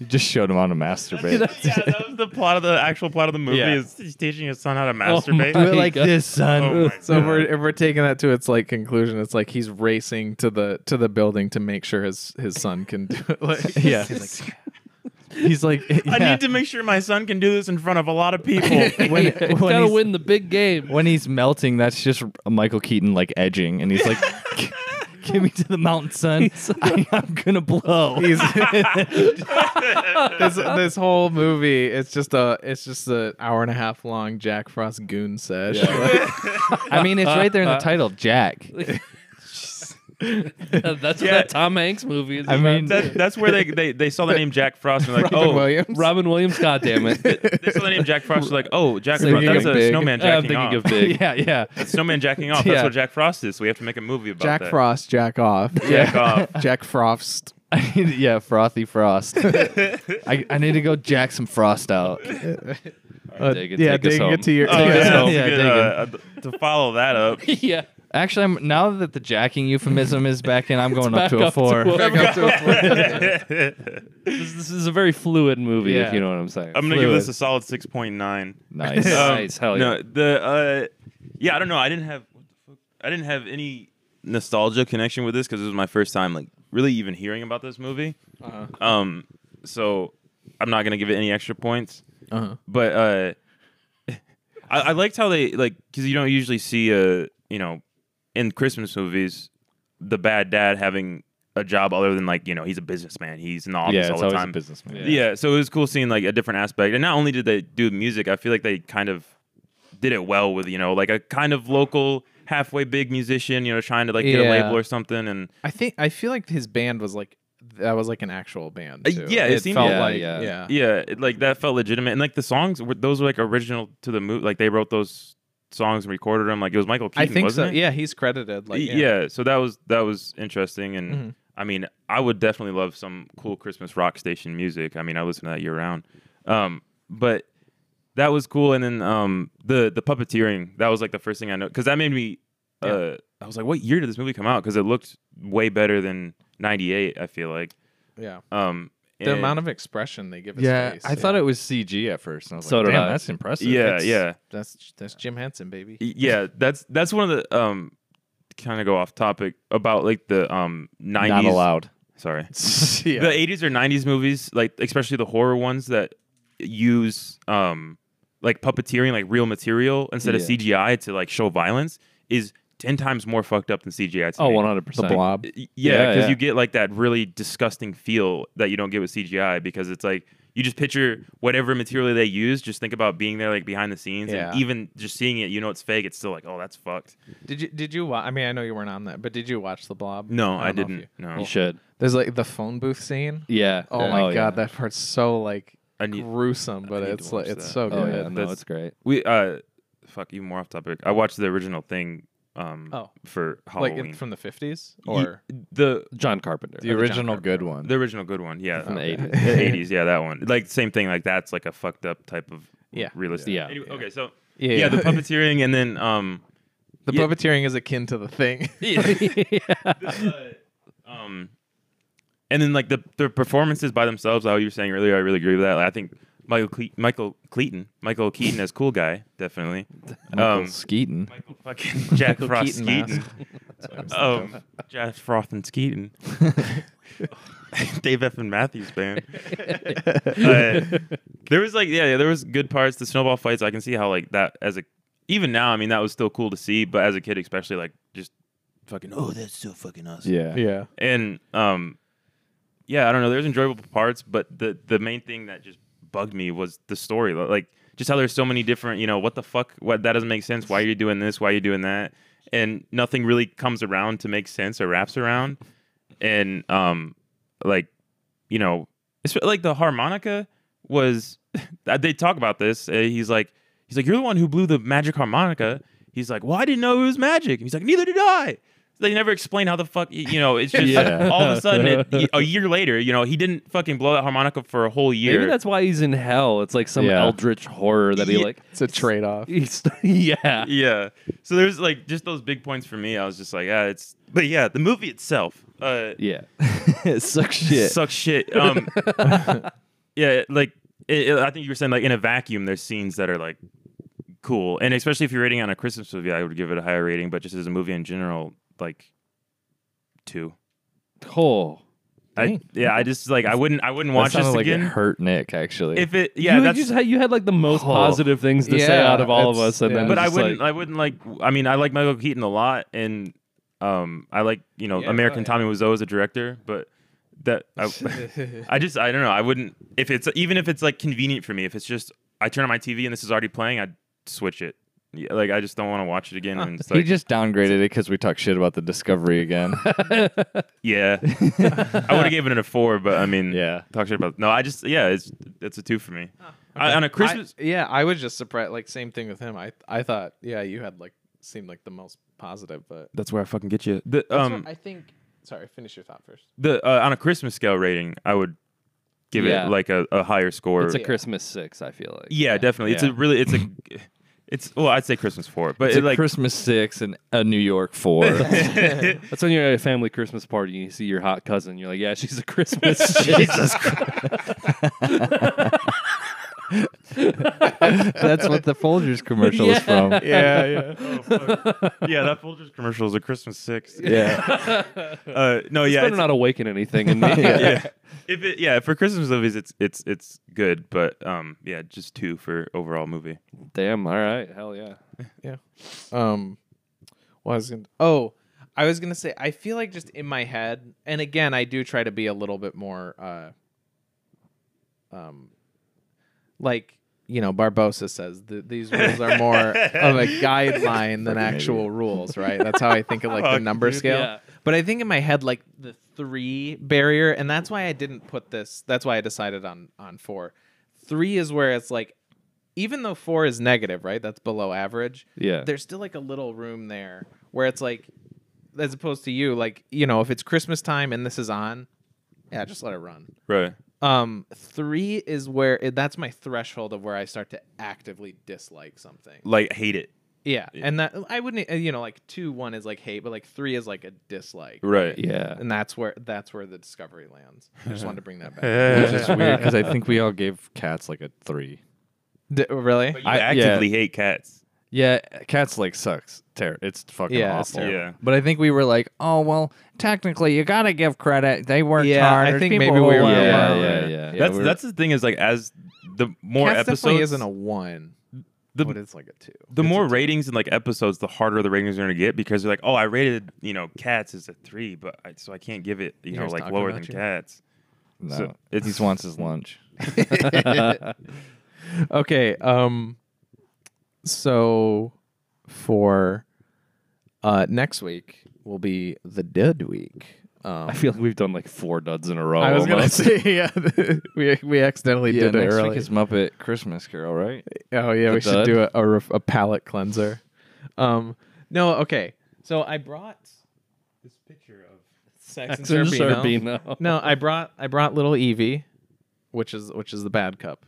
You just showed him how to masturbate.
yeah, that was the plot of the actual plot of the movie.
Yeah.
Is he's teaching his son how to
my-
masturbate.
Do it like this,
Oh,
son.
my
So if
God.
we're, if we're taking that to its like conclusion, it's like he's racing to the to the building to make sure his his son can do it. [laughs] Like,
Yeah.
he's like, he's like
[laughs]
yeah.
I need to make sure my son can do this in front of a lot of people.
When-
Yeah, you
when
gotta
he's-
win the big game. [laughs]
When he's melting, that's just Michael Keaton like edging, and he's like, "Give me to the mountain, son. I, am gonna [laughs] blow."
He's, [laughs] this, this whole movie, it's just a it's just an hour and a half long Jack Frost goon sesh.
I mean, it's right there in the title, Jack.
That's
Yeah.
what that Tom Hanks movie is.
I
about.
mean-
That- that's where they, they they saw the name Jack Frost and they're like,
Robin
oh,
Williams.
Robin Williams. God
[laughs]
damn it!
they saw the name Jack Frost. they're like, oh, Jack
Thinking
Frost. That's
of
a
big.
snowman
I'm
jacking
thinking
off.
of
[laughs]
big.
yeah, yeah.
Snowman jacking off. That's
Yeah.
what Jack Frost is. So we have to make a movie about
Jack
that.
Frost, Jack off. [laughs]
Jack off.
Jack Frost.
[laughs] I need, yeah, frothy frost. I, I need to go jack some frost out.
Uh,
dig it,
yeah,
take us
digging
home.
it to
[laughs]
your.
Oh, yeah,
Yeah,
that's a
yeah,
good, uh, uh, to follow that up.
yeah.
Actually, I'm, now that the jacking euphemism is back in, I'm going up
back
to a
up to
four.
a-
Back up to a floor.
[laughs] This, this is a very fluid movie,
Yeah.
if you know what I'm saying.
I'm gonna give this a solid six point nine.
[laughs] Nice.
Um,
Nice, hell yeah.
No, the uh, yeah, I don't know. I didn't have what the fuck? I didn't have any nostalgia connection with this because this was my first time like really even hearing about this movie.
Uh-huh.
Um, so I'm not gonna give it any extra points,
Uh-huh.
but uh, I, I liked how they like because you don't usually see a you know in Christmas movies the bad dad having a job other than like you know he's a businessman he's in the office
yeah,
all
it's
the
always
time
a businessman.
yeah. so it was cool seeing like a different aspect. And not only did they do music, I feel like they kind of did it well with, you know, like a kind of local halfway big musician, you know, trying to like get
Yeah.
a label or something and
I think I feel like his band was like that was like an actual band.
Uh,
Too.
yeah, it seemed-
felt
Yeah,
like
yeah.
yeah.
yeah, it, like that felt legitimate. And like the songs were those were like original to the movie. Like they wrote those songs and recorded them. Like it was Michael
I
Keaton,
think so.
wasn't it?
Yeah, Mm-hmm. he's credited. Like
E, yeah. so that was that was interesting and I mean, I would definitely love some cool Christmas rock station music. I mean, I listen to that year round. Um, but that was cool and then um the the puppeteering, that was like the first thing I know cuz that made me uh I was like, what year did this movie come out? Cuz it looked way better than 98, I feel like.
yeah.
Um
The amount of expression they give his
Yeah,
face.
I thought it was CG at first. And I was
So
like,
did
damn,
I.
that's impressive.
Yeah,
it's-
yeah.
that's that's Jim Henson, baby.
Y- yeah that's that's one of the um kind of go off topic about like the um 90s
Not [laughs] allowed.
sorry
yeah.
the 80s or 90s movies like especially the horror ones that use um like puppeteering like real material instead
Yeah.
of cgi to like show violence is 10 times more fucked up than cgi to
Oh,
me.
100%.
the blob.
Y- yeah
Yeah,
because
yeah.
you get like that really disgusting feel that you don't get with cgi because it's like you just picture whatever material they use just think about being there like behind the scenes
Yeah.
and even just seeing it you know it's fake it's still like oh that's fucked
Did you did you watch? I mean, I know you weren't on that, but did you watch the Blob?
no i,
don't know if
didn't
you-
no
You should.
There's like the phone booth scene.
Yeah.
Oh my
yeah.
god, that part's so like
I need-
gruesome, but
need to
it's like
watch
it's
that.
so
Oh,
good.
yeah. No,
That's-
it's great.
We uh, fuck even more off topic. I watched the original thing. Um,
Oh.
for
Like
Halloween.
it, from the 50s
Ye-
or
the
John Carpenter. The
John
original
Carpenter.
good one.
the original good one, yeah,
From the
Okay.
80s.
The 80s, yeah, that one. Like same thing. Like that's like a fucked up type of
Yeah.
realistic.
Yeah.
Anyway, Okay, so
Yeah, [laughs]
yeah, the puppeteering and then um
the
yeah.
puppeteering is akin to the
[laughs]
thing.
um and then like the the performances by themselves. Like you were saying earlier, I really agree with that. Like, I think Michael Cle- Michael Cleaton, Michael Keaton as cool guy, definitely.
Michael
Um,
Skeaton.
Michael fucking [laughs] Jack Frost
Keaton
Skeeton.
mask.
Um, Jack Froth and Skeeton. Dave F. and Matthews band. Uh, there was like, yeah, yeah, there was good parts. The snowball fights, I can see how like that as a, even now, I mean, that was still cool to see, but as a kid, especially like just fucking, oh, that's so fucking awesome.
[laughs]
Yeah.
yeah.
And, um, yeah, I don't know. There's enjoyable parts, but the, the main thing that just bugged me was the story. Like just how there's so many different, you know, what the fuck, what, that doesn't make sense. Why are you doing this? Why are you doing that? And nothing really comes around to make sense or wraps around and um like you know it's like the harmonica was [laughs] they talk about this uh, he's like he's like you're the one who blew the magic harmonica he's like well i didn't know it was magic and he's like neither did i they never explain how the fuck y- you know it's just
Yeah.
all of a sudden it, y- [laughs] a year later you know he didn't fucking blow that harmonica for a whole year
Maybe that's why he's in hell. It's like some
Yeah.
eldritch horror that he
Yeah.
like. [laughs]
It's a trade [laughs]
[laughs]
off.
He's, yeah.
yeah so there's like just those big points for me i was just like ah it's but yeah the movie itself uh
Yeah. [laughs] Suck shit. [laughs]
sucks shit. Um, yeah, like it, it- I think you were saying, like in a vacuum, there's scenes that are like cool, and especially if you're rating on a Christmas movie, I would give it a higher rating. But just as a movie in general, like two.
Cool.
I, yeah, I just like I wouldn't I wouldn't watch
that
this
sounded like
again.
It hurt Nick actually.
If it yeah,
you,
that's
you, just had, you had like the most positive things to say
Yeah,
out of all of
it's-
us, and
yeah.
then
but
it's
I
just
wouldn't.
like,
I wouldn't like. I mean, I like Michael Keaton a lot, and um, I like you know
Yeah, oh,
American
yeah.
Tommy Wiseau as a director, but that I, [laughs] I just I don't know. I wouldn't if it's even if it's like convenient for me. If it's just I turn on my TV and this is already playing, I'd switch it. Yeah, like I just don't want to watch it again. And
[laughs]
it's
he
like,
just downgraded it because we talked shit about the Discovery [laughs] again.
yeah, I would have given it a four, but I mean,
Yeah.
talk shit about no. I just yeah, it's it's a two for me. I, on a Christmas,
I- yeah, I was just surprised. Like same thing with him. I I thought yeah, you had like seemed like the most positive, but
that's where I fucking get you. The,
That's
um,
what I think. Sorry, finish your thought first.
the uh, on a Christmas scale rating, I would give
Yeah.
it like a, a higher score.
it's a
Yeah.
Christmas six. I feel like.
yeah, definitely. It's
Yeah.
a really [laughs] it's a it's well, I'd say Christmas four, but
It's
it,
a
like
Christmas six and a New York four. [laughs]
that's when you're at a family Christmas party and you see your hot cousin. You're like, yeah, she's
[laughs]
a Christmas. [laughs] Jesus,
That's what the Folgers commercial is from.
Yeah, yeah.
Oh, yeah, that Folgers commercial is a Christmas six.
Yeah.
[laughs] Uh, no, yeah,
better
it's,
not awaken anything in me.
[laughs]
[laughs]
yeah. If it, yeah, for Christmas movies, it's it's it's good, but um, yeah, just two for overall movie.
Damn. All right. Hell yeah.
um what I was gonna oh i was gonna say i feel like just in my head and again i do try to be a little bit more uh um like you know barbosa says th- these rules are more of a guideline than actual rules right that's how i think of like the
Fuck,
number
dude.
scale
Yeah.
but i think in my head like the three barrier and that's why i didn't put this that's why i decided on on four three is where it's like even though four is negative right that's below average
Yeah.
there's still like a little room there where it's like as opposed to you like you know if it's christmas time and this is on yeah just let it run
Right.
um three is where it, that's my threshold of where i start to actively dislike something
Like hate it.
yeah, and that i wouldn't uh, you know like two one is like hate but like three is like a dislike
Right.
Yeah.
and that's where that's where the discovery lands i just wanted to bring that back
[laughs] Yeah.
Which is weird because I think we all gave cats like a three.
D- really
I
I- yeah.
actively hate cats.
Yeah, cats like sucks. Ter- it's fucking
Yeah, it's
awful.
terrible.
Yeah.
But I think we were like, oh well, technically you gotta give credit. They worked
Yeah,
hard.
I
There's
think
people
maybe
who
we were-
went
Yeah,
well."
yeah,
yeah.
that's
we were-
that's the thing is like as the more
Cats definitely
episodes
isn't a one
the
but it's like a two
the more ratings and like episodes, the harder the ratings are gonna get because they're like, oh, I rated you know cats as a three, but I, so I can't give it you know
guys
like
talking
lower than
about you.
cats.
no.
so it's-
he just wants his lunch.
okay um so for uh next week will be the dead week um Oh,
I feel like we've done like four duds in a row.
I was gonna [laughs]
almost.
say, yeah, [laughs] we we accidentally
Yeah,
did it
next
early.
week is Muppet Christmas Carol,
[laughs]
right?
oh yeah, we should
dud.
do a, a, ref- a palate cleanser. Um, no, okay. So I brought this picture of Sax and Zerbino.
[laughs] Zerbino.
No, I brought I brought little Evie, which is which is the bad cup.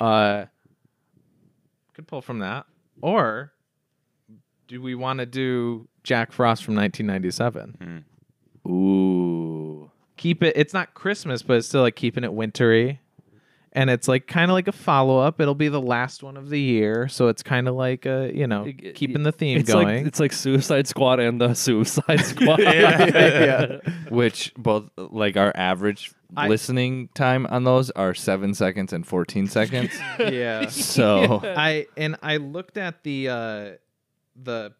Uh, could pull from that, or do we want to do Jack Frost from 1997?
Hmm.
Ooh.
Keep it. It's not Christmas, but it's still like keeping it wintry, and it's like kind of like a follow up. It'll be the last one of the year, so it's kind of like a you know
It- it-
keeping the theme
It's like
going.
it's [laughs] like Suicide Squad and
[laughs]
the Suicide Squad. [laughs]
yeah.
Which both like our average
I-
listening time on those are seven seconds and
[laughs]
fourteen seconds.
yeah.
so [laughs]
I and I looked at the uh the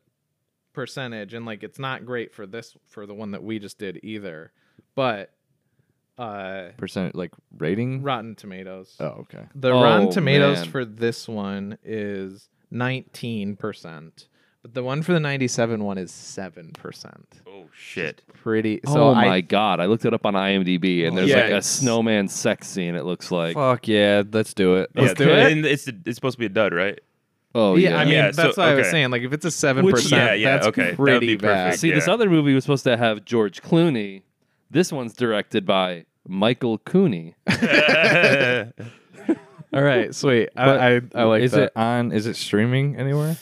percentage and like it's not great for this for the one that we just did either. But uh
percent like rating.
Rotten Tomatoes.
Oh, okay.
The
Oh,
Rotten Tomatoes
man.
for this one is 19%, but the one for the 97 one is 7%.
Oh shit!
Pretty so
oh
I
my god! I looked it up on IMDb, and there's like a
Yikes.
snowman sex scene. It looks like.
Fuck yeah, let's do it.
Let's do it.
And it's it's supposed to be a dud, right? [laughs]
Oh
yeah, I mean
Yeah,
that's
so-
what I was
okay.
saying. Like if it's a seven percent,
yeah, yeah,
that's
okay. That would
pretty
be
bad.
perfect.
See, this
Yeah.
other movie was supposed to have George Clooney. This one's directed by Michael Cooney.
All right, sweet. I, I, I like
is
that.
it on? Is it streaming anywhere?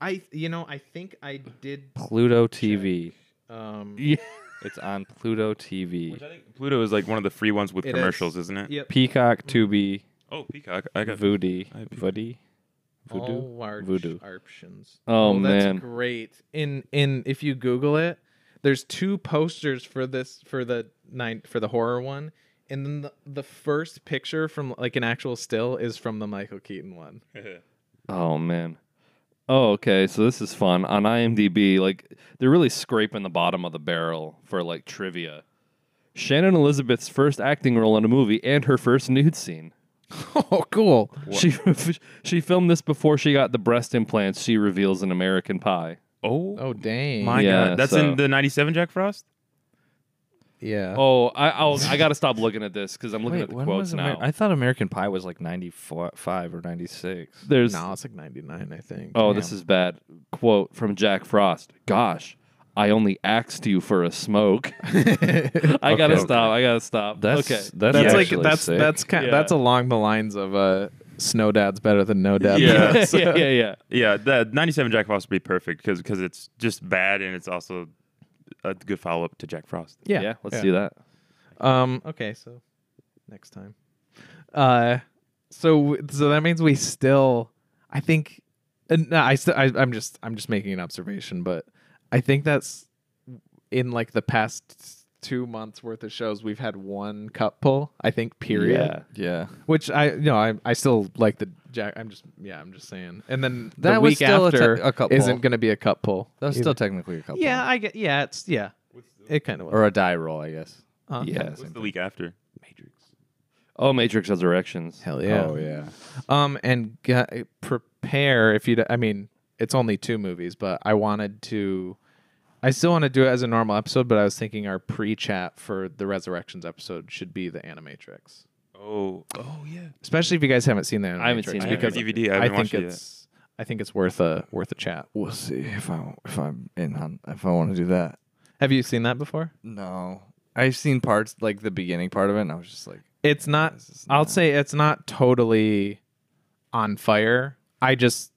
I you know I think I did
Pluto TV.
um
Yeah.
It's on Pluto TV.
Pluto is like one of the free ones with
It
commercials,
is.
is. not it?
Yep.
Peacock, Tubi,
Oh, Peacock. I got
Voodoo,
I have
Voodoo, Voodoo.
All large
Voodoo.
options.
Oh, man.
that's great. In in if you Google it, there's two posters for this for the nine for the horror one, and then the, the first picture from like an actual still is from the Michael Keaton one.
Oh man. Oh, okay. So this is fun. On IMDb, like they're really scraping the bottom of the barrel for like trivia. Shannon Elizabeth's first acting role in a movie and her first nude scene.
oh, cool.
She [laughs] she filmed this before she got the breast implants she reveals in American Pie.
Oh,
Oh, dang.
my
Yeah,
God. That's
so-
in the 97 Jack Frost?
yeah.
Oh, I I'll, I got to stop looking at this because I'm looking at the quotes now.
I thought American Pie was like 95 or 96.
There's
no, it's like 99, I think.
Oh, this is bad. Quote from Jack Frost. Gosh, I only axed you for a smoke. [laughs] I gotta
Okay.
stop. I gotta stop.
That's-
okay.
that's
that's like
actually
that's
sick.
that's kind
Yeah.
that's along the lines of uh Snow Dad's better than No Dad.
Yeah.
[laughs] yeah, yeah, yeah,
Yeah,
yeah.
the 97 Jack Frost would be perfect because it's just bad and it's also a good follow up to Jack Frost.
[laughs] yeah.
let's
yeah.
do that.
Um. Okay. So next time. Uh. So w- so that means we still. I think. uh, No, I still. I, I'm just. I'm just making an observation, but I think that's in like the past two months worth of shows we've had one cup pull. I think. Period.
Yeah.
Which I you know I I still like the Jack. I'm just yeah. I'm just saying. And then the
That was
week
still a te-
after
a cup
isn't
pull.
going to be a cup pull.
That was still technically a couple.
Yeah. I get. Yeah. It's yeah. It kind of was.
Or a die roll, I guess.
Uh,
Yeah.
What's the week after?
Oh, Matrix Resurrections.
Hell yeah.
Oh, yeah.
Um, and g- prepare if you. I mean, it's only two movies, but I wanted to. I still want to do it as a normal episode, but I was thinking our pre-chat for the Resurrections episode should be the Animatrix,
Oh,
especially if you guys haven't seen the Animatrix.
I haven't seen it.
because
I
DVD. I
I,
haven't
think
watched it yet.
it's. I think it's worth a worth a chat.
We'll see if I if I'm in on if I want to do that.
Have you seen that before?
No, I've seen parts like the beginning part of it, and I was just like,
It's not.
is
I'll
not-
say it's not totally on fire. I just.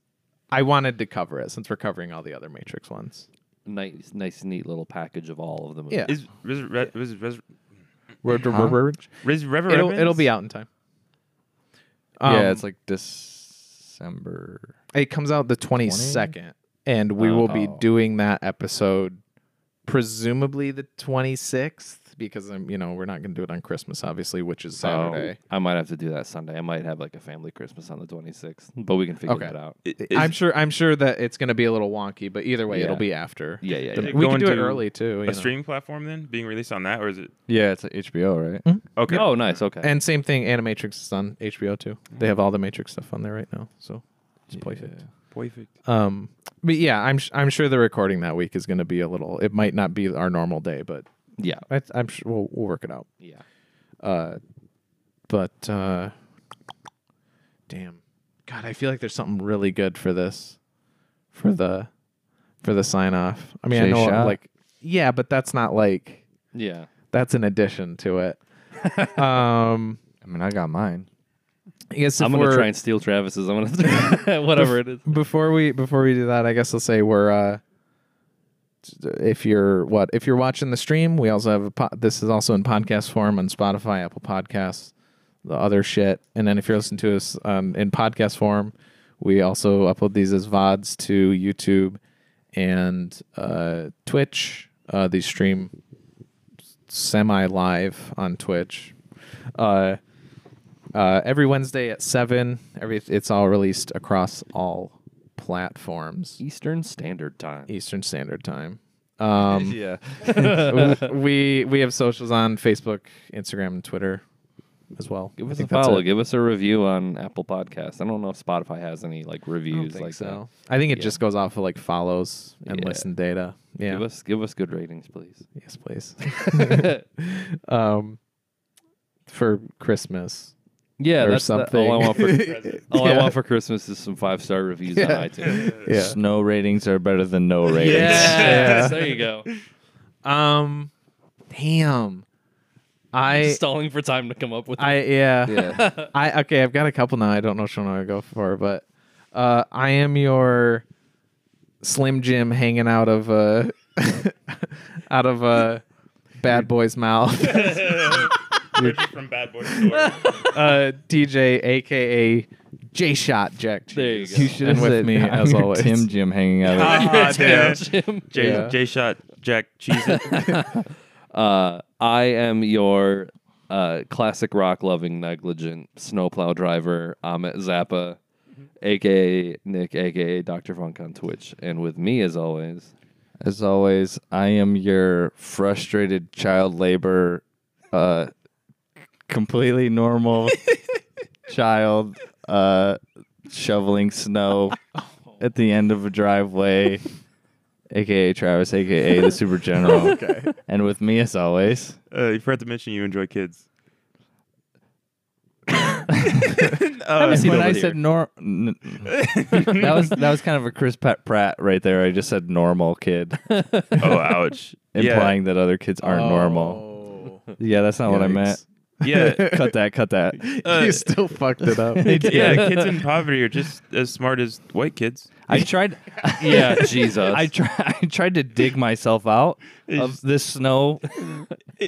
I wanted to cover it since we're covering all the other Matrix ones.
Nice, nice, neat little package of all of them.
Yeah.
Is, is, re- is, is,
Huh?
is Reverend
It'll
Evans-
it'll be out in time. Um,
yeah, it's like December.
it comes out the twenty second, and we will be
Oh.
doing that episode presumably the twenty sixth because I'm you know we're not gonna do it on Christmas obviously, which is
So
Oh.
Saturday.
I might have to do that Sunday. I might have like a family Christmas on the 26th, but we can figure
Okay.
that out.
I- is-
I'm sure I'm sure that it's gonna be a little wonky, but either way it'll
Yeah.
be after.
Yeah, yeah,
Does
yeah.
it
We
go
can do it
into
early too. you know.
A streaming platform then being released on that, or is [laughs] it?
Yeah, it's like HBO, right?
Okay.
Oh, nice. Okay.
And same thing, Animatrix is on HBO too. They have all the Matrix stuff on there right now, so it's perfect.
Perfect.
Um, but yeah, I'm sh- I'm sure the recording that week is going to be a little. It might not be our normal day, but
yeah,
I, th- I'm sure we'll, we'll work it out.
yeah.
Uh, but uh, damn, God, I feel like there's something really good for this, for the, for the sign off. I mean, I
Jay
know
Shah?
like yeah, but that's not like
Yeah.
that's an addition to it.
[laughs]
um,
I mean, I got mine.
I guess if
I'm gonna
we're-
try and steal Travis's. I'm gonna [laughs] whatever it is.
before we before we do that, I guess I'll say we're uh if you're what if you're watching the stream, we also have a po- this is also in podcast form on Spotify, Apple Podcasts, the other shit, and then if you're listening to us um, in podcast form, we also upload these as vods to YouTube and uh, Twitch. Uh, these stream semi live on Twitch. Uh, uh, every Wednesday at seven. Every it's all released across all platforms
Eastern Standard Time.
Eastern Standard Time. Um,
[laughs]
Yeah,
[laughs] we we have socials on Facebook, Instagram, and Twitter as well.
Give
I
us a
think that's
follow.
it.
Give us a review on Apple Podcasts. I don't know if Spotify has any like
I don't
reviews
think
like
so. I think it
Yeah.
just goes off of like follows and
Yeah.
listen data.
that.
Yeah.
Give us give us good
[laughs]
ratings, please. [laughs]
yes, please. um, for Christmas
yeah,
or
that's that-
something.
all I
[laughs]
want for all I
Yeah.
want for Christmas is some five star reviews
Yeah. [laughs]
on iTunes.
yeah.
snow ratings are better than no [laughs] ratings.
Yes, [laughs] there you go.
Um, damn. I
Stalling for time to come up with.
I yeah.
Yeah.
[laughs] I okay. I've got a couple now. I don't know which one I go for, but uh, I am your Slim Jim hanging [laughs] out of uh out of uh Bad Boy's Mouth.
[laughs]
from Bad Boy [laughs] Store.
uh, DJ, aka J Shot Jack.
There you
Jenkins.
go. You
should
And with
[laughs]
me as always.
Tim Jim hanging out. at-
[laughs]
Ah, damn.
Jim.
J,
Yeah.
J shot Jack Cheese.
Uh, I am your uh, classic rock loving negligent snowplow driver, Amit Zappa,
Mm-hmm.
aka Nick, aka Dr. Funk on Twitch. And with me, as always,
As always, I am your frustrated child labor, uh, completely normal child uh, shoveling snow at the end of a driveway, aka Travis, aka the Super General. [laughs] okay. And with me, as always,
Uh, you forgot to mention you enjoy kids.
and when
over
I
here.
said nor,
[laughs]
n- that was that was kind of a Chris Pat Pratt right there. I just said normal
[laughs]
kid,
Oh, ouch.
implying that other kids aren't normal.
Oh.
Yeah, that's not what I meant.
Yeah.
[laughs]
Yeah.
Cut that, cut that.
Uh, Oh.
you still fucked it [laughs] up.
yeah, kids in poverty are just as smart as white kids.
I tried.
[laughs] yeah, Jesus.
I tried. [laughs] I tried to dig myself out of this snow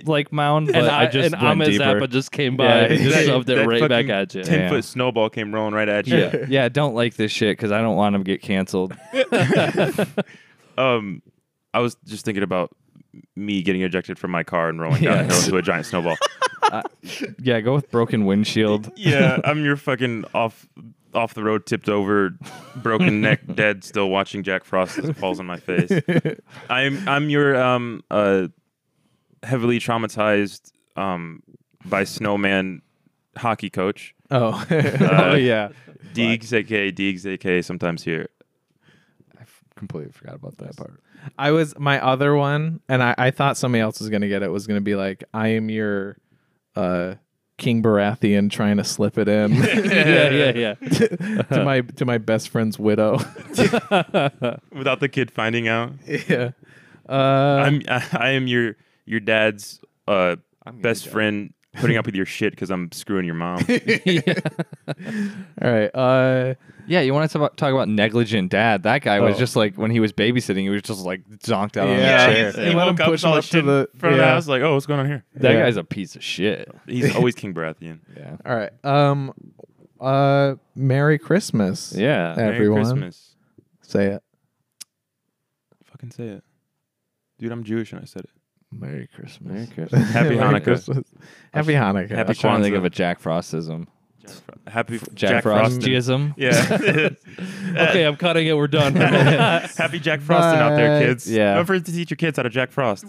like mound, but
and
I, just
and
went
Amit
deeper.
Zappa just came by
Yeah,
and just
That-
shoved it
that
right back
fucking
at you.
Ten
Yeah.
foot snowball came rolling right at you.
Yeah.
[laughs] yeah, don't like this shit because I don't want to get
[laughs]
canceled.
[laughs] Um, I was just thinking about me getting ejected from my car and rolling down
Yes.
into a giant snowball.
Yeah, go with broken windshield.
[laughs] yeah, I'm your fucking off off the road, tipped over, broken [laughs] neck, dead, still watching Jack Frost as it falls on my face. I'm I'm your um uh heavily traumatized um by snowman hockey coach.
Oh, [laughs]
oh yeah,
Deegs aka Deegs aka sometimes here.
I f- completely forgot about that part.
I was my other one, and I, I thought somebody else was gonna get it. Was gonna be like, I am your uh, King Baratheon trying to slip it
[laughs]
in [laughs]
yeah, yeah, yeah.
to my to my best friend's widow. [laughs]
Without the kid finding out.
yeah. Uh,
I'm [laughs] I, I am your your dad's uh best friend putting up with [laughs] your shit because I'm screwing your mom.
all right. Uh,
Yeah, you want to talk about, talk about negligent dad? That guy was
Oh.
just like when he was babysitting, he was just like zonked out
Yeah,
on the
he's-
chair.
[laughs]
They let him push him
all
up to the-
in front of
yeah.
the house, like, oh, what's going on here?
That
Yeah.
guy's a piece of shit.
He's always King Baratheon.
Yeah.
all right. Um, uh, Merry Christmas.
Yeah.
Merry Everyone.
Merry Christmas.
Say it.
Fucking say it. Dude, I'm Jewish and I said it.
Merry Christmas. [laughs] Merry Christmas.
[laughs]
Happy
Merry
Hanukkah.
Christmas. Happy Hanukkah.
I
Happy
was trying to think
Kwanzaa.
of a Jack Frostism.
Happy Jack,
Jack,
Frost.
Frostism.
[laughs]
[laughs]
Yeah.
[laughs] Okay, I'm cutting it. We're
[laughs]
done. [laughs]
Happy Jack Frostin out there,
Bye.
kids.
Yeah.
Don't forget to teach your kids how to Jack Frost.